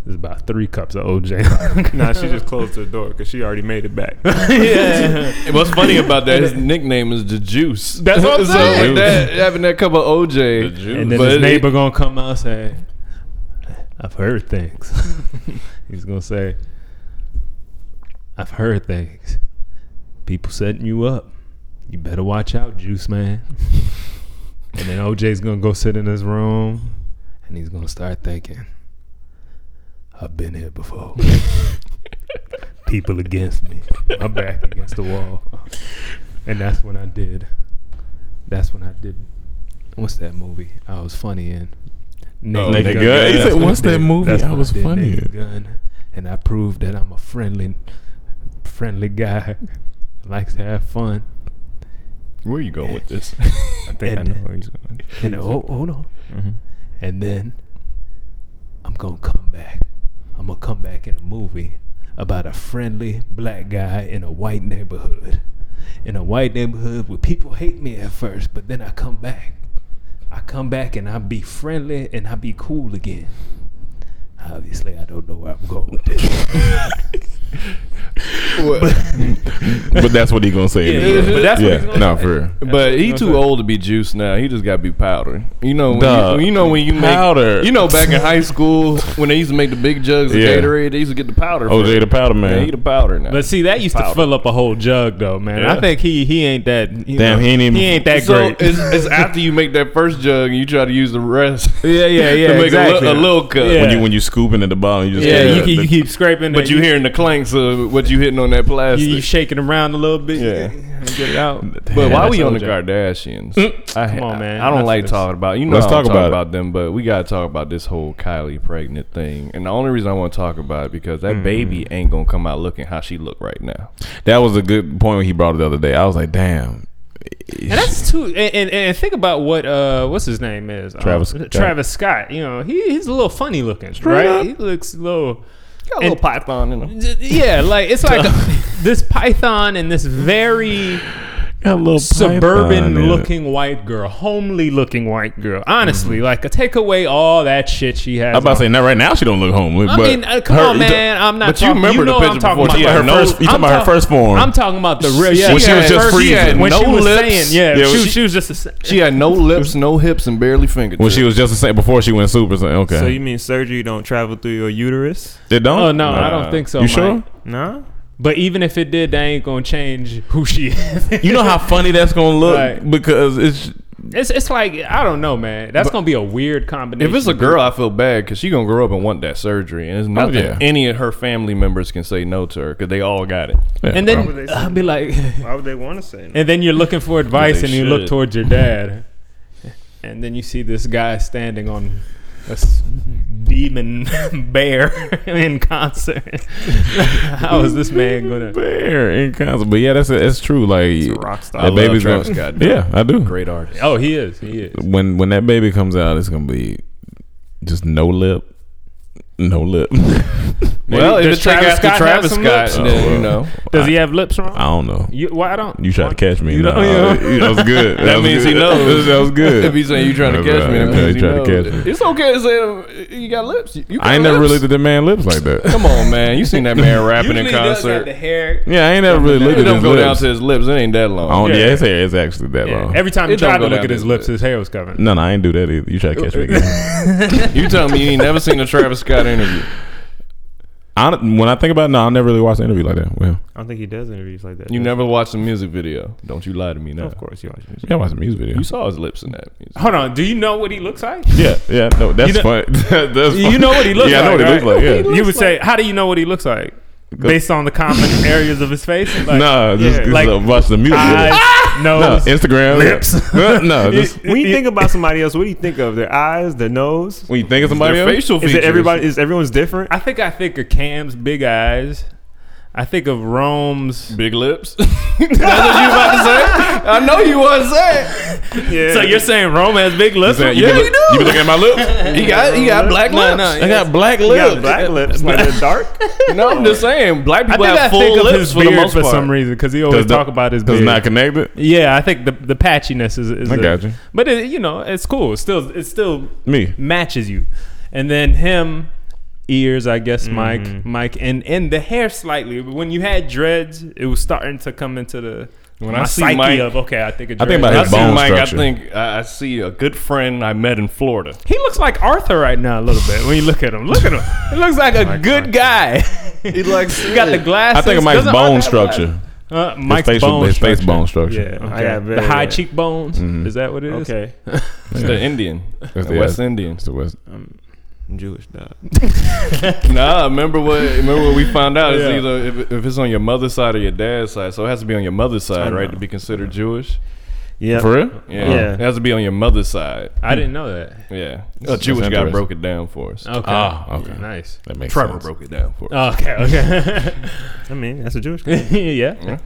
[SPEAKER 7] There's about three cups of OJ.
[SPEAKER 8] Nah, she just closed the door because she already made it
[SPEAKER 1] (laughs)
[SPEAKER 8] back.
[SPEAKER 7] (laughs) yeah.
[SPEAKER 6] What's funny about
[SPEAKER 7] (laughs)
[SPEAKER 6] that? His nickname is the Juice.
[SPEAKER 7] That's what I'm
[SPEAKER 6] so
[SPEAKER 7] saying.
[SPEAKER 6] with that, having that cup of OJ,
[SPEAKER 1] The Juice.
[SPEAKER 7] And then
[SPEAKER 6] but
[SPEAKER 7] his
[SPEAKER 6] it-
[SPEAKER 7] neighbor gonna come out and say, "I've heard things."
[SPEAKER 6] (laughs)
[SPEAKER 7] He's gonna say, "I've heard things. People setting you up. you better watch out, Juice
[SPEAKER 6] (laughs)
[SPEAKER 7] Man. and then OJ's gonna go sit in his room and he's gonna start thinking, I've been here before.
[SPEAKER 6] (laughs)
[SPEAKER 1] (laughs)
[SPEAKER 2] (laughs)
[SPEAKER 7] People against me. My back against the wall. And that's when I did. That's when I did. What's that movie? I was funny in.
[SPEAKER 1] Oh, Naked Gun. He said,
[SPEAKER 7] That's what
[SPEAKER 1] "What's
[SPEAKER 7] I
[SPEAKER 1] that
[SPEAKER 7] did.
[SPEAKER 1] movie?
[SPEAKER 7] That's
[SPEAKER 1] I
[SPEAKER 7] what
[SPEAKER 1] was
[SPEAKER 7] did,
[SPEAKER 1] funny
[SPEAKER 7] Naked
[SPEAKER 1] in."
[SPEAKER 7] Gun. And I proved that I'm a friendly, friendly guy. Likes to have fun.
[SPEAKER 6] Where you going with
[SPEAKER 7] (laughs)
[SPEAKER 6] this? I think I
[SPEAKER 7] And-
[SPEAKER 6] know where he's going.
[SPEAKER 7] And oh, hold on.
[SPEAKER 6] Mhm.
[SPEAKER 7] And then I'm gonna come back. I'm gonna come back in a movie about a friendly black guy in a white neighborhood. In a white neighborhood where people hate me at first, but then I come back. I come back and I be friendly and I be cool again. Obviously, I don't know where I'm going with this.
[SPEAKER 1] but that's what he gonna say.
[SPEAKER 7] Yeah,
[SPEAKER 1] anyway.
[SPEAKER 7] yeah, but
[SPEAKER 6] that's what
[SPEAKER 1] yeah.
[SPEAKER 6] he's
[SPEAKER 1] no, for real.
[SPEAKER 6] But he
[SPEAKER 7] That's
[SPEAKER 6] too
[SPEAKER 7] it.
[SPEAKER 6] old to be juiced now. He just got to be powder. You know,
[SPEAKER 1] Duh.
[SPEAKER 6] when you, you know when you make
[SPEAKER 1] Powder.
[SPEAKER 6] You know, back in high school when they used to make the big jugs of
[SPEAKER 1] Yeah.
[SPEAKER 6] Gatorade, they used to get the powder.
[SPEAKER 1] OJ the Powder
[SPEAKER 6] man, he
[SPEAKER 1] Man.
[SPEAKER 6] the powder now.
[SPEAKER 7] But see, that used to
[SPEAKER 6] Powder.
[SPEAKER 7] fill up a whole jug, though, man. I
[SPEAKER 6] Yeah.
[SPEAKER 7] think he he ain't that. you
[SPEAKER 1] Damn,
[SPEAKER 7] know,
[SPEAKER 1] he ain't even-
[SPEAKER 7] ain't that
[SPEAKER 6] so
[SPEAKER 7] great.
[SPEAKER 6] It's, it's after you make that first jug and you try to use the rest.
[SPEAKER 7] (laughs) yeah, yeah, yeah.
[SPEAKER 6] (laughs) to make
[SPEAKER 7] exactly.
[SPEAKER 6] a, li- a little cut.
[SPEAKER 7] Yeah.
[SPEAKER 1] When you when you scooping at the bottom, you just
[SPEAKER 7] Yeah,
[SPEAKER 6] Yeah,
[SPEAKER 7] you,
[SPEAKER 6] the-
[SPEAKER 7] keep- you keep scraping,
[SPEAKER 6] But
[SPEAKER 7] it.
[SPEAKER 6] you hearing the clanks of what you hitting on that plastic.
[SPEAKER 7] you, you shaking around a little bit.
[SPEAKER 6] Yeah.
[SPEAKER 7] and get it out.
[SPEAKER 6] But why
[SPEAKER 7] that's
[SPEAKER 6] we on the
[SPEAKER 7] OJ.
[SPEAKER 6] Kardashians? I,
[SPEAKER 7] Come on, man.
[SPEAKER 6] I, don't
[SPEAKER 7] Enough
[SPEAKER 6] like
[SPEAKER 7] of this.
[SPEAKER 6] talking about. You know,
[SPEAKER 1] Let's
[SPEAKER 6] I don't
[SPEAKER 1] talk
[SPEAKER 6] talk
[SPEAKER 1] about
[SPEAKER 6] about,
[SPEAKER 1] it.
[SPEAKER 6] them, but we gotta talk about this whole Kylie pregnant thing. And the only reason I want to talk about it because
[SPEAKER 1] Hmm.
[SPEAKER 6] that baby ain't gonna come out looking how she look right now.
[SPEAKER 1] That was a good point when he brought it the other day. I was like, damn.
[SPEAKER 7] And that's too. And, and, and think about what uh, what's his name is Um,
[SPEAKER 1] Travis-
[SPEAKER 7] Travis Scott. You know, he he's a little funny looking, right? He looks a little.
[SPEAKER 6] Got a
[SPEAKER 7] And-
[SPEAKER 6] little python in them.
[SPEAKER 7] Yeah, like it's like a, (laughs) this python and this very
[SPEAKER 1] Got a little python in
[SPEAKER 7] suburban
[SPEAKER 1] it.
[SPEAKER 7] looking white girl, homely looking white girl. Honestly, like take away all that shit she has.
[SPEAKER 1] I'm Mm-hmm. about
[SPEAKER 7] on.
[SPEAKER 1] to say, not right now. She don't look homely.
[SPEAKER 7] I
[SPEAKER 1] but
[SPEAKER 7] mean, uh, come
[SPEAKER 1] her-
[SPEAKER 7] on, man. I'm not.
[SPEAKER 6] but you
[SPEAKER 7] talking,
[SPEAKER 6] remember the
[SPEAKER 7] know what I'm
[SPEAKER 6] picture
[SPEAKER 7] talking
[SPEAKER 6] before
[SPEAKER 7] about.
[SPEAKER 6] she
[SPEAKER 1] had her
[SPEAKER 7] No,
[SPEAKER 1] first- you talking
[SPEAKER 7] I'm
[SPEAKER 1] about her
[SPEAKER 7] talk-
[SPEAKER 1] first form.
[SPEAKER 7] I'm talking about the real.
[SPEAKER 6] She
[SPEAKER 7] Yeah,
[SPEAKER 6] When she
[SPEAKER 7] yeah,
[SPEAKER 6] was just
[SPEAKER 7] first-
[SPEAKER 6] freezing.
[SPEAKER 7] yeah, When
[SPEAKER 6] No
[SPEAKER 7] she was
[SPEAKER 6] lips.
[SPEAKER 7] saying, yeah,
[SPEAKER 1] Yeah,
[SPEAKER 7] she,
[SPEAKER 1] she-
[SPEAKER 7] she was just. A, sa-
[SPEAKER 6] She had no lips, no hips, and barely fingertips.
[SPEAKER 1] When she was just the same before she went super. So, okay.
[SPEAKER 8] So you mean surgery don't travel through your uterus?
[SPEAKER 1] they don't?
[SPEAKER 7] oh no, I don't think so.
[SPEAKER 1] You
[SPEAKER 7] Mike.
[SPEAKER 1] sure?
[SPEAKER 8] No.
[SPEAKER 7] But even if it did, that ain't gonna change who she is.
[SPEAKER 1] You know how funny that's gonna look
[SPEAKER 7] Right.
[SPEAKER 1] because it's
[SPEAKER 7] it's it's like I don't know, man. That's gonna be a weird combination.
[SPEAKER 6] if it's a girl, I feel bad because she gonna grow up and want that surgery, and it's nothing
[SPEAKER 1] Oh, yeah.
[SPEAKER 6] any of her family members can say no to her because they all got it.
[SPEAKER 7] and
[SPEAKER 8] would
[SPEAKER 7] then
[SPEAKER 8] they say-
[SPEAKER 7] I'll be like, (laughs)
[SPEAKER 8] Why would they want to say no?
[SPEAKER 7] and then you're looking for advice,
[SPEAKER 6] they
[SPEAKER 7] and you look
[SPEAKER 6] should.
[SPEAKER 7] towards your dad, and then you see this guy standing on. A s- demon (laughs) bear in concert. (laughs) How is this man gonna?
[SPEAKER 1] Fair in concert, but yeah, that's that's true. Like
[SPEAKER 8] rock star.
[SPEAKER 1] that
[SPEAKER 6] love
[SPEAKER 1] baby's gonna,
[SPEAKER 6] Travis Scott, dude.
[SPEAKER 1] yeah, I do.
[SPEAKER 6] Great artist.
[SPEAKER 7] Oh, he is. He is.
[SPEAKER 1] When when that baby comes out, it's gonna be just no lip, no
[SPEAKER 6] (laughs)
[SPEAKER 1] lip.
[SPEAKER 6] Well, if
[SPEAKER 7] does
[SPEAKER 6] it's
[SPEAKER 7] Travis Scott
[SPEAKER 6] Travis Scott,
[SPEAKER 7] have
[SPEAKER 6] Travis
[SPEAKER 7] some
[SPEAKER 6] Scott,
[SPEAKER 7] lips?
[SPEAKER 6] then
[SPEAKER 1] Oh,
[SPEAKER 6] you know.
[SPEAKER 7] Does he have lips wrong?
[SPEAKER 1] I don't know.
[SPEAKER 7] You, why don't
[SPEAKER 1] You try to catch me?
[SPEAKER 7] You
[SPEAKER 1] nah.
[SPEAKER 7] know-
[SPEAKER 1] (laughs)
[SPEAKER 7] you
[SPEAKER 1] that was good. That, was
[SPEAKER 6] means he
[SPEAKER 1] good. (laughs)
[SPEAKER 6] knows.
[SPEAKER 1] That was good.
[SPEAKER 6] (laughs) If he's saying you trying to
[SPEAKER 1] That's
[SPEAKER 6] catch me,
[SPEAKER 1] right.
[SPEAKER 6] that means
[SPEAKER 1] He
[SPEAKER 6] you
[SPEAKER 1] tried to
[SPEAKER 6] know.
[SPEAKER 1] catch me.
[SPEAKER 6] It's okay to say um, you got lips. You you got
[SPEAKER 1] I ain't never
[SPEAKER 6] lips.
[SPEAKER 1] really looked at man lips like that.
[SPEAKER 6] (laughs) Come on, man. You seen that man rapping in
[SPEAKER 7] Usually does have the
[SPEAKER 6] concert?
[SPEAKER 7] hair.
[SPEAKER 1] (laughs) Yeah, I ain't never really
[SPEAKER 6] It
[SPEAKER 1] looked at
[SPEAKER 6] don't
[SPEAKER 1] his
[SPEAKER 6] go
[SPEAKER 1] lips.
[SPEAKER 6] down to his lips. It ain't that long.
[SPEAKER 1] I don't-
[SPEAKER 7] Yeah.
[SPEAKER 1] yeah, his hair is actually that
[SPEAKER 7] Yeah.
[SPEAKER 1] long.
[SPEAKER 7] Every time you
[SPEAKER 6] It don't
[SPEAKER 7] try
[SPEAKER 6] go
[SPEAKER 7] to look
[SPEAKER 6] down
[SPEAKER 7] at his
[SPEAKER 6] his
[SPEAKER 7] lips,
[SPEAKER 6] lip.
[SPEAKER 7] his hair was covered.
[SPEAKER 1] no, no, I ain't do that either. You try to catch me
[SPEAKER 7] (laughs)
[SPEAKER 1] again.
[SPEAKER 6] You telling me you ain't never seen a Travis Scott interview?
[SPEAKER 1] I don't- when I think about it, no, I never really watched an interview like that. Well,
[SPEAKER 8] I don't think he does interviews like that.
[SPEAKER 6] You
[SPEAKER 8] does
[SPEAKER 6] never watched a music video? Don't you lie to me
[SPEAKER 8] he?
[SPEAKER 6] now.
[SPEAKER 8] Of course, you watch music.
[SPEAKER 1] yeah, I watched a music video.
[SPEAKER 6] You saw his lips in that music.
[SPEAKER 7] Hold on. Do you know what he looks like?
[SPEAKER 1] Yeah, yeah, no, that's
[SPEAKER 7] know-
[SPEAKER 1] fun. (laughs) that's fun.
[SPEAKER 7] You know what he looks
[SPEAKER 1] yeah,
[SPEAKER 7] like.
[SPEAKER 1] I know what
[SPEAKER 7] right?
[SPEAKER 1] he looks like. Yeah.
[SPEAKER 7] You would say, how do you know what he looks like? Based on the common areas of his face? Like,
[SPEAKER 1] nah, just, just
[SPEAKER 7] like
[SPEAKER 1] uh, watch the music. video.
[SPEAKER 7] eyes,
[SPEAKER 1] No,
[SPEAKER 7] nose.
[SPEAKER 1] Instagram (laughs) lips. no, just
[SPEAKER 8] When you think about somebody else, what do you think of? Their eyes, their nose.
[SPEAKER 1] when you think of somebody
[SPEAKER 6] Their
[SPEAKER 1] else,
[SPEAKER 6] facial
[SPEAKER 8] Is
[SPEAKER 6] features.
[SPEAKER 8] it everybody? Is everyone's
[SPEAKER 2] (laughs)
[SPEAKER 8] different?
[SPEAKER 7] I think I think of Cam's big eyes. I think of Rome's.
[SPEAKER 6] Big lips. That's what you about to say. I know you want to say.
[SPEAKER 8] Yeah.
[SPEAKER 7] So you're saying Rome has big lips?
[SPEAKER 1] you
[SPEAKER 6] Yeah,
[SPEAKER 1] been,
[SPEAKER 6] you do.
[SPEAKER 1] you been looking at my lips.
[SPEAKER 6] it. He got he got black
[SPEAKER 7] No,
[SPEAKER 6] lips.
[SPEAKER 7] no,
[SPEAKER 6] I
[SPEAKER 7] yeah.
[SPEAKER 6] got black
[SPEAKER 8] You got
[SPEAKER 6] lips.
[SPEAKER 8] black lips, like they're dark.
[SPEAKER 6] No, I'm just saying black
[SPEAKER 7] I
[SPEAKER 6] people
[SPEAKER 7] think I
[SPEAKER 6] have full
[SPEAKER 7] think of
[SPEAKER 6] lips
[SPEAKER 7] his
[SPEAKER 6] for the
[SPEAKER 7] beard
[SPEAKER 6] most
[SPEAKER 7] for
[SPEAKER 6] part.
[SPEAKER 7] some reason because he always talk about his
[SPEAKER 1] does
[SPEAKER 7] beard.
[SPEAKER 1] not connect it.
[SPEAKER 7] Yeah, I think the the patchiness is. is
[SPEAKER 1] I
[SPEAKER 7] a-
[SPEAKER 1] got you.
[SPEAKER 7] But it, you know, it's cool. It's still, it still
[SPEAKER 1] Me.
[SPEAKER 7] matches you. And then him, ears, I guess, Mike, Mike, and and the hair slightly. When you had dreads, it was starting to come into the when
[SPEAKER 6] I see
[SPEAKER 7] psyche
[SPEAKER 6] Mike-
[SPEAKER 7] of okay, I think of
[SPEAKER 1] I
[SPEAKER 7] dreads.
[SPEAKER 1] think about
[SPEAKER 6] I
[SPEAKER 1] his
[SPEAKER 6] see
[SPEAKER 1] bone
[SPEAKER 6] Mike.
[SPEAKER 1] structure.
[SPEAKER 6] I think I I see a good friend I met in Florida.
[SPEAKER 7] He looks like Arthur right now a little bit when you look at him. Look at him. He looks like a good guy. (laughs) he
[SPEAKER 5] likes
[SPEAKER 7] got the glasses.
[SPEAKER 1] I think of Mike's
[SPEAKER 7] Doesn't Arthur
[SPEAKER 1] bone
[SPEAKER 7] have
[SPEAKER 1] structure.
[SPEAKER 7] glasses?
[SPEAKER 2] Uh, Mike's
[SPEAKER 1] facial-
[SPEAKER 2] bone
[SPEAKER 1] his face Mm-hmm.
[SPEAKER 2] structure.
[SPEAKER 1] bone structure.
[SPEAKER 8] Yeah,
[SPEAKER 2] Okay.
[SPEAKER 8] I got very
[SPEAKER 2] the high
[SPEAKER 8] uh,
[SPEAKER 2] cheekbones. Is that what it is?
[SPEAKER 8] Okay,
[SPEAKER 6] It's the Indian.
[SPEAKER 1] It's
[SPEAKER 6] the
[SPEAKER 1] the-
[SPEAKER 6] West Indian.
[SPEAKER 1] It's the West.
[SPEAKER 8] I'm Jewish dog.
[SPEAKER 6] Nah, remember what? Remember what we found out? It's
[SPEAKER 8] Yeah.
[SPEAKER 6] either if, if it's on your mother's side or your dad's side, so it has to be on your mother's side,
[SPEAKER 8] I
[SPEAKER 6] right,
[SPEAKER 8] know.
[SPEAKER 6] to be considered Jewish.
[SPEAKER 8] Yeah,
[SPEAKER 1] For real?
[SPEAKER 6] Yeah.
[SPEAKER 8] Yeah.
[SPEAKER 6] it has to be on your mother's side.
[SPEAKER 2] I didn't know that.
[SPEAKER 6] Yeah, a Jewish guy
[SPEAKER 1] interesting.
[SPEAKER 6] broke it down for us.
[SPEAKER 2] Okay. Uh,
[SPEAKER 1] Ah, okay.
[SPEAKER 2] Nice.
[SPEAKER 1] That makes
[SPEAKER 6] Trevor
[SPEAKER 1] sense.
[SPEAKER 6] broke it down for us.
[SPEAKER 2] Okay.
[SPEAKER 7] (laughs)
[SPEAKER 2] Okay.
[SPEAKER 8] I mean that's a Jewish. guy.
[SPEAKER 2] yeah.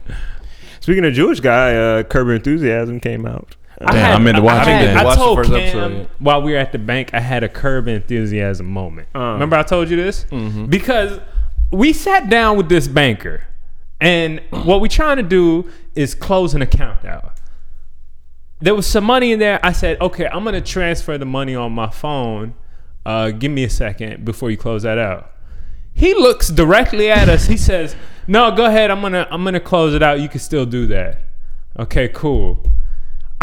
[SPEAKER 8] Speaking of Jewish guy, uh, Curb Your Enthusiasm came out.
[SPEAKER 2] I
[SPEAKER 1] Damn, I'm into watching
[SPEAKER 2] I, had-
[SPEAKER 1] that.
[SPEAKER 2] I
[SPEAKER 6] Watch the
[SPEAKER 2] told
[SPEAKER 6] first
[SPEAKER 2] Cam
[SPEAKER 6] episode, yeah.
[SPEAKER 2] while we were at the bank, I had a curb enthusiasm moment.
[SPEAKER 6] Uh.
[SPEAKER 2] Remember I told you this?
[SPEAKER 6] Mm-hmm.
[SPEAKER 2] Because we sat down with this banker, and what we trying to do is close an account out. There was some money in there. I said, okay, I'm gonna transfer the money on my phone. Uh, give me a second before you close that out. He looks directly at us. He says, "No, go ahead. I'm gonna I'm gonna close it out. You can still do that." Okay, cool.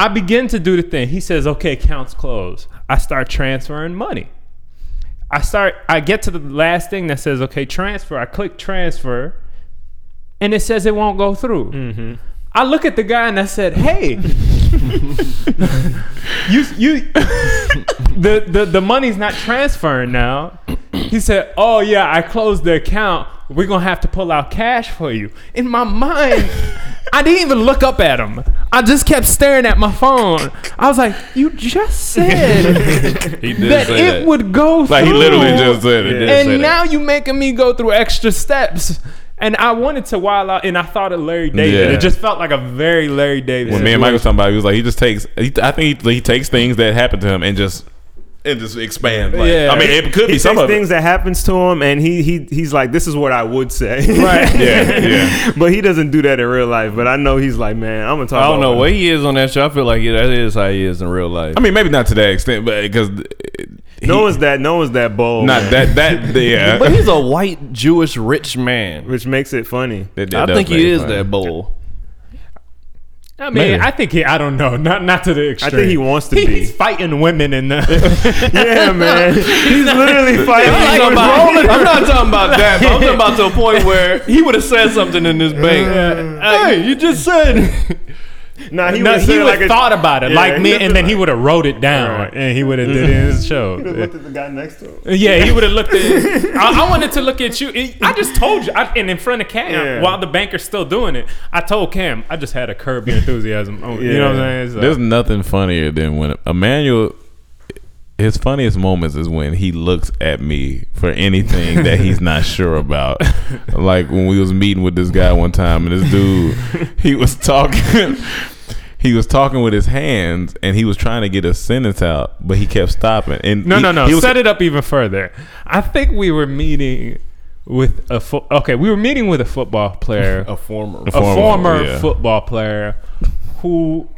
[SPEAKER 2] I begin to do the thing. He says, "Okay, counts closed." I start transferring money. I start. I get to the last thing that says, "Okay, transfer." I click transfer, and it says it won't go through. I look at the guy and I said, "Hey, you you (laughs) the, the the money's not transferring now." He said, "Oh yeah, I closed the account. We're gonna have to pull out cash for you." In my mind, I didn't even look up at him. I just kept staring at my phone. I was like,
[SPEAKER 1] (laughs)
[SPEAKER 2] "You just said
[SPEAKER 6] He did
[SPEAKER 2] that
[SPEAKER 6] say
[SPEAKER 2] it
[SPEAKER 6] that.
[SPEAKER 2] would go
[SPEAKER 1] Like he
[SPEAKER 2] through."
[SPEAKER 1] literally just said it.
[SPEAKER 6] Yeah. say
[SPEAKER 2] and
[SPEAKER 6] that.
[SPEAKER 2] now you making me go through extra steps. And I wanted to wild out, and I thought of Larry David.
[SPEAKER 1] Yeah.
[SPEAKER 2] It just felt like a very Larry David.
[SPEAKER 1] When me and Mike was talking about, it, he was like, he just takes. He, I think he, he takes things that happen to him and just and just expand. Like,
[SPEAKER 2] Yeah.
[SPEAKER 1] I mean, it could
[SPEAKER 8] He
[SPEAKER 1] be
[SPEAKER 8] takes
[SPEAKER 1] some of
[SPEAKER 8] things
[SPEAKER 1] it.
[SPEAKER 8] that happens to him, and he he he's like, "This is what I would say."
[SPEAKER 2] Right.
[SPEAKER 1] Yeah, yeah.
[SPEAKER 8] (laughs) but he doesn't do that in real life. But I know he's like, "Man, I'm gonna talk."
[SPEAKER 6] I don't
[SPEAKER 8] about
[SPEAKER 6] know
[SPEAKER 8] what-
[SPEAKER 6] what he is on that show. I feel like yeah, that is how he is in real life.
[SPEAKER 1] I mean, maybe not to that extent, but because
[SPEAKER 8] No one's that. No one's that bold.
[SPEAKER 1] not that
[SPEAKER 8] man, (laughs)
[SPEAKER 1] that yeah.
[SPEAKER 6] but he's a white Jewish rich man.
[SPEAKER 8] which makes it funny.
[SPEAKER 1] That- that
[SPEAKER 6] I
[SPEAKER 1] does
[SPEAKER 6] think
[SPEAKER 1] make
[SPEAKER 6] he
[SPEAKER 1] it
[SPEAKER 6] is
[SPEAKER 1] funny.
[SPEAKER 6] that bold.
[SPEAKER 2] I mean,
[SPEAKER 1] Maybe.
[SPEAKER 2] I think he. I don't know. Not not to the
[SPEAKER 8] I
[SPEAKER 2] extreme.
[SPEAKER 8] think
[SPEAKER 2] (laughs)
[SPEAKER 8] he wants to
[SPEAKER 2] He-
[SPEAKER 8] be.
[SPEAKER 2] He's fighting women in the.
[SPEAKER 8] (laughs) yeah, man. He's literally fighting. What's
[SPEAKER 6] I'm, talking
[SPEAKER 8] wrong with
[SPEAKER 6] about, I'm
[SPEAKER 8] her?
[SPEAKER 6] not talking about that. But I'm talking about to a
[SPEAKER 2] (laughs)
[SPEAKER 8] (laughs)
[SPEAKER 6] point where he would have said something in
[SPEAKER 2] Mm.
[SPEAKER 6] this bank. hey, you just said.
[SPEAKER 8] Nah, (laughs) he
[SPEAKER 2] no,
[SPEAKER 8] would
[SPEAKER 2] he
[SPEAKER 8] say
[SPEAKER 2] would
[SPEAKER 8] like a- (laughs)
[SPEAKER 2] thought about it
[SPEAKER 8] Yeah,
[SPEAKER 2] like me,
[SPEAKER 8] he
[SPEAKER 2] and then he would have wrote it down,
[SPEAKER 8] Right.
[SPEAKER 2] and he would have did it in his show.
[SPEAKER 8] looked at the guy next to him.
[SPEAKER 2] (laughs) yeah, he would have looked at. I, I wanted to look at you. I just told you, I, and in front of Cam,
[SPEAKER 8] Yeah.
[SPEAKER 2] while the banker's still doing it, I told Cam, I just had a curb your enthusiasm. on- You know what I'm saying? So-
[SPEAKER 1] There's nothing funnier than when Emmanuel. His funniest moments is when he looks at me for anything that he's
[SPEAKER 2] (laughs)
[SPEAKER 1] not sure about. Like when we was meeting with this guy one time, and this dude, he was talking, he was talking with his hands, and he was trying to get a sentence out, but he kept stopping. And
[SPEAKER 2] No,
[SPEAKER 1] he-
[SPEAKER 2] no, no.
[SPEAKER 1] he was-
[SPEAKER 2] Set it up even further. I think we were meeting with a fo- okay. We were meeting with a football player, a,
[SPEAKER 6] former.
[SPEAKER 1] former,
[SPEAKER 2] former
[SPEAKER 1] yeah.
[SPEAKER 2] football player, who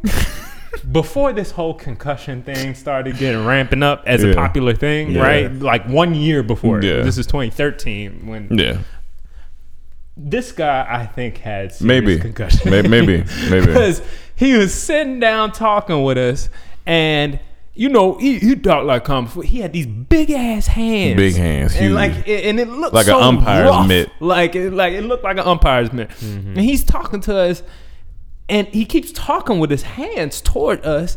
[SPEAKER 2] before this whole concussion thing started getting ramping up as
[SPEAKER 1] Yeah.
[SPEAKER 2] a popular thing, right? Like one year before.
[SPEAKER 1] Yeah.
[SPEAKER 2] This is 2013 when
[SPEAKER 1] Yeah,
[SPEAKER 2] this guy I think had serious
[SPEAKER 1] Maybe.
[SPEAKER 2] concussion.
[SPEAKER 1] May-
[SPEAKER 2] (laughs)
[SPEAKER 1] maybe. Maybe.
[SPEAKER 2] because he was sitting down talking with us, and you know he, he talked like um he had these big ass hands,
[SPEAKER 1] big hands, huge.
[SPEAKER 2] and like it, and it looked
[SPEAKER 1] Like a
[SPEAKER 2] so
[SPEAKER 1] umpire's
[SPEAKER 2] rough.
[SPEAKER 1] mitt.
[SPEAKER 2] like it, like it looked like an umpire's mitt, and he's talking to us, and he keeps talking with his hands toward us,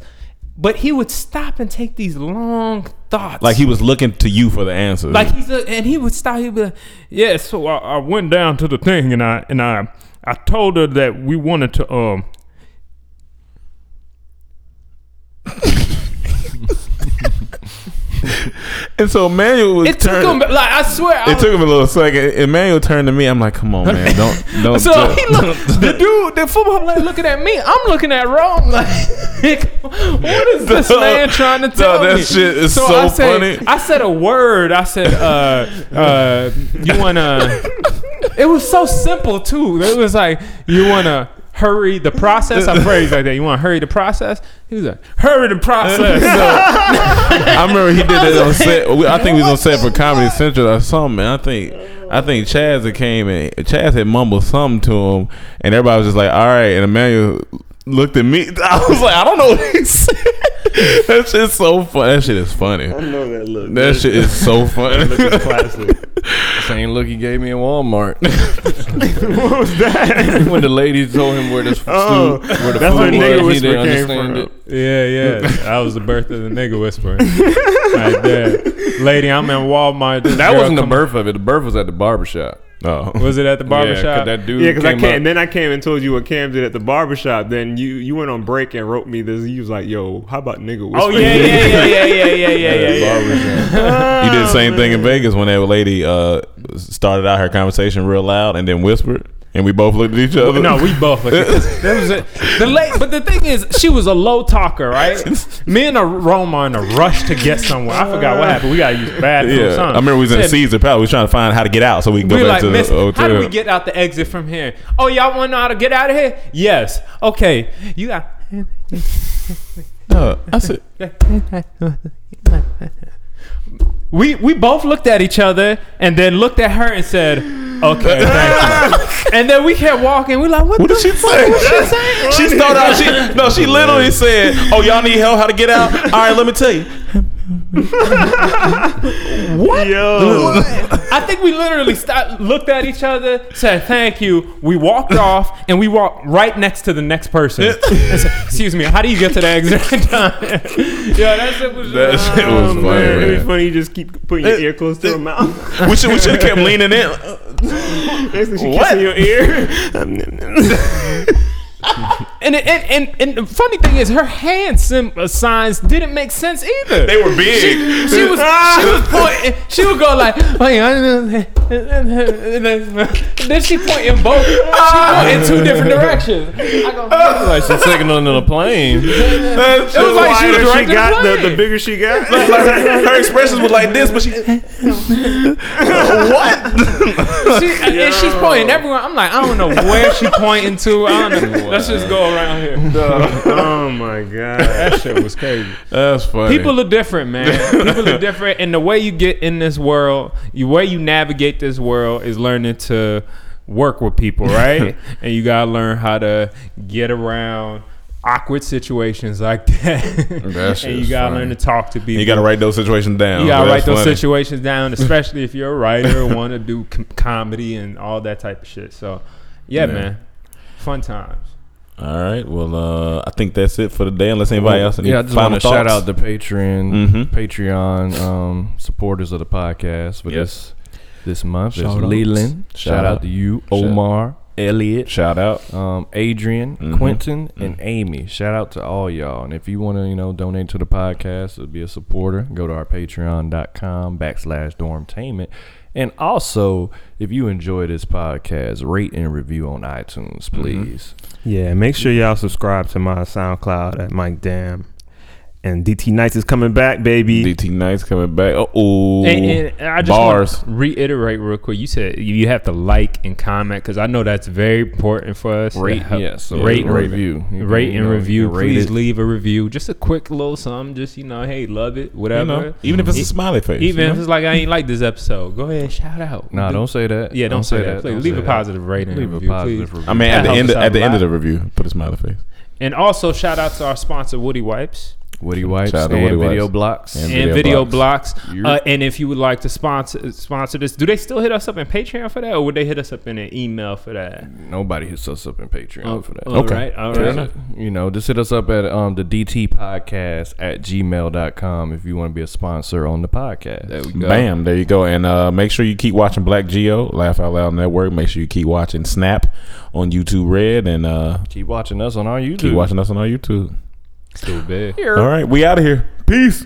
[SPEAKER 2] but he would stop and take these long thoughts,
[SPEAKER 1] like he was looking to you for the answer.
[SPEAKER 2] like he's a, and he would stop. He'd be like, "Yeah." So I, I went down to the thing, and I and I I told her that we wanted to um.
[SPEAKER 1] and so Emmanuel was
[SPEAKER 2] It took
[SPEAKER 1] turning-
[SPEAKER 2] him like I swear. I
[SPEAKER 1] It
[SPEAKER 2] was,
[SPEAKER 1] took him a little second. Emmanuel turned to me. I'm like, come on, man, don't, don't.
[SPEAKER 2] (laughs) so
[SPEAKER 1] don't- (laughs)
[SPEAKER 2] he look, the dude, the football player looking at me. I'm looking at Rome (laughs) like, what is this
[SPEAKER 1] Dog, (laughs)
[SPEAKER 2] man trying to tell
[SPEAKER 1] dog, that
[SPEAKER 2] me?
[SPEAKER 1] shit is so
[SPEAKER 2] I said,
[SPEAKER 1] funny.
[SPEAKER 2] I said a word. I said, uh, uh, you wanna? It was so simple too. It was like, you wanna hurry the process? I phrase like that. You wanna hurry the process? He was like, hurry the
[SPEAKER 1] (laughs)
[SPEAKER 2] process.
[SPEAKER 1] I remember he did that on set. We- I think he was on set for Comedy Central or something. And I think, I think Chaz had came and Chaz had mumbled something to him, (laughs) and everybody was just like, all right. And Emmanuel looked at me. I was like, I don't know what he said. (laughs) that shit's so fun. That shit is funny. I know that look. (laughs) That shit is so funny.
[SPEAKER 6] Same look he gave me in Walmart. (laughs)
[SPEAKER 8] (laughs)
[SPEAKER 6] what was that? (laughs) when the lady told him where this food,
[SPEAKER 8] Oh,
[SPEAKER 6] where the
[SPEAKER 8] that's where
[SPEAKER 6] food
[SPEAKER 8] Nigga
[SPEAKER 6] was, he didn't
[SPEAKER 8] Whisper came
[SPEAKER 6] understand
[SPEAKER 8] from.
[SPEAKER 6] it.
[SPEAKER 2] Yeah, yeah. That was the birth of the nigga whispering. right there. Lady, I'm in Walmart. This
[SPEAKER 6] That
[SPEAKER 2] girl
[SPEAKER 6] wasn't the
[SPEAKER 2] come-
[SPEAKER 6] birth of it. The birth was at the barbershop.
[SPEAKER 1] oh,
[SPEAKER 2] Was it at the barbershop?
[SPEAKER 6] Yeah, 'cause that dude.
[SPEAKER 8] Yeah, because I
[SPEAKER 6] came
[SPEAKER 8] came.
[SPEAKER 6] up-
[SPEAKER 8] And then I came and told you what Cam did at the barbershop. Then you you went on break and wrote me this. You was like, "Yo, how about nigga?" Whisper?
[SPEAKER 2] Oh yeah, yeah, yeah,
[SPEAKER 1] (laughs)
[SPEAKER 2] yeah, yeah, yeah, yeah, yeah, yeah.
[SPEAKER 8] (laughs)
[SPEAKER 1] you did the
[SPEAKER 8] Oh,
[SPEAKER 1] same thing in Vegas when that lady uh, started out her conversation real loud and then whispered, and we both looked at each other.
[SPEAKER 2] No, we
[SPEAKER 1] (laughs)
[SPEAKER 2] both. Look at this. That was it. The late, but the thing is, she was a low talker, right? Me and a Roma in a rush to get somewhere. I forgot what happened. We gotta
[SPEAKER 1] (laughs)
[SPEAKER 2] use bathroom.
[SPEAKER 1] Yeah, I remember we was in
[SPEAKER 2] Said-
[SPEAKER 1] Caesar Palace. We was trying to find how to get out so we can go
[SPEAKER 2] We were
[SPEAKER 1] back
[SPEAKER 2] like,
[SPEAKER 1] to
[SPEAKER 2] Miss,
[SPEAKER 1] the hotel.
[SPEAKER 2] how do we get out the exit from here? Oh, y'all want to know how to get out of here? Yes. Okay, you got.
[SPEAKER 1] Uh, I
[SPEAKER 2] (laughs)
[SPEAKER 1] said,
[SPEAKER 2] We we both looked at each other and then looked at her and said, "Okay, (laughs) thank you." and then we kept walking. We like, what,
[SPEAKER 1] "What
[SPEAKER 2] the
[SPEAKER 1] did she say?" she started out. She no, she literally said, "Oh, y'all need help? How to get out? All right, let me tell you."
[SPEAKER 8] Yo,
[SPEAKER 2] I think we literally stopped, looked at each other, said thank you. We (laughs) walked off, and we walked right next to the next person. (laughs) And said, Excuse me, how do you get to the exit? (laughs) yeah, that shit was.
[SPEAKER 1] That shit was
[SPEAKER 8] Oh,
[SPEAKER 1] funny.
[SPEAKER 8] man, it'd be
[SPEAKER 1] man.
[SPEAKER 8] funny. You just keep putting your ear close to her mouth.
[SPEAKER 1] (laughs) We should we should have
[SPEAKER 2] (laughs)
[SPEAKER 1] kept leaning in.
[SPEAKER 8] Next thing she kissing your ear. (laughs)
[SPEAKER 2] and, it- and and and the funny thing is, her hand sim- uh, signs didn't make sense either.
[SPEAKER 1] They were big.
[SPEAKER 2] (laughs) she was she (laughs) was pointing. She would go like, "Hey, I don't know." (laughs) and then (laughs) then she pointing both. She pointing in two different directions. I go,
[SPEAKER 6] Like she's taking on the plane. (laughs)
[SPEAKER 2] it was like she was
[SPEAKER 8] wider she
[SPEAKER 2] directing
[SPEAKER 8] got,
[SPEAKER 2] the,
[SPEAKER 8] the, the
[SPEAKER 2] plane.
[SPEAKER 8] bigger she
[SPEAKER 2] (laughs)
[SPEAKER 8] got.
[SPEAKER 1] Like, her, her expressions were like this, but she (laughs)
[SPEAKER 2] she, and she's pointing everywhere. I'm like, I don't know where she pointing to. I don't know. (laughs) Let's just go around here.
[SPEAKER 8] oh
[SPEAKER 2] um,
[SPEAKER 8] my god.
[SPEAKER 2] That shit was crazy.
[SPEAKER 1] That's funny.
[SPEAKER 2] People are different, man. People are different, and the way you get in this world, you way you navigate this world is learning to work with people, right? and you gotta learn how to get around awkward situations like that. (laughs) and you
[SPEAKER 1] shit's
[SPEAKER 2] gotta
[SPEAKER 1] funny.
[SPEAKER 2] learn to talk to people.
[SPEAKER 1] you got to write those situations down.
[SPEAKER 2] You gotta
[SPEAKER 1] That's
[SPEAKER 2] write those
[SPEAKER 1] funny.
[SPEAKER 2] situations down, especially if you're a writer and want to do com- comedy and all that type of shit. So, yeah, man, fun times.
[SPEAKER 1] All right. Well, uh, I think that's it for today. Unless anybody else any
[SPEAKER 6] yeah, I just
[SPEAKER 1] final
[SPEAKER 6] want to
[SPEAKER 1] thoughts.
[SPEAKER 6] shout out the Patreon,
[SPEAKER 1] Mhm.
[SPEAKER 6] Patreon um, supporters of the podcast for
[SPEAKER 1] Yes.
[SPEAKER 6] this this month. There's
[SPEAKER 1] Shout outs.
[SPEAKER 6] Leland. Shout,
[SPEAKER 1] Shout
[SPEAKER 6] out.
[SPEAKER 1] out.
[SPEAKER 6] to you,
[SPEAKER 1] Shout-
[SPEAKER 6] Omar, Elliot,
[SPEAKER 1] Shout out.
[SPEAKER 6] um, Adrian,
[SPEAKER 1] Mhm.
[SPEAKER 6] Quentin, and Amy. Shout out to all y'all. And if you want to, you know, donate to the podcast or be a supporter, go to our patreon.com backslash dormtainment. And also, if you enjoy this podcast, rate and review on iTunes, please.
[SPEAKER 8] Yeah, make sure y'all subscribe to my SoundCloud at Mike Dam. And DT Nights is coming back, baby.
[SPEAKER 1] DT Knight's coming back. Oh,
[SPEAKER 2] And, and I just
[SPEAKER 1] bars.
[SPEAKER 2] want to reiterate real quick. You said you- you have to like and comment because I know that's very important for us.
[SPEAKER 6] Rate,
[SPEAKER 2] It hel-
[SPEAKER 6] yes, so
[SPEAKER 2] rate, and
[SPEAKER 6] rate
[SPEAKER 2] review.
[SPEAKER 6] it. You can,
[SPEAKER 2] Rate
[SPEAKER 6] you
[SPEAKER 2] and
[SPEAKER 6] know, you
[SPEAKER 2] review.
[SPEAKER 6] can rate
[SPEAKER 2] Please
[SPEAKER 6] it.
[SPEAKER 2] leave a review. Just a quick little something. Just you know, hey, love it,
[SPEAKER 1] You
[SPEAKER 2] whatever.
[SPEAKER 1] know, even if it's a smiley face.
[SPEAKER 2] E- Even
[SPEAKER 1] you
[SPEAKER 2] if
[SPEAKER 1] know?
[SPEAKER 2] it's like I ain't like this episode, go ahead, shout out.
[SPEAKER 6] Nah,
[SPEAKER 2] Do-
[SPEAKER 6] don't say that.
[SPEAKER 2] Yeah, don't, say, that.
[SPEAKER 6] Don't
[SPEAKER 2] Please leave
[SPEAKER 6] say
[SPEAKER 2] a
[SPEAKER 6] that.
[SPEAKER 2] positive rating.
[SPEAKER 6] Leave a
[SPEAKER 2] review,
[SPEAKER 6] positive
[SPEAKER 2] please.
[SPEAKER 6] review.
[SPEAKER 1] I mean,
[SPEAKER 2] That
[SPEAKER 1] at the
[SPEAKER 2] helps
[SPEAKER 1] end,
[SPEAKER 2] us out
[SPEAKER 1] at the
[SPEAKER 2] a
[SPEAKER 1] end of
[SPEAKER 2] lot.
[SPEAKER 1] the review, put a smiley face.
[SPEAKER 2] And also shout out to our sponsor, Woody Wipes.
[SPEAKER 6] Woody Wipes
[SPEAKER 1] Shout out
[SPEAKER 6] and
[SPEAKER 1] Woody
[SPEAKER 6] Video
[SPEAKER 1] Wipes.
[SPEAKER 6] Blocks.
[SPEAKER 1] And
[SPEAKER 2] and
[SPEAKER 1] Video
[SPEAKER 2] video blocks.
[SPEAKER 1] Blocks.
[SPEAKER 2] Uh, and if you would like to sponsor sponsor this, do they still hit us up in Patreon for that, or would they hit us up in an email for that?
[SPEAKER 6] Nobody hits us up in Patreon for that.
[SPEAKER 2] All right, all
[SPEAKER 6] Fair
[SPEAKER 2] right.
[SPEAKER 6] enough. You know, just hit us up at um, the DT podcast at gmail.com if you want to be a sponsor on the podcast. There we
[SPEAKER 1] Bam, there you go. And uh, make sure you keep watching Black Geo, Laugh Out Loud Network. Make sure you keep watching Snap on YouTube Red, and uh,
[SPEAKER 6] Keep watching us on our YouTube.
[SPEAKER 1] keep watching us on our YouTube.
[SPEAKER 6] Still big.
[SPEAKER 1] All right, we out of here. Peace.